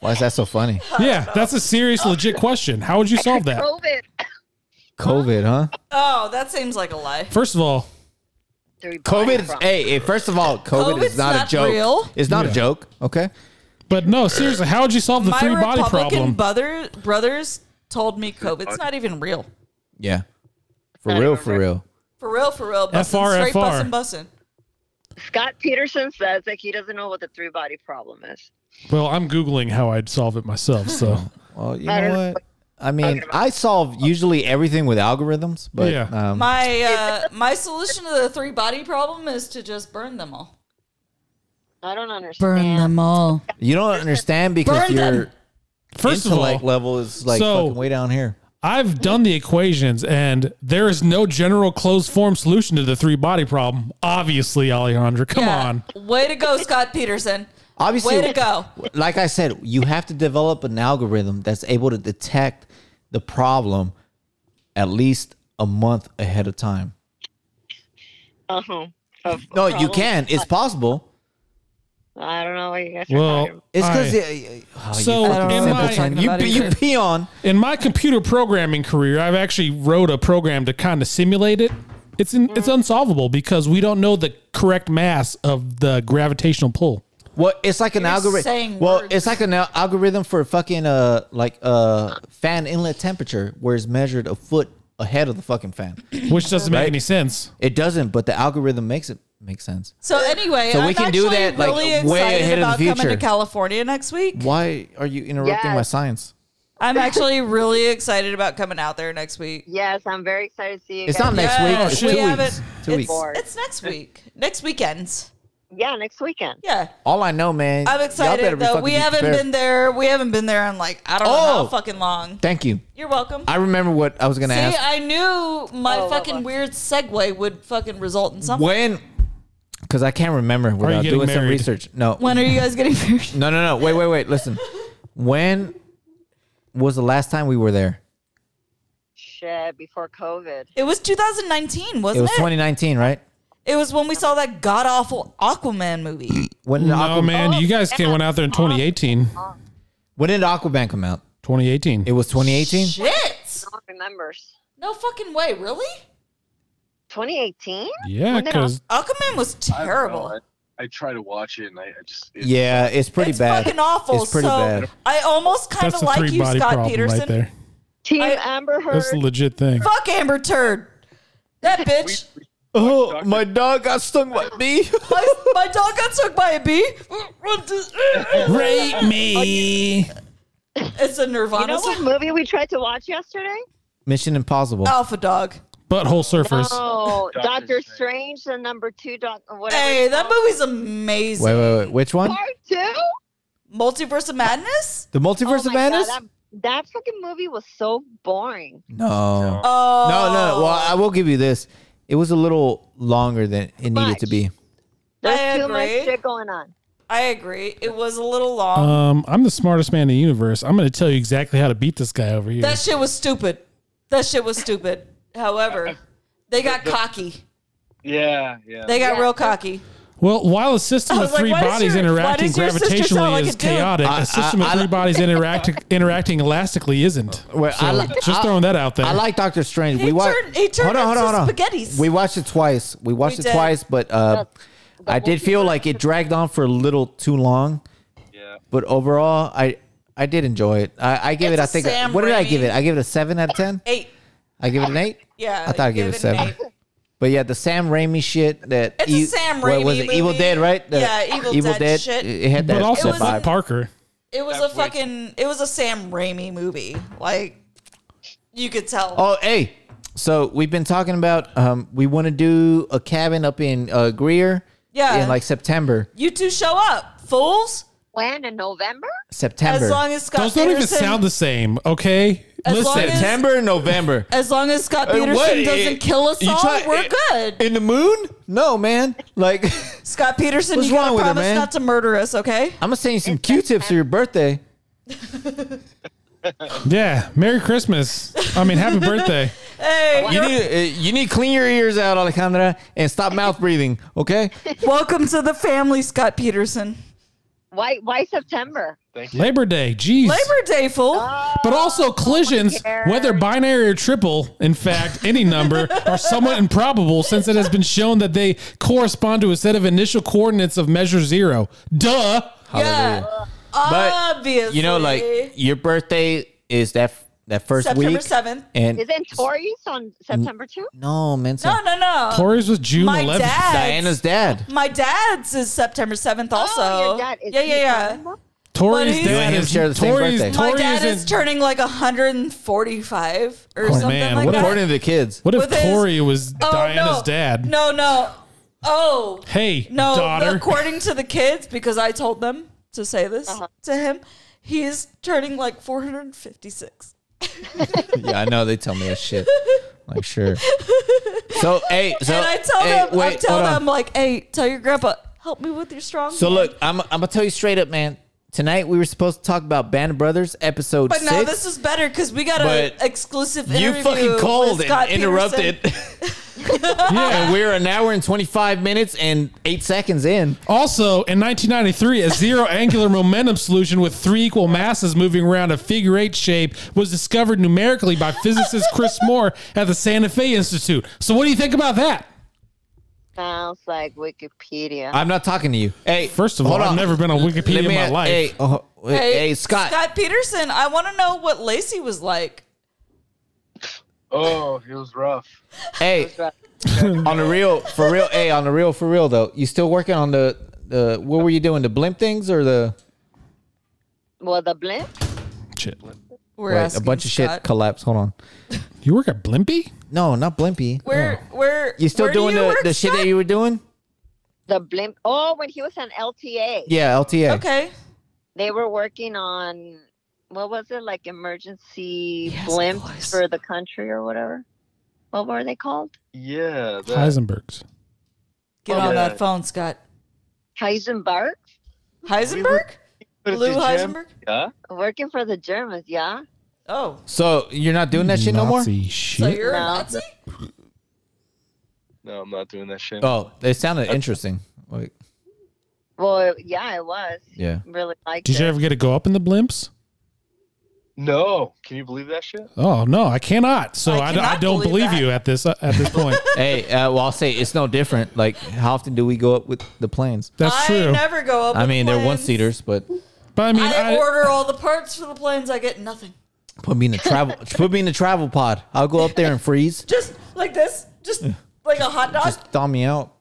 B: Why is that so funny?
A: Yeah, that's a serious, legit question. How would you solve that?
E: COVID.
B: COVID, huh?
C: Oh, that seems like a lie.
A: First of all,
E: three.
B: COVID.
E: buying
B: Is,
E: from.
B: hey, hey, first of all, COVID
C: COVID's
B: is not,
C: not
B: a joke.
C: real.
B: It's not
A: Yeah.
B: a joke. Okay.
A: But no, seriously, how would you solve the
C: My
A: three body
C: Republican
A: problem?
C: brother, brothers told me COVID's not even real.
B: Yeah. For
E: Not
B: real.
E: even
B: For
E: real.
B: real.
C: For real, for real. Bussin',
A: FR.
C: straight bussin', bussin'.
E: Scott Peterson says that he doesn't know what the three body problem is.
A: well, I'm googling how I'd solve it myself. So
B: Well, you
E: I
B: know
E: don't know.
B: what? I mean, I solve usually everything with algorithms, but
A: Yeah.
B: um,
C: My uh, my solution to the three body problem is to just burn them all.
E: I don't understand.
C: all.
B: you don't understand because
C: Burn them.
B: your
A: first of all,
B: intellect level is like
A: So-
B: fucking way down here.
A: I've done the equations, and there is no general closed form solution to the three body problem. Obviously, Alejandra, come on.
C: Way to go, Scott Peterson.
B: Obviously,
C: Way to go.
B: Like I said, you have to develop an algorithm that's able to detect the problem at least a month ahead of time.
E: Uh-huh. Of
B: No, you
E: problems.
B: can. It's possible.
E: I don't know what you guys are talking
A: Well,
E: about.
B: It's because
A: I- So,
C: in my-
B: oh, you,
C: Talking about
B: you
C: it.
B: peon.
A: in my computer programming career, I've actually wrote a program to kind of simulate it. It's in,
C: Mm.
A: it's unsolvable because we don't know the correct mass of the gravitational pull.
B: Well, it's like an
C: You're
B: algorithm.
C: saying
B: Well,
C: words.
B: it's like an al- algorithm for fucking uh like uh fan inlet temperature, where it's measured a foot ahead of the fucking fan.
A: which doesn't make any sense.
B: It doesn't, but the algorithm makes it make sense.
C: So anyway,
B: So
C: I'm
B: we can do
C: actually
B: that, like,
C: really
B: way
C: excited
B: ahead of the
C: about coming
B: future.
C: to California next week.
B: Why are you interrupting
E: Yes.
B: my science?
C: I'm actually really excited about coming out there next week.
E: Yes, I'm very excited to see you.
B: It's
E: guys.
B: not next week.
C: Yes,
B: It's
C: we
B: Oh, two
C: have
B: weeks.
C: it.
B: Two
C: it's,
B: weeks.
C: It's next week. Next weekend.
E: Yeah, next weekend.
C: Yeah.
B: All I know, man.
C: I'm
B: y'all better
C: excited
B: be
C: though.
B: fucking
C: We haven't
B: prepared.
C: been there. We haven't been there in like I don't know
B: Oh.
C: how fucking long.
B: Thank you.
C: You're welcome.
B: I remember what I was gonna
C: See,
B: ask.
C: I knew my
E: Oh,
C: fucking
E: well, well.
C: weird segue would fucking result in something.
B: when? Because I can't remember without
A: getting
B: doing some
A: married?
B: research. No.
C: When are you guys getting married?
B: No, no, no. Wait, wait, wait. Listen. When was the last time we were there?
E: Shit, before COVID.
C: It was 2019,
B: It
C: wasn't
B: was
C: it?
B: 2019, right?
C: It was when we saw that god awful Aquaman movie.
B: When did
A: No,
B: Aquaman,
A: man, you guys came went out there in 2018.
B: When did Aquaman come out?
A: 2018.
B: It was 2018.
C: Shit!
E: No one remembers.
C: No fucking way, really?
E: 2018?
A: yeah,
E: When did
A: because
C: Aquaman was
F: I don't
C: terrible.
F: know. I, I try to watch it, and I, I just it-
B: Yeah, it's pretty
C: it's
B: bad.
C: fucking awful.
B: It's pretty
C: so
B: bad.
C: I almost kind
A: that's
C: of
A: the
C: like
A: three
C: you,
A: body
C: Scott
A: problem
C: Peterson.
A: right there.
E: Team
C: I-
E: Amber Heard.
A: That's the legit thing.
C: Fuck Amber Turd. That bitch.
F: We-
B: Oh, my dog got stung by me.
C: my, my dog got stung by a bee.
A: Rape me.
C: It's a
E: you
C: Nirvana
E: know
C: song.
E: what movie we tried to watch yesterday?
B: Mission Impossible.
C: Alpha Dog.
A: Butthole surfers.
E: Oh,
F: Doctor
E: Doctor Strange, the number two doctor. Whatever.
C: Hey,
E: it's
C: that
E: called.
C: movie's amazing.
B: Wait, wait, wait. Which one?
E: Part two.
C: Multiverse of Madness?
B: The Multiverse of
E: Oh my God,
B: Madness?
E: that, that fucking movie was so boring.
B: No.
C: Oh.
B: No, no. Well, I will give you this. It was a little longer than it needed to be.
E: There's
C: I
E: too much
C: agree.
E: shit going on.
C: I agree. It was a little long.
A: Um, I'm the smartest man in the universe. I'm going to tell you exactly how to beat this guy over here.
C: that shit was stupid. That shit was stupid. However, they got cocky.
F: Yeah, yeah.
C: They got
E: Yeah.
C: real cocky.
A: well, while a system of
C: I was like,
A: three
C: why does
A: bodies
C: your- why
A: interacting
C: does your sister sound
A: gravitationally
C: like a
A: is
C: dude?
A: chaotic,
B: I-
A: a system
B: I-
A: of
B: I-
A: three bodies interacting interacting elastically isn't.
B: Well, I
A: So,
B: li-
A: just
B: I-
A: throwing that out there.
B: I like Doctor Strange.
C: He
B: we watched.
C: turned- he turned into spaghettis.
B: We watched it twice. We watched
C: We
B: it
C: did.
B: twice, but uh, I did feel like it dragged on for a little too long.
F: yeah.
B: But overall, I I did enjoy it. I, I give
C: It's
B: it. I
C: a
B: think.
C: Sam
B: what did I
C: Raimi.
B: give it? I give it a seven out of ten.
C: Eight.
B: I give it an eight.
C: Yeah.
B: I thought I gave it a
C: give an
B: seven.
C: eight.
B: But yeah, the Sam Raimi shit that
C: It's a
B: E-
C: Sam
B: what was
C: Raimi
B: it? Evil
C: movie.
B: Dead, right? The
C: Yeah, Evil Dead shit.
B: It it had that,
A: But also
B: that
C: was a-
A: Bob
B: vibe.
A: Parker.
C: It was
F: That's
C: a
F: way-
C: fucking. It was a Sam Raimi movie. Like you could tell.
B: Oh, hey. So we've been talking about um, we want to do a cabin up in uh, Greer.
C: Yeah.
B: In like September.
C: You two show up, fools.
E: When in November?
B: September.
C: As long as Scott
A: Those don't even
C: Peterson-
A: sound the same, okay?
C: As long
A: Listen,
C: as-
B: September, November.
C: As long as Scott
B: Uh,
C: Peterson
B: what?
C: doesn't
B: Uh,
C: kill us
B: you
C: all,
B: try-
C: we're
A: eh,
B: uh,
C: good.
B: In the moon? No, man. Like I'm
C: Scott Peterson,
B: What's
C: you gotta
B: wrong with her,
C: promise
B: man?
C: not to murder us, okay?
B: gonna send you some Q-tips for your birthday.
A: yeah. Merry Christmas. I mean, happy birthday.
C: Hey,
B: You
C: you're-
B: need uh, you need to clean your ears out, Alejandra, and stop mouth breathing. Okay.
C: welcome to the family, Scott Peterson.
E: Why? Why September?
F: Thank you.
A: Labor Day, jeez.
C: Labor Day, Oh, fool.
A: but also collisions, whether binary or triple, in fact, any number, are somewhat improbable since it has been shown that they correspond to a set of initial coordinates of measure zero. Duh.
C: yeah. Obviously.
B: You know, like your birthday is that that first
C: September
B: week,
C: 7th.
B: and
E: Isn't Tori's on September too?
B: no, man, so
C: No, no, no.
A: Corey's was June
C: my
A: 11th.
C: dad's-
B: Diana's dad.
C: My dad's is September 7th also.
E: oh, your dad is
C: yeah, yeah,
E: he
C: yeah.
E: September?
A: Tori's
C: You and
A: dad
B: him
A: is
B: share the same
A: Tori's,
B: birthday.
C: My
A: Tori
C: dad
A: is
C: is
A: in-
C: turning like 145 or
A: Oh,
C: something
A: man,
C: like
A: what a
C: that.
B: According to the kids,
A: What if
C: with his-
A: Corey was
C: Oh,
A: Diana's
C: no.
A: dad?
C: No, no. Oh.
A: Hey,
C: No,
A: daughter.
C: according to the kids, because I told them to say this
E: Uh-huh.
C: to him, he's turning like 456.
B: yeah, I know they tell me that shit. Like sure. So hey, so
C: and I tell
B: hey,
C: them, I
B: wait,
C: tell
B: hold on.
C: them, like, hey, tell your grandpa, help me with your strong.
B: So
C: hand."
B: look, I'm I'm gonna tell you straight up, man. Tonight we were supposed to talk about Band of Brothers episode
C: But
B: six.
C: no, this is better because we got an
B: But
C: exclusive
B: you
C: interview.
B: fucking
C: with
B: called
C: Scott
B: and
C: Peterson.
B: interrupted. yeah, and we're an hour and twenty five minutes and eight seconds in.
A: Also, in 1993, a zero angular momentum solution with three equal masses moving around a figure eight shape was discovered numerically by physicist Chris Moore at the Santa Fe Institute. So, what do you think about that?
E: Sounds like Wikipedia.
B: I'm not talking to you. Hey,
A: First of all,
B: hold
A: I've
B: on.
A: never been on Wikipedia
B: Let
A: in
B: me
A: my
B: a-
A: life.
B: Hey, oh, wait, hey, Scott.
C: Scott Peterson, I want to know what Lacey was like.
F: Oh, it was rough.
B: Hey, on the real, for real. Hey, on the real, for real though. You still working on the the? What were you doing? The blimp things or the?
E: well, the blimp.
A: Shit.
C: We're
B: Wait, a
C: asking
B: bunch of shit
C: Scott.
B: collapsed. Hold on.
A: You work at Blimpy?
B: No, not blimpy.
C: Where, where
B: Oh. You still
C: where do
B: doing
C: you
B: the,
C: work,
B: the shit
C: Scott?
B: that you were doing?
E: The blimp. Oh, when he was on LTA,
B: Yeah, LTA.
C: Okay,
E: they were working on what was it like emergency
C: Yes,
E: blimp
C: boys.
E: for the country or whatever. What were they called?
F: Yeah. That,
A: Heisenberg's.
C: get on
F: Yeah.
C: that phone, Scott.
E: Heisenberg
C: Heisenberg,
F: But if
C: Lou
F: the gym-
C: Heisenberg.
F: Yeah.
E: working for the Germans. Yeah.
C: Oh,
B: So you're not doing that shit no more?
A: Nazi
C: so
A: shit.
C: you're a
E: No.
C: Nazi?
F: No, I'm not doing that shit.
B: Oh, it sounded interesting. Like,
E: Well, yeah, it was.
B: yeah.
E: Really liked
A: Did
E: it.
A: you ever get to go up in the blimps?
F: No. Can you believe that shit?
A: Oh no, I cannot. So
C: I
A: I, don't- I
C: cannot
A: don't
C: believe
A: believe, you at this uh, at this point.
B: Hey, uh, well, I'll say it's no different. Like, how often do we go up with the planes?
A: That's
C: I
A: true.
C: never go up.
B: I
C: with
B: mean, they're
C: planes.
B: one seaters, but
A: but I mean,
C: I,
A: I-
C: order all the parts for the planes. I get nothing.
B: put me in the travel. put me in the travel pod. I'll go up there and freeze.
C: Just like this. Just like a hot dog.
B: Just thaw me out.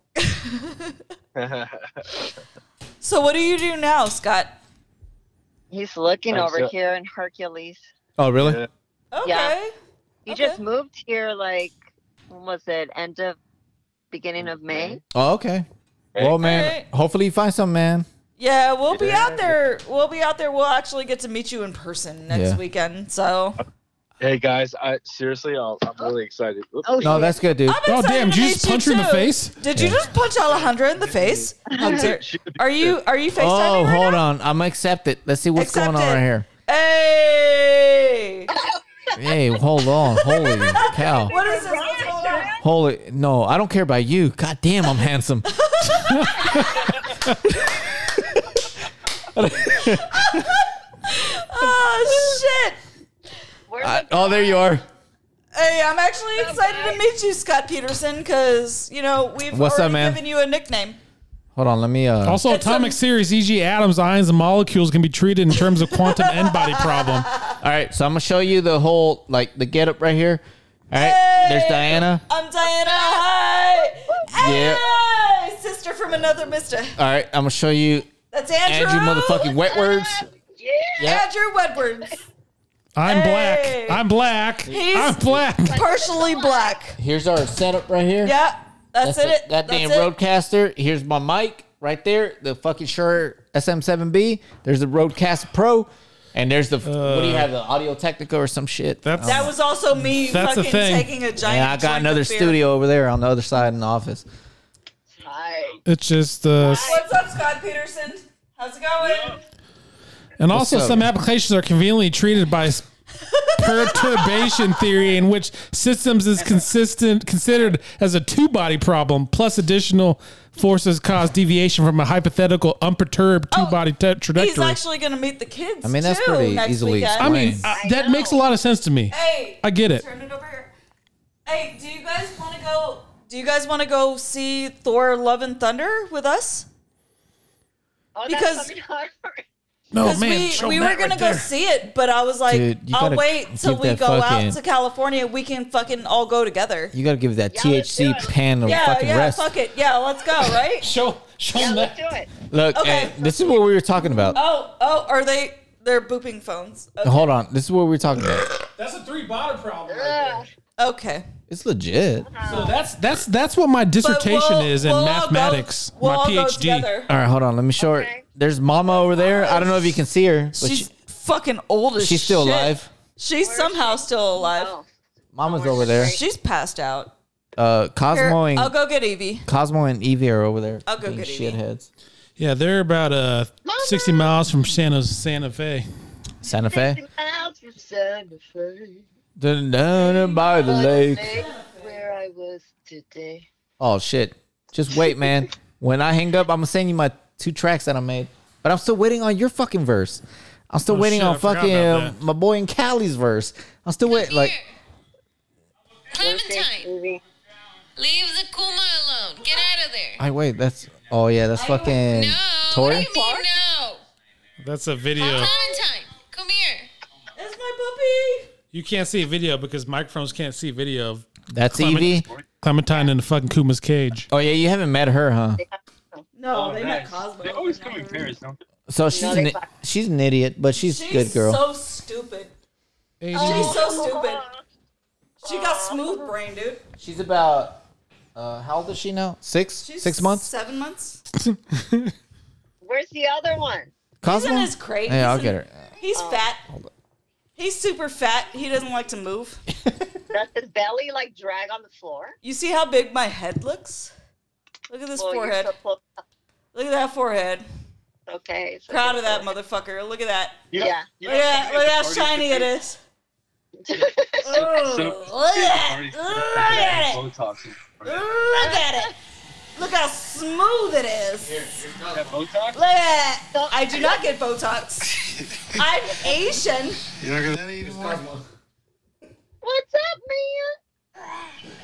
C: so what do you do now, Scott?
E: He's looking
F: Like,
E: over
F: so-
E: here in Hercules.
B: Oh, really?
F: Yeah.
C: Okay.
E: He
C: Okay.
E: just moved here like when was it end of beginning of May?
B: Oh, okay. Well, man.
C: Alright.
B: Hopefully, you find some, man.
C: Yeah, we'll be
F: Yeah.
C: out there. We'll be out there. We'll actually get to meet you in person next
B: Yeah.
C: weekend. So
F: Hey guys, I seriously, I'll, I'm really excited. Oops.
E: Oh
B: No,
E: shit.
B: that's good, dude.
C: I'm
A: Oh,
C: excited
A: damn,
C: to
A: did you
C: meet
A: just punch her in the
C: too.
A: face?
C: Did you just punch Alejandra in the face? Hunter,
F: She could be
C: are you are you FaceTiming
B: Oh,
C: right
B: hold
C: now?
B: on. I'm gonna accept it. Let's see what's
C: Accept
B: going on
C: it.
B: right here.
C: Hey,
B: Hey, hold on. Holy cow.
C: what is this? What's going on?
B: Holy no, I don't care about you. God damn, I'm handsome.
C: Oh shit!
E: Where's
B: I- oh, there you are.
C: Hey, I'm actually excited to meet you, Scott Peterson, because you know we've
B: What's up,
C: already
B: man?
C: given you a nickname.
B: Hold on, let me. Uh,
A: Also,
C: It's
A: atomic
C: some-
A: series, e.g., atoms, ions, and molecules, can be treated in terms of quantum n body problem.
B: all right, so I'm gonna show you the whole like the getup right here. All right, there's Diana.
C: I'm Diana. Hi.
B: Yeah.
C: Hey, sister from another mister.
B: All right, I'm gonna show you
C: That's Andrew.
B: Andrew motherfucking wet words.
E: Yeah.
B: Yeah.
C: Andrew Wedwards,
A: I'm
C: Hey.
A: black. I'm black.
C: He's-
A: I'm black.
C: partially black.
B: Here's our setup right here.
C: Yeah, that's,
B: it.
C: it.
B: That
C: that's
B: damn
C: it.
B: roadcaster. Here's my mic right there. The fucking Shure SM7B. There's the Roadcast Pro, and there's the what do
C: Uh.
B: you have? The Audio Technica or some shit.
A: That's
C: That was also me
A: That's the
C: fucking
A: thing.
C: taking a giant.
B: And I got
C: drink
B: another
C: of beer.
B: studio over there on the other side in the office.
E: Hi.
A: it's just uh,
C: What's up, Scott Peterson? How's it going?
A: and also
B: up?
A: some applications are conveniently treated by s- perturbation theory in which systems is consistent considered as a two-body problem plus additional forces cause deviation from a hypothetical unperturbed two-body te-
C: Oh, He's
A: trajectory.
C: actually going to meet the kids.
B: I mean, that's
C: too
B: pretty
C: next
B: easily
C: weekend.
A: I mean,
B: explained.
A: uh,
C: I
A: that
C: know.
A: makes a lot of sense to me.
C: Hey,
A: I get it.
C: Turn it over here. Hey, do you guys want to go? Do you guys want to go see Thor: Love and Thunder with us?
E: Oh,
C: Because-
E: that's coming out.
A: No,
B: Oh,
C: Because
A: man, show
C: we, we were
A: Matt
C: gonna
A: right
C: go
A: there.
C: see it, but I was like,
B: Dude, you
C: I'll
B: gotta
C: wait till
B: give
C: we
B: that
C: go
B: fucking-
C: out to California. We can fucking all go together.
B: You got to give that
E: Yeah, let's do
B: THC
E: it.
B: pan a
C: yeah,
B: fucking
C: yeah,
B: rest.
C: fuck it, yeah, let's go, right?
A: Show, show
E: yeah, let's
A: Matt.
E: do it.
B: Look,
C: Okay.
B: eh, this is what we were talking about.
C: oh, oh, are they? They're booping phones. Okay.
B: Hold on, this is what we were talking about.
A: That's a three-body problem.
E: Ugh.
C: okay.
B: It's legit.
A: So that's that's that's what my dissertation
C: we'll-
A: is in
C: we'll all go-
A: mathematics.
C: we'll
A: my
C: all go
A: PhD.
C: together.
B: All right, hold on. Let me show her.
E: Okay.
B: There's Mama over there. I don't know if you can see her, but
C: She's
B: she-
C: fucking old as
B: she's still
C: shit.
B: alive.
C: She's somehow still alive.
E: Oh,
B: Mama's over there.
C: She's passed out.
B: Uh,
C: Here, Oh,
B: Cosmo
C: I'll
B: and
C: go get Evie.
B: Cosmo and Evie are over there.
C: I'll go
B: being
C: get Evie.
B: shitheads.
A: Yeah, they're about uh sixty miles from Santa Santa Fe.
B: Santa Fe.
E: 50 miles from Santa Fe.
B: Dun, dun, dun, by the lake.
E: Where I was today.
B: Oh shit! Just wait, man. when I hang up, I'm gonna send you my two tracks that I made. But I'm still waiting on your fucking verse. I'm still
A: Oh,
B: waiting
A: shit,
B: on
A: I forgot
B: fucking
A: about
B: um,
A: that.
B: my boy in Cali's verse. I'm still waiting. Like,
G: Clementine,
E: Evie.
G: leave the Kuma alone. Get out of there.
B: I wait. That's oh yeah, that's fucking
G: No. What do
B: Tori.
G: you mean no?
A: That's a video.
G: Clementine, come here.
C: It's my puppy.
A: You can't see a video because microphones can't see video of
B: That's
A: Clement-
B: Evie.
A: Clementine in the fucking Kuma's cage.
B: Oh yeah, you haven't met her, huh?
C: No,
F: Oh,
C: they
F: nice.
C: met Cosmo.
F: They always come in pairs, don't they?
B: So she's an, she's an idiot, but she's, a
C: She's
B: good girl.
C: so stupid. She's so stupid. She got smooth brain, dude.
B: she's about uh, how old is she now? Six,
C: She's
B: six months.
C: Seven months?
E: Where's the other one?
C: He's
B: Cosmo.
C: in his crate. He's
B: yeah, I'll
C: in-
B: get her.
C: He's fat. He's super fat. He doesn't like to move.
E: Does his belly like drag on the floor?
C: You see how big my head looks? Look at this
E: Well, you're
C: forehead.
E: so close.
C: Look at that forehead.
E: Okay. so
C: Proud of
E: you're
C: that
E: close.
C: motherfucker. Look at that.
F: You know-
E: Yeah.
F: you
C: Look
F: know,
C: at that.
F: somebody
C: Look at how
F: at
C: shiny
F: the party
C: it is.
F: said-
C: Oh,
F: so-
C: Look at
F: party
C: it.
F: said
C: Look
F: that
C: at it.
F: Botox is-
C: Look at it. Look how smooth it is.
F: That Botox?
C: Look at it. I do not get Botox. I'm Asian.
F: You're not gonna-
E: What's up, man?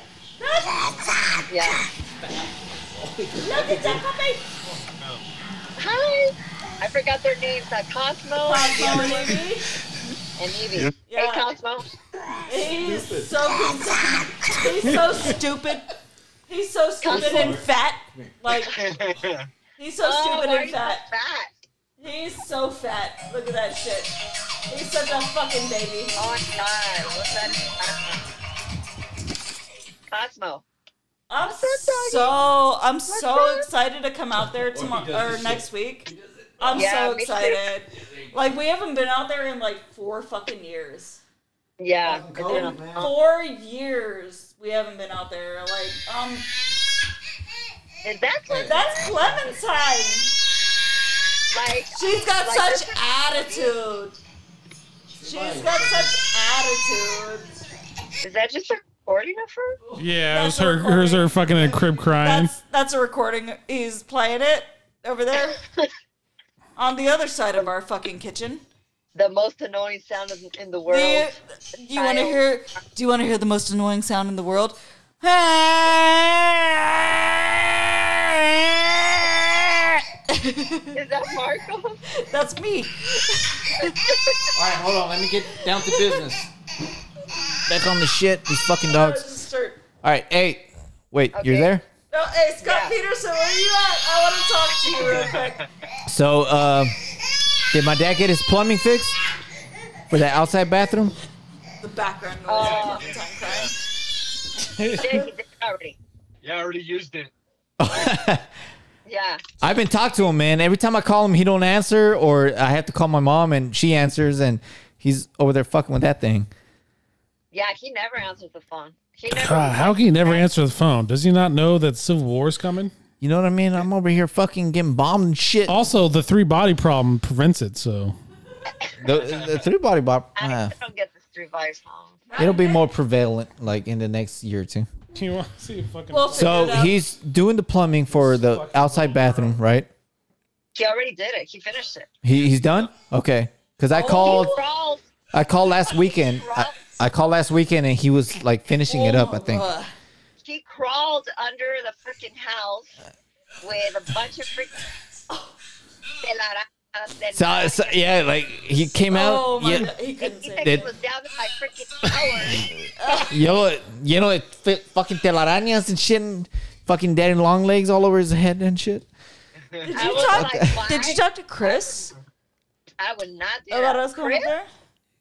E: Yeah.
C: Look at that puppy.
E: Hi. I forgot their names.
C: Oh,
E: Uh, Cosmo
C: Cosmo and Evie.
E: and Evie.
C: Yeah.
E: Hey, Cosmo.
C: He's so he's so stupid. He's so stupid and fat. Like he's so stupid
E: Oh, why are
C: and
E: you so
C: fat.
E: fat?
C: He's so fat. Look at that shit. He's such a fucking baby.
E: Oh, my God. What's that? Cosmo.
C: I'm so I'm so excited to come out there tomorrow or next week. I'm
E: Yeah,
C: so
E: me too.
C: excited. Like we haven't been out there in like four fucking years.
E: Yeah. yeah.
C: Four years we haven't been out there. Like um
E: And that's what,
C: that's Clementine.
E: like,
C: She's got
E: Like
C: such
E: this
C: attitude. She's got such attitude.
E: is that just a recording of her?
A: Yeah, it was
C: That's
A: her.
C: recording.
A: Hers her fucking in a crib crying.
C: That's that's a recording. He's playing it over there on the other side of our fucking kitchen.
E: The most annoying sound in- in the world.
C: Do you, do you want to hear? Do you want to hear the most annoying sound in the world? That's
E: Is that Marco?
C: me.
B: All right, hold on. Let me get down to business. Back on the shit. These fucking dogs.
C: Start-
B: All right, hey, wait, you're
E: Okay.
B: there.
C: No, hey Scott
E: Yeah.
C: Peterson, where you at? I want to talk to you real quick.
B: So, uh, did my dad get his plumbing fixed for that outside bathroom?
C: The background noise.
E: Oh.
C: of Clementine crying.
E: Yeah, he did already.
F: Yeah, I already used it.
E: Yeah.
B: I've been talking to him, man. Every time I call him, he don't answer, or I have to call my mom and she answers, and he's over there fucking with that thing.
E: Yeah, he never answers the phone. He never.
A: God, Uh, how can he never answer the phone? Does he not know that civil war is coming?
B: You know what I mean? I'm over here fucking getting bombed and shit.
A: Also, the three body problem prevents it. So
B: The, the three body bop.
E: I
B: ah,
E: don't get this revised home.
B: It'll be more prevalent like in the next year or two.
A: You want to see a fucking?
C: We'll
B: So
C: figure it out.
B: he's doing the plumbing for the outside bathroom, right?
E: He already did it. He finished it.
B: He, he's done? Okay. Cuz I called
E: Crawled.
B: I called last weekend. I, I called last weekend and he was like finishing it up, I think.
C: Ugh.
E: He crawled under the freaking house with a bunch of freaking telarañas and-
B: So, so yeah, like he came
C: Oh
B: out
C: my
B: ye-
C: god, he couldn't
E: He
C: say.
E: said
B: Did-
E: he was down in my freaking tower.
B: yellow, you know, it fit fucking telarañas and shit and fucking daddy long legs all over his head and shit.
C: Did
E: I
C: you
E: was
C: talk?
E: like, why?
C: Did you talk to Chris
E: I would not do
C: about
E: that.
C: us going
E: Chris-
C: there?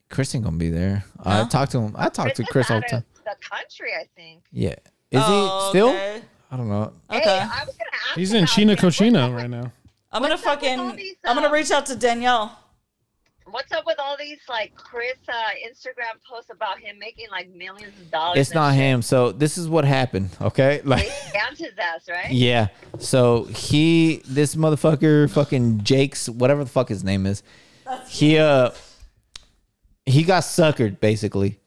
B: Chris ain't gonna be there. I talked to him. I talked to
E: is
B: Chris all
E: out
B: the
E: of
B: time.
E: The country, I think.
B: Yeah. Is
C: Oh,
B: he still?
C: Okay.
B: I don't know.
E: Hey,
C: Okay.
E: I was gonna ask
A: He's in
E: about
A: China
E: that. What's up
A: Cochina
E: with-
A: right now.
C: I'm gonna
E: What's up with
C: fucking.
E: all these,
C: I'm gonna
E: um,
C: reach out to Danielle.
E: What's up with all these like Chris uh, Instagram posts about him making like millions of dollars?
B: It's
E: and
B: not
E: shit?
B: him. So this is what happened. Okay. Like
E: He scammed his ass, right?
B: Yeah. So he, this motherfucker, fucking Jake's, whatever the fuck his name is, he uh, he got suckered basically.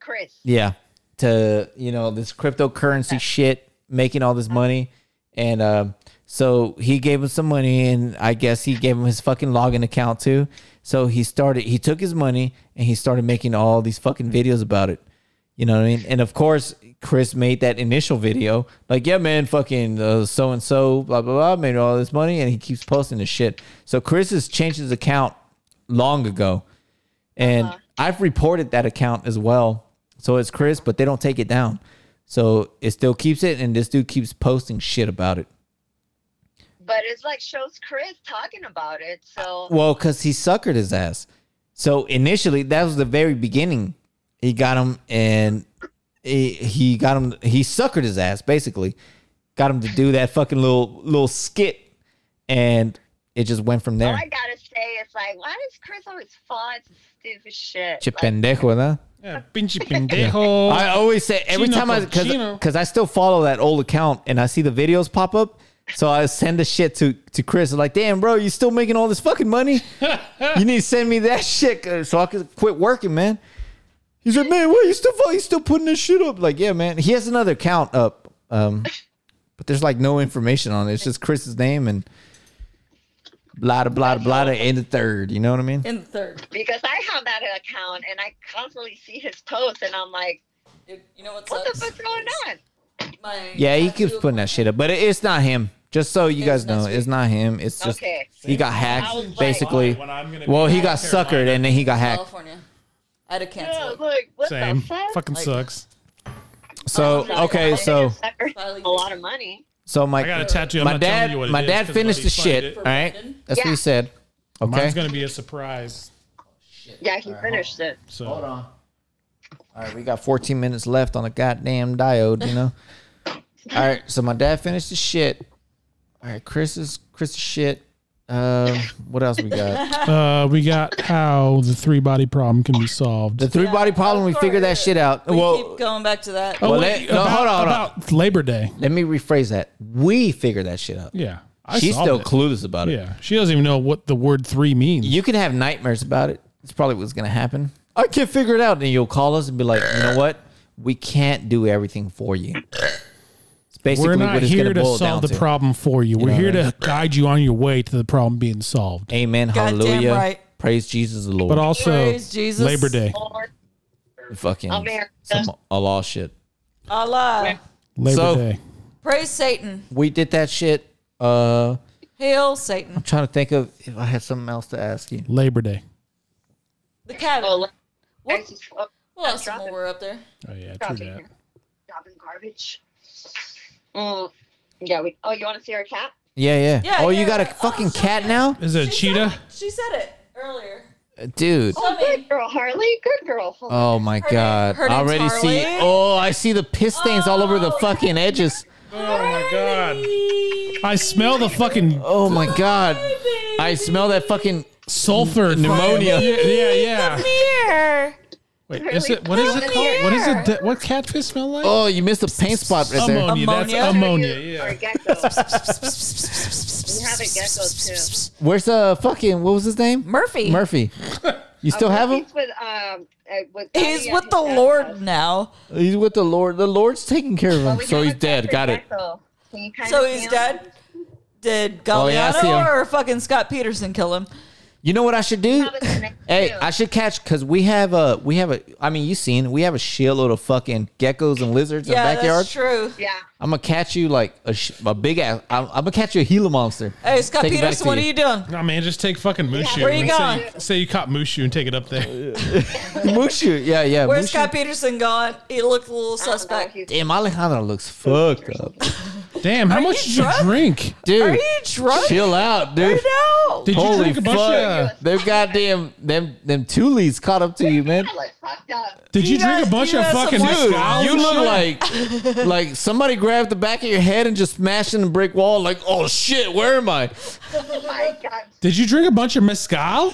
E: Chris.
B: Yeah. To you know this cryptocurrency shit, making all this money, and um, so he gave him some money, and I guess he gave him his fucking login account too. So he started, he took his money and he started making all these fucking videos about it. You know what I mean? And of course, Chris made that initial video like, yeah, man, fucking so and so, blah, blah, blah, made all this money. And he keeps posting this shit. So Chris has changed his account long ago. And I've reported that account as well. So it's Chris, but they don't take it down. So it still keeps it. And this dude keeps posting shit about it.
E: But it's like shows Chris talking about it. So
B: Well, because he suckered his ass. So initially, that was the very beginning. He got him, and he, he got him. He suckered his ass, basically. Got him to do that fucking little little skit, and it just went from
E: all
B: there.
E: I gotta say is like, why does Chris always fall into stupid shit?
B: Che
E: Like,
B: pendejo, huh?
A: Yeah, pinche pendejo.
B: I always say every
A: Chino
B: time I
A: con
B: because
A: chino.
B: because I still follow that old account and I see the videos pop up. So I send the shit to to Chris. I'm like, damn, bro, you still making all this fucking money? you need to send me that shit uh, so I can quit working, man. He's like, man, what? You still fu- you still putting this shit up? Like, yeah, man. He has another account up, um, but there's like no information on it. It's just Chris's name and blah blah blah blah blah in the third. You know what I mean?
C: In the third,
E: because I have that account and I constantly see his posts and I'm like,
C: you you know what
E: what
C: sucks?
E: the fuck's going on?
C: My
B: Yeah, he
C: tattoo
B: keeps putting that shit up, but it, it's not him. Just so you guys know,
C: not
B: it's not him. It's just
E: Okay.
B: he got
E: I was
B: hacked,
E: like-
B: basically.
A: When I'm gonna be
B: Well, he
A: out
B: got
A: of
B: suckered
A: Carolina.
B: and then he got hacked.
C: California. I had to
E: Yeah,
C: cancel. it.
E: like what
A: Same.
E: the fuck?
A: Fucking
C: Like-
A: sucks.
B: So
A: Oh,
B: okay, so
E: Sucker. a lot of money.
B: so
A: I got a
B: my
A: tattoo. I'm
B: my
A: not telling
B: dad
A: you what it
B: my
A: is
B: dad
A: 'cause
B: finished
A: I've
B: the
A: already
B: shit.
A: signed
B: All
A: it.
B: right, that's what
E: Yeah.
B: he said. Okay.
A: Mine's gonna be a surprise.
E: Yeah, he finished it.
A: So
B: Hold on. All right, we got 14 minutes left on the goddamn diode, you know. All right, so my dad finished the shit. All right, Chris's Chris's shit. Um, what else we got?
A: Uh, we got how the three body problem can be solved.
B: The three body problem, we figured that shit out.
C: We
B: well,
C: keep going back to
E: oh.
C: that.
A: Oh,
B: well,
A: wait,
B: let- no, hold on, hold on.
A: about Labor Day.
B: let me rephrase that. We figured that shit out.
A: Yeah, I
B: She's
A: solved
B: still
A: it.
B: clueless about it.
A: Yeah, she doesn't even know what the word three means.
B: You can have nightmares about it. It's probably what's gonna happen. I can't figure it out, and you'll call us and be like, you know what? We can't do everything for you. It's basically
A: We're not
B: what it's
A: here
B: gonna
A: to
B: boil
A: solve
B: down
A: the
B: to.
A: problem for you. We're
B: know
A: here
B: what I
A: to guide you on your way to the problem being solved.
B: Amen.
C: Goddamn
B: Hallelujah.
C: right.
B: Praise Jesus the Lord.
A: But also
C: Praise Jesus.
A: Labor Day.
E: Lord,
B: fucking
E: America.
B: some Allah shit.
C: Allah.
A: Labor
B: So-
A: Day.
C: Praise Satan.
B: We did that shit. Uh,
C: Hail Satan.
B: trying to think of if I had something else to ask you.
A: Labor Day.
C: The cat.
E: oh, look.
C: What?
E: Guys, oh,
C: What else
E: dropping-
C: when we're up there?
A: Oh yeah, true
E: dropping
A: that.
E: here. Dropping garbage. Mm, yeah, we. Oh, you want to see our cat?
B: Yeah, yeah.
C: Yeah,
B: oh,
C: yeah,
B: you got a
C: yeah. Oh,
B: fucking
C: shit.
B: cat now,
A: Is it a
C: She said
A: cheetah?
C: it. She said it earlier.
B: dude.
E: Oh,
C: Dummy.
E: good girl, Harley. Good girl. Hold on.
B: Oh my
C: Her
B: god!
C: name- her
B: I
C: name's
B: already see.
C: Harley.
B: Oh, I see the piss stains all over the fucking edges.
A: Oh my god. I smell the fucking
B: Oh my god! I smell that fucking. Oh.
A: sulfur
B: Pneumonia.
A: Yeah, yeah, yeah.
C: Here.
A: Wait, is it what is it called? What is it? that- What catfish smell like?
B: Oh, you missed a paint spot right there.
A: Ammonia. That's
C: Ammonia?
B: Oh,
A: ammonia.
E: Our
A: Yeah.
E: gecko. we have a gecko too.
B: Where's uh fucking what was his name?
C: Murphy.
B: Murphy. You still
E: Uh,
B: have him?
E: He's with um. uh, With
C: He's with
E: Cody at his
C: the
E: dad's house.
C: Lord now.
B: He's with the Lord. The Lord's taking care of
E: But
B: him.
E: we
B: So
E: have
B: he's
E: a
B: dead. Got it.
E: pterodactyl. Can you kinda
C: So
E: see
C: he's
E: him?
C: dead? Did Galliano
B: Oh, yeah, I see him.
C: or fucking Scott Peterson kill him?
B: You know what I should do?
E: Probably the next
B: Hey,
E: two.
B: I should catch because we have a we have a. I mean, you seen we have a shitload of fucking geckos and lizards in
C: yeah,
B: the backyard.
C: that's true.
E: Yeah.
B: I'm gonna catch you like a, sh- a big ass. I'm, I'm gonna catch you a Gila monster.
C: Hey, Scott
B: Take it back
C: Peterson,
B: to
C: what are you doing?
A: Nah, man, just take fucking Mushu.
C: where you
A: and say-
C: going?
A: Say, you caught Mushu and take it up there.
B: Mushu, yeah, yeah.
C: Where's
B: Mushu.
C: Scott Peterson going? He looked a little suspect.
E: He's
B: Damn, Alejandro looks fucked up,
A: Damn, how much did
C: you
A: you
C: drunk?
A: drink?
B: dude.
C: Are you drunk?
B: Chill out, dude.
C: No.
A: Did you
B: Holy
A: drink a bunch
B: fuck!
A: of?
B: Them goddamn them them Tulies caught up to you, man.
E: like fucked up.
A: Did you
C: Do
A: drink
C: that-
A: a bunch
C: do
A: of
C: that
A: fucking?
C: somewhere.
B: Dude,
A: Mescal
B: you
A: and
B: look
A: shit?
B: like like somebody grabbed the back of your head and just smashed in the brick wall. Like, oh shit, where am I?
E: Oh my god.
A: Did you drink a bunch of mezcal?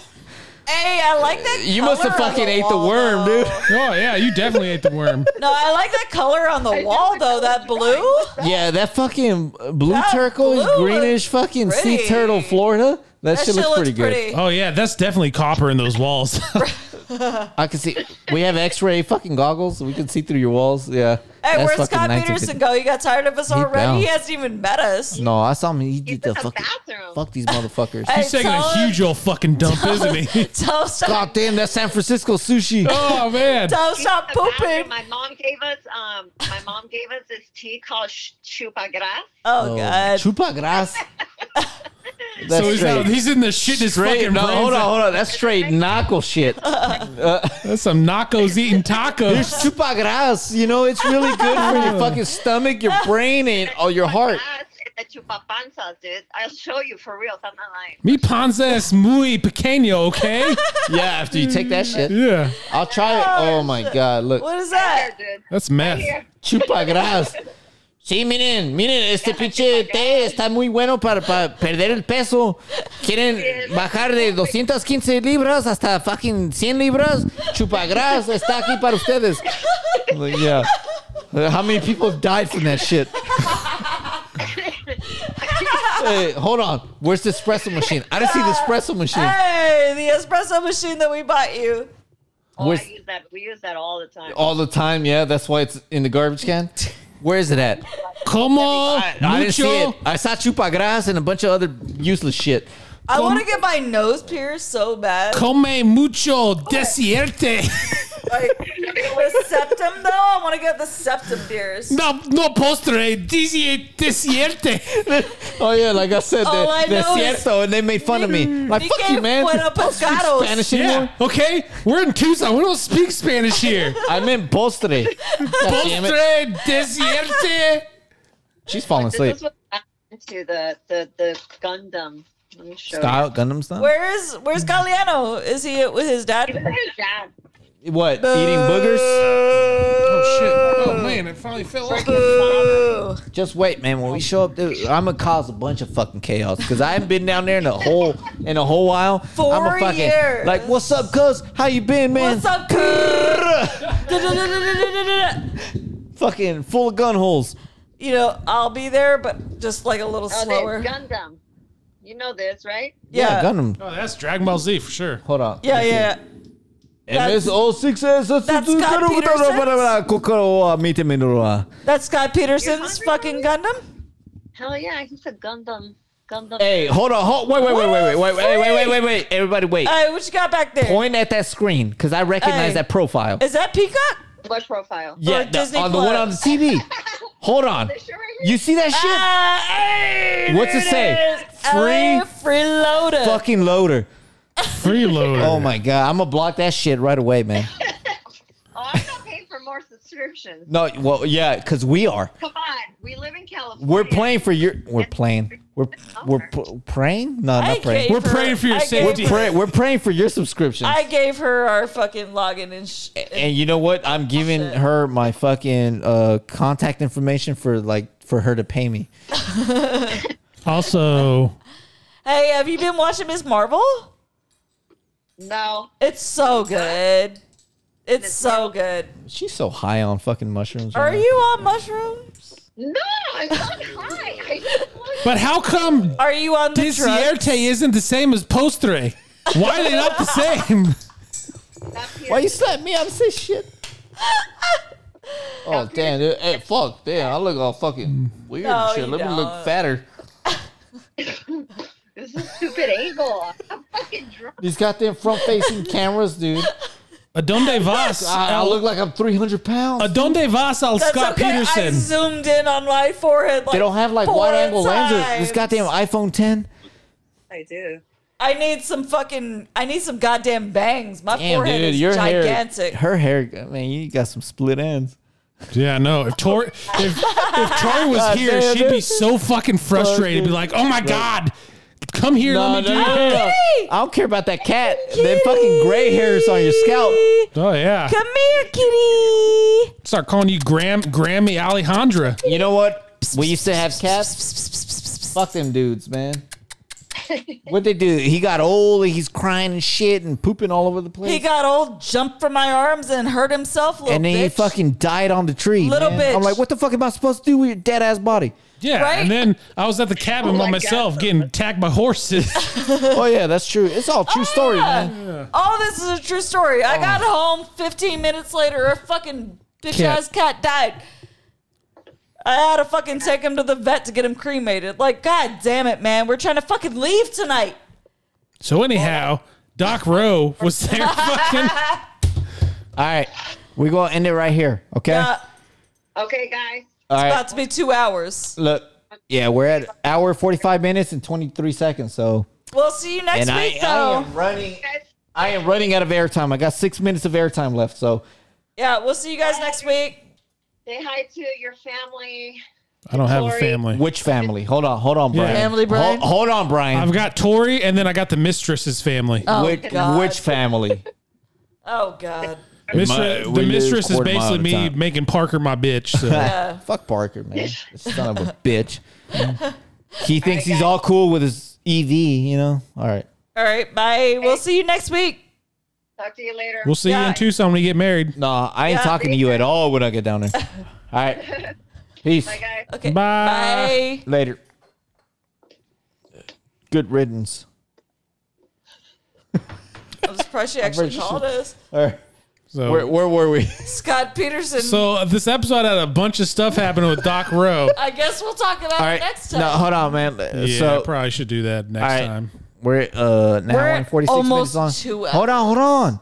C: Hey, I like that.
B: You must have
C: color on
B: fucking
C: the
B: ate the
C: wall,
B: worm,
C: though.
B: dude.
A: Oh yeah, you definitely ate the worm.
C: No, I like that color on the wall though. That blue.
B: Yeah, that fucking blue
C: That
B: turquoise,
C: blue
B: greenish fucking
C: pretty.
B: sea turtle, Florida. That,
C: That
B: shit looks pretty, good.
A: Oh yeah, that's definitely copper in those walls.
B: I can see. We have X-ray fucking goggles. So we can see through your walls. Yeah.
C: Hey,
B: That's
C: where's
B: fucking
C: Scott
B: 1950.
C: Peterson go? He got tired of us
B: He
C: already. He
B: bounced.
C: hasn't even met us.
B: No, I saw him. He
E: He's
B: did
E: in
B: the
E: the
B: fucking
E: bathroom.
B: fuck these motherfuckers.
C: Hey,
A: He's taking
C: tell
A: a
C: him-
A: huge old fucking dump, isn't he?
C: Tell him stop.
B: God damn, that's San Francisco sushi.
A: Oh man.
C: Tell him
E: He's
C: stop
E: in the bathroom.
C: pooping.
E: My mom gave us um. My mom gave us this tea called sh- chupagras.
C: Oh, god.
B: Chupa gras. That's
A: So he's,
B: straight.
A: out, he's in the shit in his
B: straight.
A: fucking
B: No,
A: brains
B: hold on,
A: out.
B: hold on. That's straight knuckle shit.
A: That's some knacos eating
B: There's
A: tacos.
B: chupa gras. You know, it's really good for your fucking stomach, your brain, and oh, your heart.
E: Chupagras and the chupapanzas, dude. I'll show you for real. I'm not lying.
A: Mi panza es muy pequeño, okay?
B: Yeah, after you take that shit,
A: Yeah,
B: I'll try it. Oh my god, look,
C: What is
E: Right
C: that?
E: there, dude.
A: that's meth.
B: chupa gras. Sí, miren, miren, este pinche té está muy bueno para, para perder el peso. Quieren bajar de 215 libras hasta fucking 100 libras. Chupagras está aquí para ustedes. Like, yeah. Uh, How many people have died from that shit? hey, hold on. Where's the espresso machine? I didn't see the espresso machine.
C: Hey, the espresso machine that we bought you.
E: Oh, I
B: Where's
E: use that. We use that all the time.
B: all the time? Yeah, that's why it's in the garbage can. Where is it at?
A: Como
B: I, I didn't see it.
A: mucho.
B: I saw chupagras and a bunch of other useless shit.
C: I
A: Come-
C: want to get my nose pierced so bad.
A: Come mucho desierte.
C: Like, the septum, though, I want to get the septum pierced.
A: No, no postre desi- desierte.
B: Oh yeah, like I said,
C: All I
B: they, they're
C: know is-
B: cierto, and they made fun of me. Like
C: Ni
B: fuck
C: que
B: you, man.
C: fuera
B: Don't speak
C: pescados.
B: Spanish
A: Yeah,
B: anymore.
A: okay? We're in Tucson. We don't speak Spanish here.
B: I meant postre. God damn it.
A: Postre desierte.
B: She's falling
E: This
B: asleep.
E: is what happened to the the the Gundam. Let me show
B: Style Gundam style.
C: Where is where's Galliano? Is he with his
E: you.
C: dad?
E: Look at that.
B: What? Eating boogers?
A: Oh, shit. Oh, man, it finally fell off.
C: Boo.
B: Just wait, man. When we show up, dude, I'm gonna cause a bunch of fucking chaos because I haven't been down there in a whole in a whole while.
C: Four
B: I'm a fucking
C: years.
B: like, what's up, cuz? How you been, man?
C: What's up, cuz?
B: Fucking full of gun holes.
C: You know, I'll be there, but just like a little
E: Oh,
C: slower.
E: there's Gundam. You know this, right?
B: Yeah,
C: Yeah, yeah,
B: Gundam.
A: Oh, that's Dragon Ball Z for sure.
B: Hold on.
C: yeah.
B: Let's see.
C: yeah. That's- That's Scott
B: MS-06-S-S-S-S-S-S-S-S-S-S-S-S-S-S-S-S-S-S-S-S-S-S-S-S-S-S-S-S-S-S-S-S-S-S-S-S-S-S-S-s
C: That's Scott Peterson's
E: You're
C: fucking Gundam.
E: Hell yeah, he's a Gundam. Gundam.
B: Hey, hold on, hold, wait, wait, wait, wait, wait, wait, wait, wait, wait, wait, wait, everybody, wait.
C: Hey, what you got back there? Is
B: Point at that screen because I recognize
C: Uh, Hey.
B: that profile.
C: that Peacock?
E: What profile?
B: Yeah, the,
C: Disney
B: on the one
C: Plus.
B: on the TV. hold on,
E: This shit right here?
B: you see that shit?
C: Ah, hey,
B: What's
C: there
B: it say?
C: is. LA
B: Free
C: freeloader.
B: Fucking loader.
A: Freeloader.
B: Oh my god, I'm gonna block that shit right away, man.
E: Oh, I'm not paying for more subscriptions.
B: No, well, yeah, because we are.
E: Come on, we live in California.
B: We're playing for your. We're playing. We're we're p- praying. No,
C: I
B: not
C: gave
B: praying.
A: We're praying for your
C: I gave
A: safety.
C: her-
B: Pray, we're praying for your subscription.
C: I gave her our fucking login and shit.
B: And you know what? I'm giving her my fucking uh, contact information for like for her to pay me.
A: Also,
C: Hey, have you been watching Miss Marvel?
E: No,
C: It's so good. It's so good.
B: She's so high on fucking mushrooms. right
C: Are
B: now.
C: you on mushrooms?
E: no, I'm not high. I just want-
A: but how come
C: Are you on the drugs?
A: desierte isn't the same as postre? Why are they not the same?
B: Why you slap me? I'm sick shit. oh damn, dude. Hey, fuck, damn. I look all fucking weird
C: Oh, No,
B: and shit.
C: you
B: Let me
C: don't.
B: look fatter.
E: This is a stupid angle. I'm fucking drunk.
B: These goddamn front facing cameras, dude.
A: Adonde Vas.
B: I, I look like I'm 300 pounds.
A: Adonde Vas al Scott
C: I
A: Peterson.
C: zoomed in on my forehead. Like
B: they don't have like
C: four
B: wide angle lenses.
C: times.
B: This goddamn iPhone 10.
E: I do.
C: I need some fucking. I need some goddamn bangs. My
B: Damn,
C: forehead
B: dude,
C: is
B: your
C: gigantic.
B: hair. Her hair, man, you got some split ends.
A: Yeah, no. If Tori, if, if Tori was
B: God
A: here,
B: damn
A: she'd be
B: it.
A: so fucking frustrated. Be like, oh my god, come here, let me do your hair.
B: I don't care about that cat. That fucking gray hairs on your scalp.
A: Oh yeah,
C: Come here, kitty.
A: start calling you Gram Grammy Alejandra.
B: You know what? We used to have cats. Fuck them dudes, man. What'd they do? He got old. and He's crying and shit and pooping all over the place.
C: He got old, jumped from my arms, and hurt himself. Little
B: and then
C: bitch.
B: he fucking died on the tree.
C: Little
B: man. I'm
C: bitch.
B: like, what the fuck am I supposed to do with your dead ass body?
A: Yeah,
C: Right?
A: and then I was at the cabin by
E: my
A: myself
E: God.
A: getting attacked by horses.
B: oh yeah, that's true. It's all true story,
C: Ah.
B: man.
C: All Oh, this is a true story. I got
B: Oh.
C: home 15 minutes later. A fucking bitch
A: Cat.
C: ass cat died. I had to fucking take him to the vet to get him cremated. Like, god damn it, man. We're trying to fucking leave tonight.
A: so anyhow, Doc Rowe was there fucking.
B: All right, we're gonna end it right here. Okay.
C: Uh,
E: Okay, guys.
B: all right.
C: about to be two hours.
B: Look. Yeah, we're at hour forty five minutes and twenty three seconds. So,
C: We'll see you next
B: and I,
C: week,
B: I
C: though.
B: am running.
E: Guys,
B: I am running out of airtime. I got six minutes of airtime left. So,
C: yeah, we'll see you guys next week.
E: say hi to your family.
A: I don't have a
E: Tori.
A: family.
B: Which family? Hold on, hold on, Brian.
C: Family, Brian?
B: Hold, hold on, Brian.
A: I've got Tori, and then I got the mistress's family.
C: Oh,
B: which,
C: God.
B: which family?
C: Oh, God.
A: Mistre-
B: My- we
A: the
B: live
A: mistress is
B: quarter mile
A: basically
B: at a
A: me
B: time.
A: making Parker my bitch. So.
C: Yeah.
B: Fuck Parker, man. Son of a bitch. he thinks he's all cool with his EV, you know? All right.
C: All right, bye. We'll see you next week.
E: Talk to you later.
A: We'll see you
C: Yeah.
A: in Tucson when you get married.
B: No, I ain't
C: Yeah.
B: talking to you at all when I get down there. All right. Peace.
E: Bye, guys.
C: Okay.
A: Bye.
C: Bye.
B: Later. Good riddance.
C: I'm surprised she actually called us.
B: All right.
A: So,
B: Where, where were we?
C: Scott Peterson.
A: so uh, this episode had a bunch of stuff happening with Doc Rowe.
C: I guess we'll talk about
B: All
C: it
B: right.
C: next time.
B: No, hold on, man.
A: Yeah, I
B: so,
A: probably should do that next
B: All right.
A: time.
B: We're at, uh now
C: We're
B: we're
C: at
B: 46 minutes
C: almost
B: long.
C: two
B: Hold on, hold on.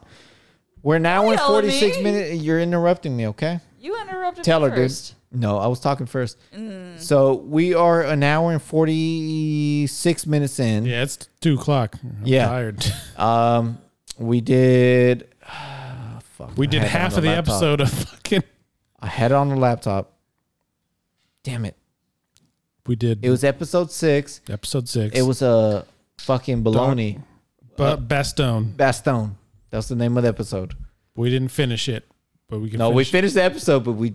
B: We're now in
C: yell at
B: 46
C: me.
B: minutes. You're interrupting me, okay?
C: You interrupted
B: Tell
C: me
B: her,
C: first. Mm.
B: dude. No, I was talking first. So we are an hour and 46 minutes in.
A: Yeah, it's two o'clock. I'm
B: Yeah.
A: tired.
B: Um, we did. fuck,
A: We
B: I
A: did
B: had it on
A: half of the
B: laptop.
A: episode of fucking.
B: I had it on the laptop. Damn it!
A: We did.
B: It was episode six.
A: episode six.
B: It was a fucking baloney
A: but Bastone.
B: Bastone. That's the name of the episode.
A: We didn't finish it, but we can.
B: No,
A: finish
B: we finished the episode, but we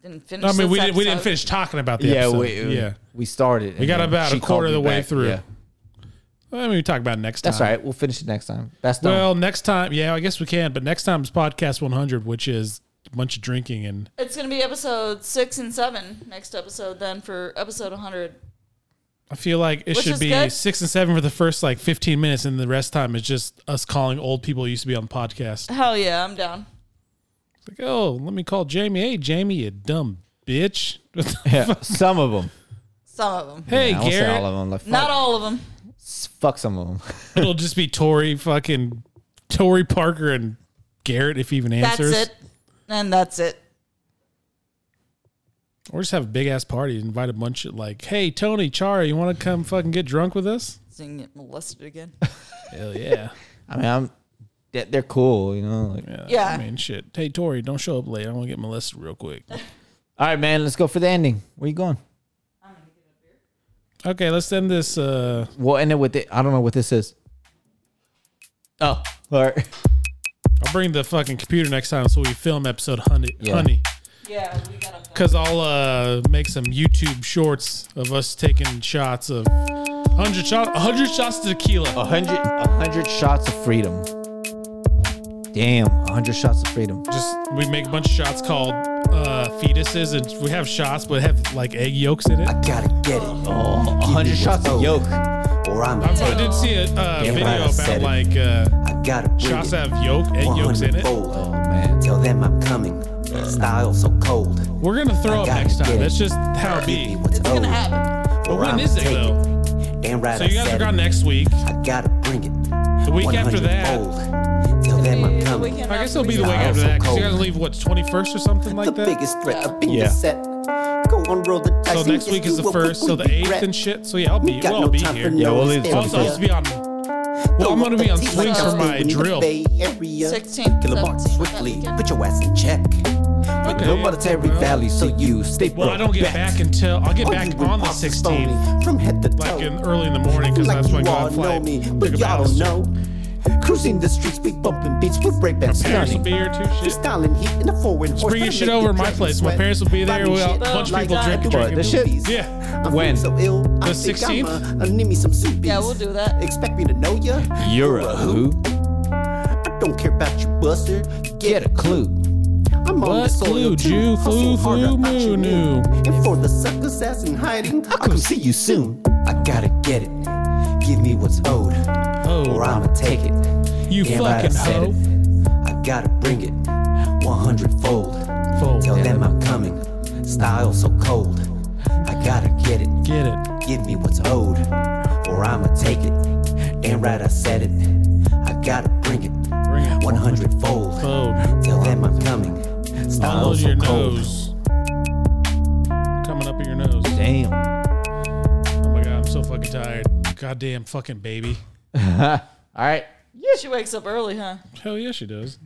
C: Didn't finish.
A: I mean,
C: this
A: we didn't. We didn't
C: episode.
A: finish talking about the
B: yeah,
A: episode.
B: we
A: yeah.
B: we started.
A: We
B: and
A: got
B: then
A: about a
B: she called
A: quarter of
B: me
A: the way
B: back.
A: through.
B: Yeah.
A: I mean, we talk about it next time.
B: That's all right. We'll finish it next time. That's done.
A: Well, next time, yeah, I guess we can. But next time is podcast 100, which is a bunch of drinking and
C: It's gonna be episode six and seven next episode. Then for episode 100.
A: I feel like it
C: Which
A: should
C: is
A: be
C: good.
A: six and seven for the first like 15 minutes, and the rest time is just us calling old people who used to be on the podcast.
C: Hell yeah, I'm down.
A: It's like, oh, let me call Jamie. Hey, Jamie, you dumb bitch.
B: yeah, some of them.
C: Some of them,
A: hey,
B: I won't say all
A: Garrett.
B: of them. Like, fuck,
C: not all of them.
B: fuck some of them.
A: It'll just be Tori, fucking Tori Parker, and Garrett if he even
C: That's
A: answers.
C: it, and that's it.
A: Or just have a big ass party, invite a bunch of like, hey, Tony, Chara, you want to come fucking get drunk with us?
C: Seeing it molested again.
A: Hell yeah.
B: I mean, I'm. They're, they're cool, you know. Like,
C: Yeah.
A: I mean, shit. Hey, Tori, don't show up late. I want to get molested real quick.
B: All right, man. Let's go for the ending. Where you going?
A: Okay, let's end this. Uh,
B: We'll end it with it. I don't know what this is. Oh, all right.
A: I'll bring the fucking computer next time so we film episode honey,
B: Yeah.
A: honey,
C: yeah, we gotta.
A: because I'll uh, make some YouTube shorts of us taking shots of hundred shots, hundred shots of
B: A
A: tequila.
B: hundred, a hundred shots of freedom. Damn, a hundred shots of freedom.
A: Just we make a bunch of shots called uh, fetuses, and we have shots but have like egg yolks in it.
H: Gotta get it.
B: Oh, a hundred shots of yolk.
H: Or I'm
A: I did see a uh,
H: Damn
A: video
H: right, I
A: about
H: said it.
A: like uh,
H: I gotta bring
A: Shots
H: it.
A: have yolk and yolks in it.
H: 100-fold.
B: Oh man.
H: Tell them I'm coming. Style so cold.
A: We're gonna throw
H: I
A: up
H: gotta
A: next
H: get
A: time.
H: it.
A: That's just how it
H: Give me
A: be.
H: what's
C: gonna
H: owed,
C: happen.
A: But
H: or
A: when
H: I'ma
A: is it
H: take
A: though?
H: it. Damn right
A: So you
H: I
A: guys
H: said
A: are gone
H: it.
A: next week.
H: I gotta bring it.
A: The week after that.
H: 100-fold. Tell them I'm
C: The
H: coming.
C: weekend
A: I guess
C: after
A: it'll be the
C: we-
A: week
H: Nah,
A: after
H: so
A: that because you guys
H: cold.
A: leave what twenty first or something like
H: the
A: that.
H: biggest threat up in
B: Yeah.
H: the set. Go on, roll the dice.
A: So
H: and
A: next
H: just
A: week is the
H: do what we
A: first, so the
H: wouldn't
A: eighth
H: regret.
A: and shit. So yeah, I'll be
H: We got
A: we'll all
H: no
A: be
H: time
A: here.
H: for no
B: Yeah, we'll leave the
A: Also,
B: Yeah.
A: I
H: hysteria.
A: used to be on. Well, I'm
H: Throw
A: gonna
H: up
A: be
H: the
A: on
H: teeth
A: swings
H: like
A: for
H: I
A: my
H: do in the
A: drill.
H: Bay Area.
C: 16th,
H: Kill 'em all
C: 17th,
H: swiftly.
C: yeah.
H: Put your ass in check.
A: Okay.
B: No monetary value, so you stay
A: Well, I don't get back until I'll get
H: Oh,
A: back
H: you were
A: on the
H: boss
A: 16th,
H: phony, From head to toe.
A: like in early in the morning, because that's when
H: you
A: God
H: all know
A: flight.
H: me,
A: Take a
H: but y'all
A: bath.
H: don't know. Cruising the streets, we bumping beats, we break that
A: Parents will
H: stunning.
A: be here too.
H: We
A: Shit.
H: styling heat in a foreign horse.
A: bringing
H: Gotta
A: shit
H: make
A: over
H: your
A: my
H: dragon
A: place. My
H: sweat.
A: parents will be there.
H: Bobby
A: We'll-
H: shit
A: a bunch of
H: like
A: people
H: I
A: drinking,
H: do in
B: drinking
H: the
B: shit.
H: movies.
A: Yeah.
H: I'm feeling
B: When?
H: so ill, I
A: The
H: think
A: 16th?
H: I'ma, uh, need me some soupies.
C: Yeah, we'll do that.
H: Expect me to know ya?
B: You're a who?
H: Don't care about your buster.
B: Get a clue.
H: I'm on
A: What
H: the soil
A: clue, Jew,
H: too.
A: flu,
H: Hustle harder,
A: flu,
H: I
A: moo,
H: should
A: noo.
H: know. And for the suckers that's in hiding, I'll come see you soon. I gotta get it. Give me what's owed, or
A: Oh,
H: I'ma take it.
A: you
H: Damn right I
A: fucking
H: said
A: hoe.
H: it. I gotta bring it, 100 fold.
A: Fold.
H: Tell them I'm coming. Style so cold. I gotta get it.
A: Get it.
H: Give me what's owed, or I'ma take it. Damn right I said it. I gotta bring it,
A: Bring it.
H: 100 fold.
A: Fold.
H: Tell them I'm coming.
A: All
H: Style
A: over
H: so
A: your
H: cold.
A: nose. Coming up in your nose.
B: Damn.
A: Oh my god, I'm so fucking tired. Goddamn fucking baby.
B: All right.
C: She wakes up early, huh?
A: Hell yeah, she does.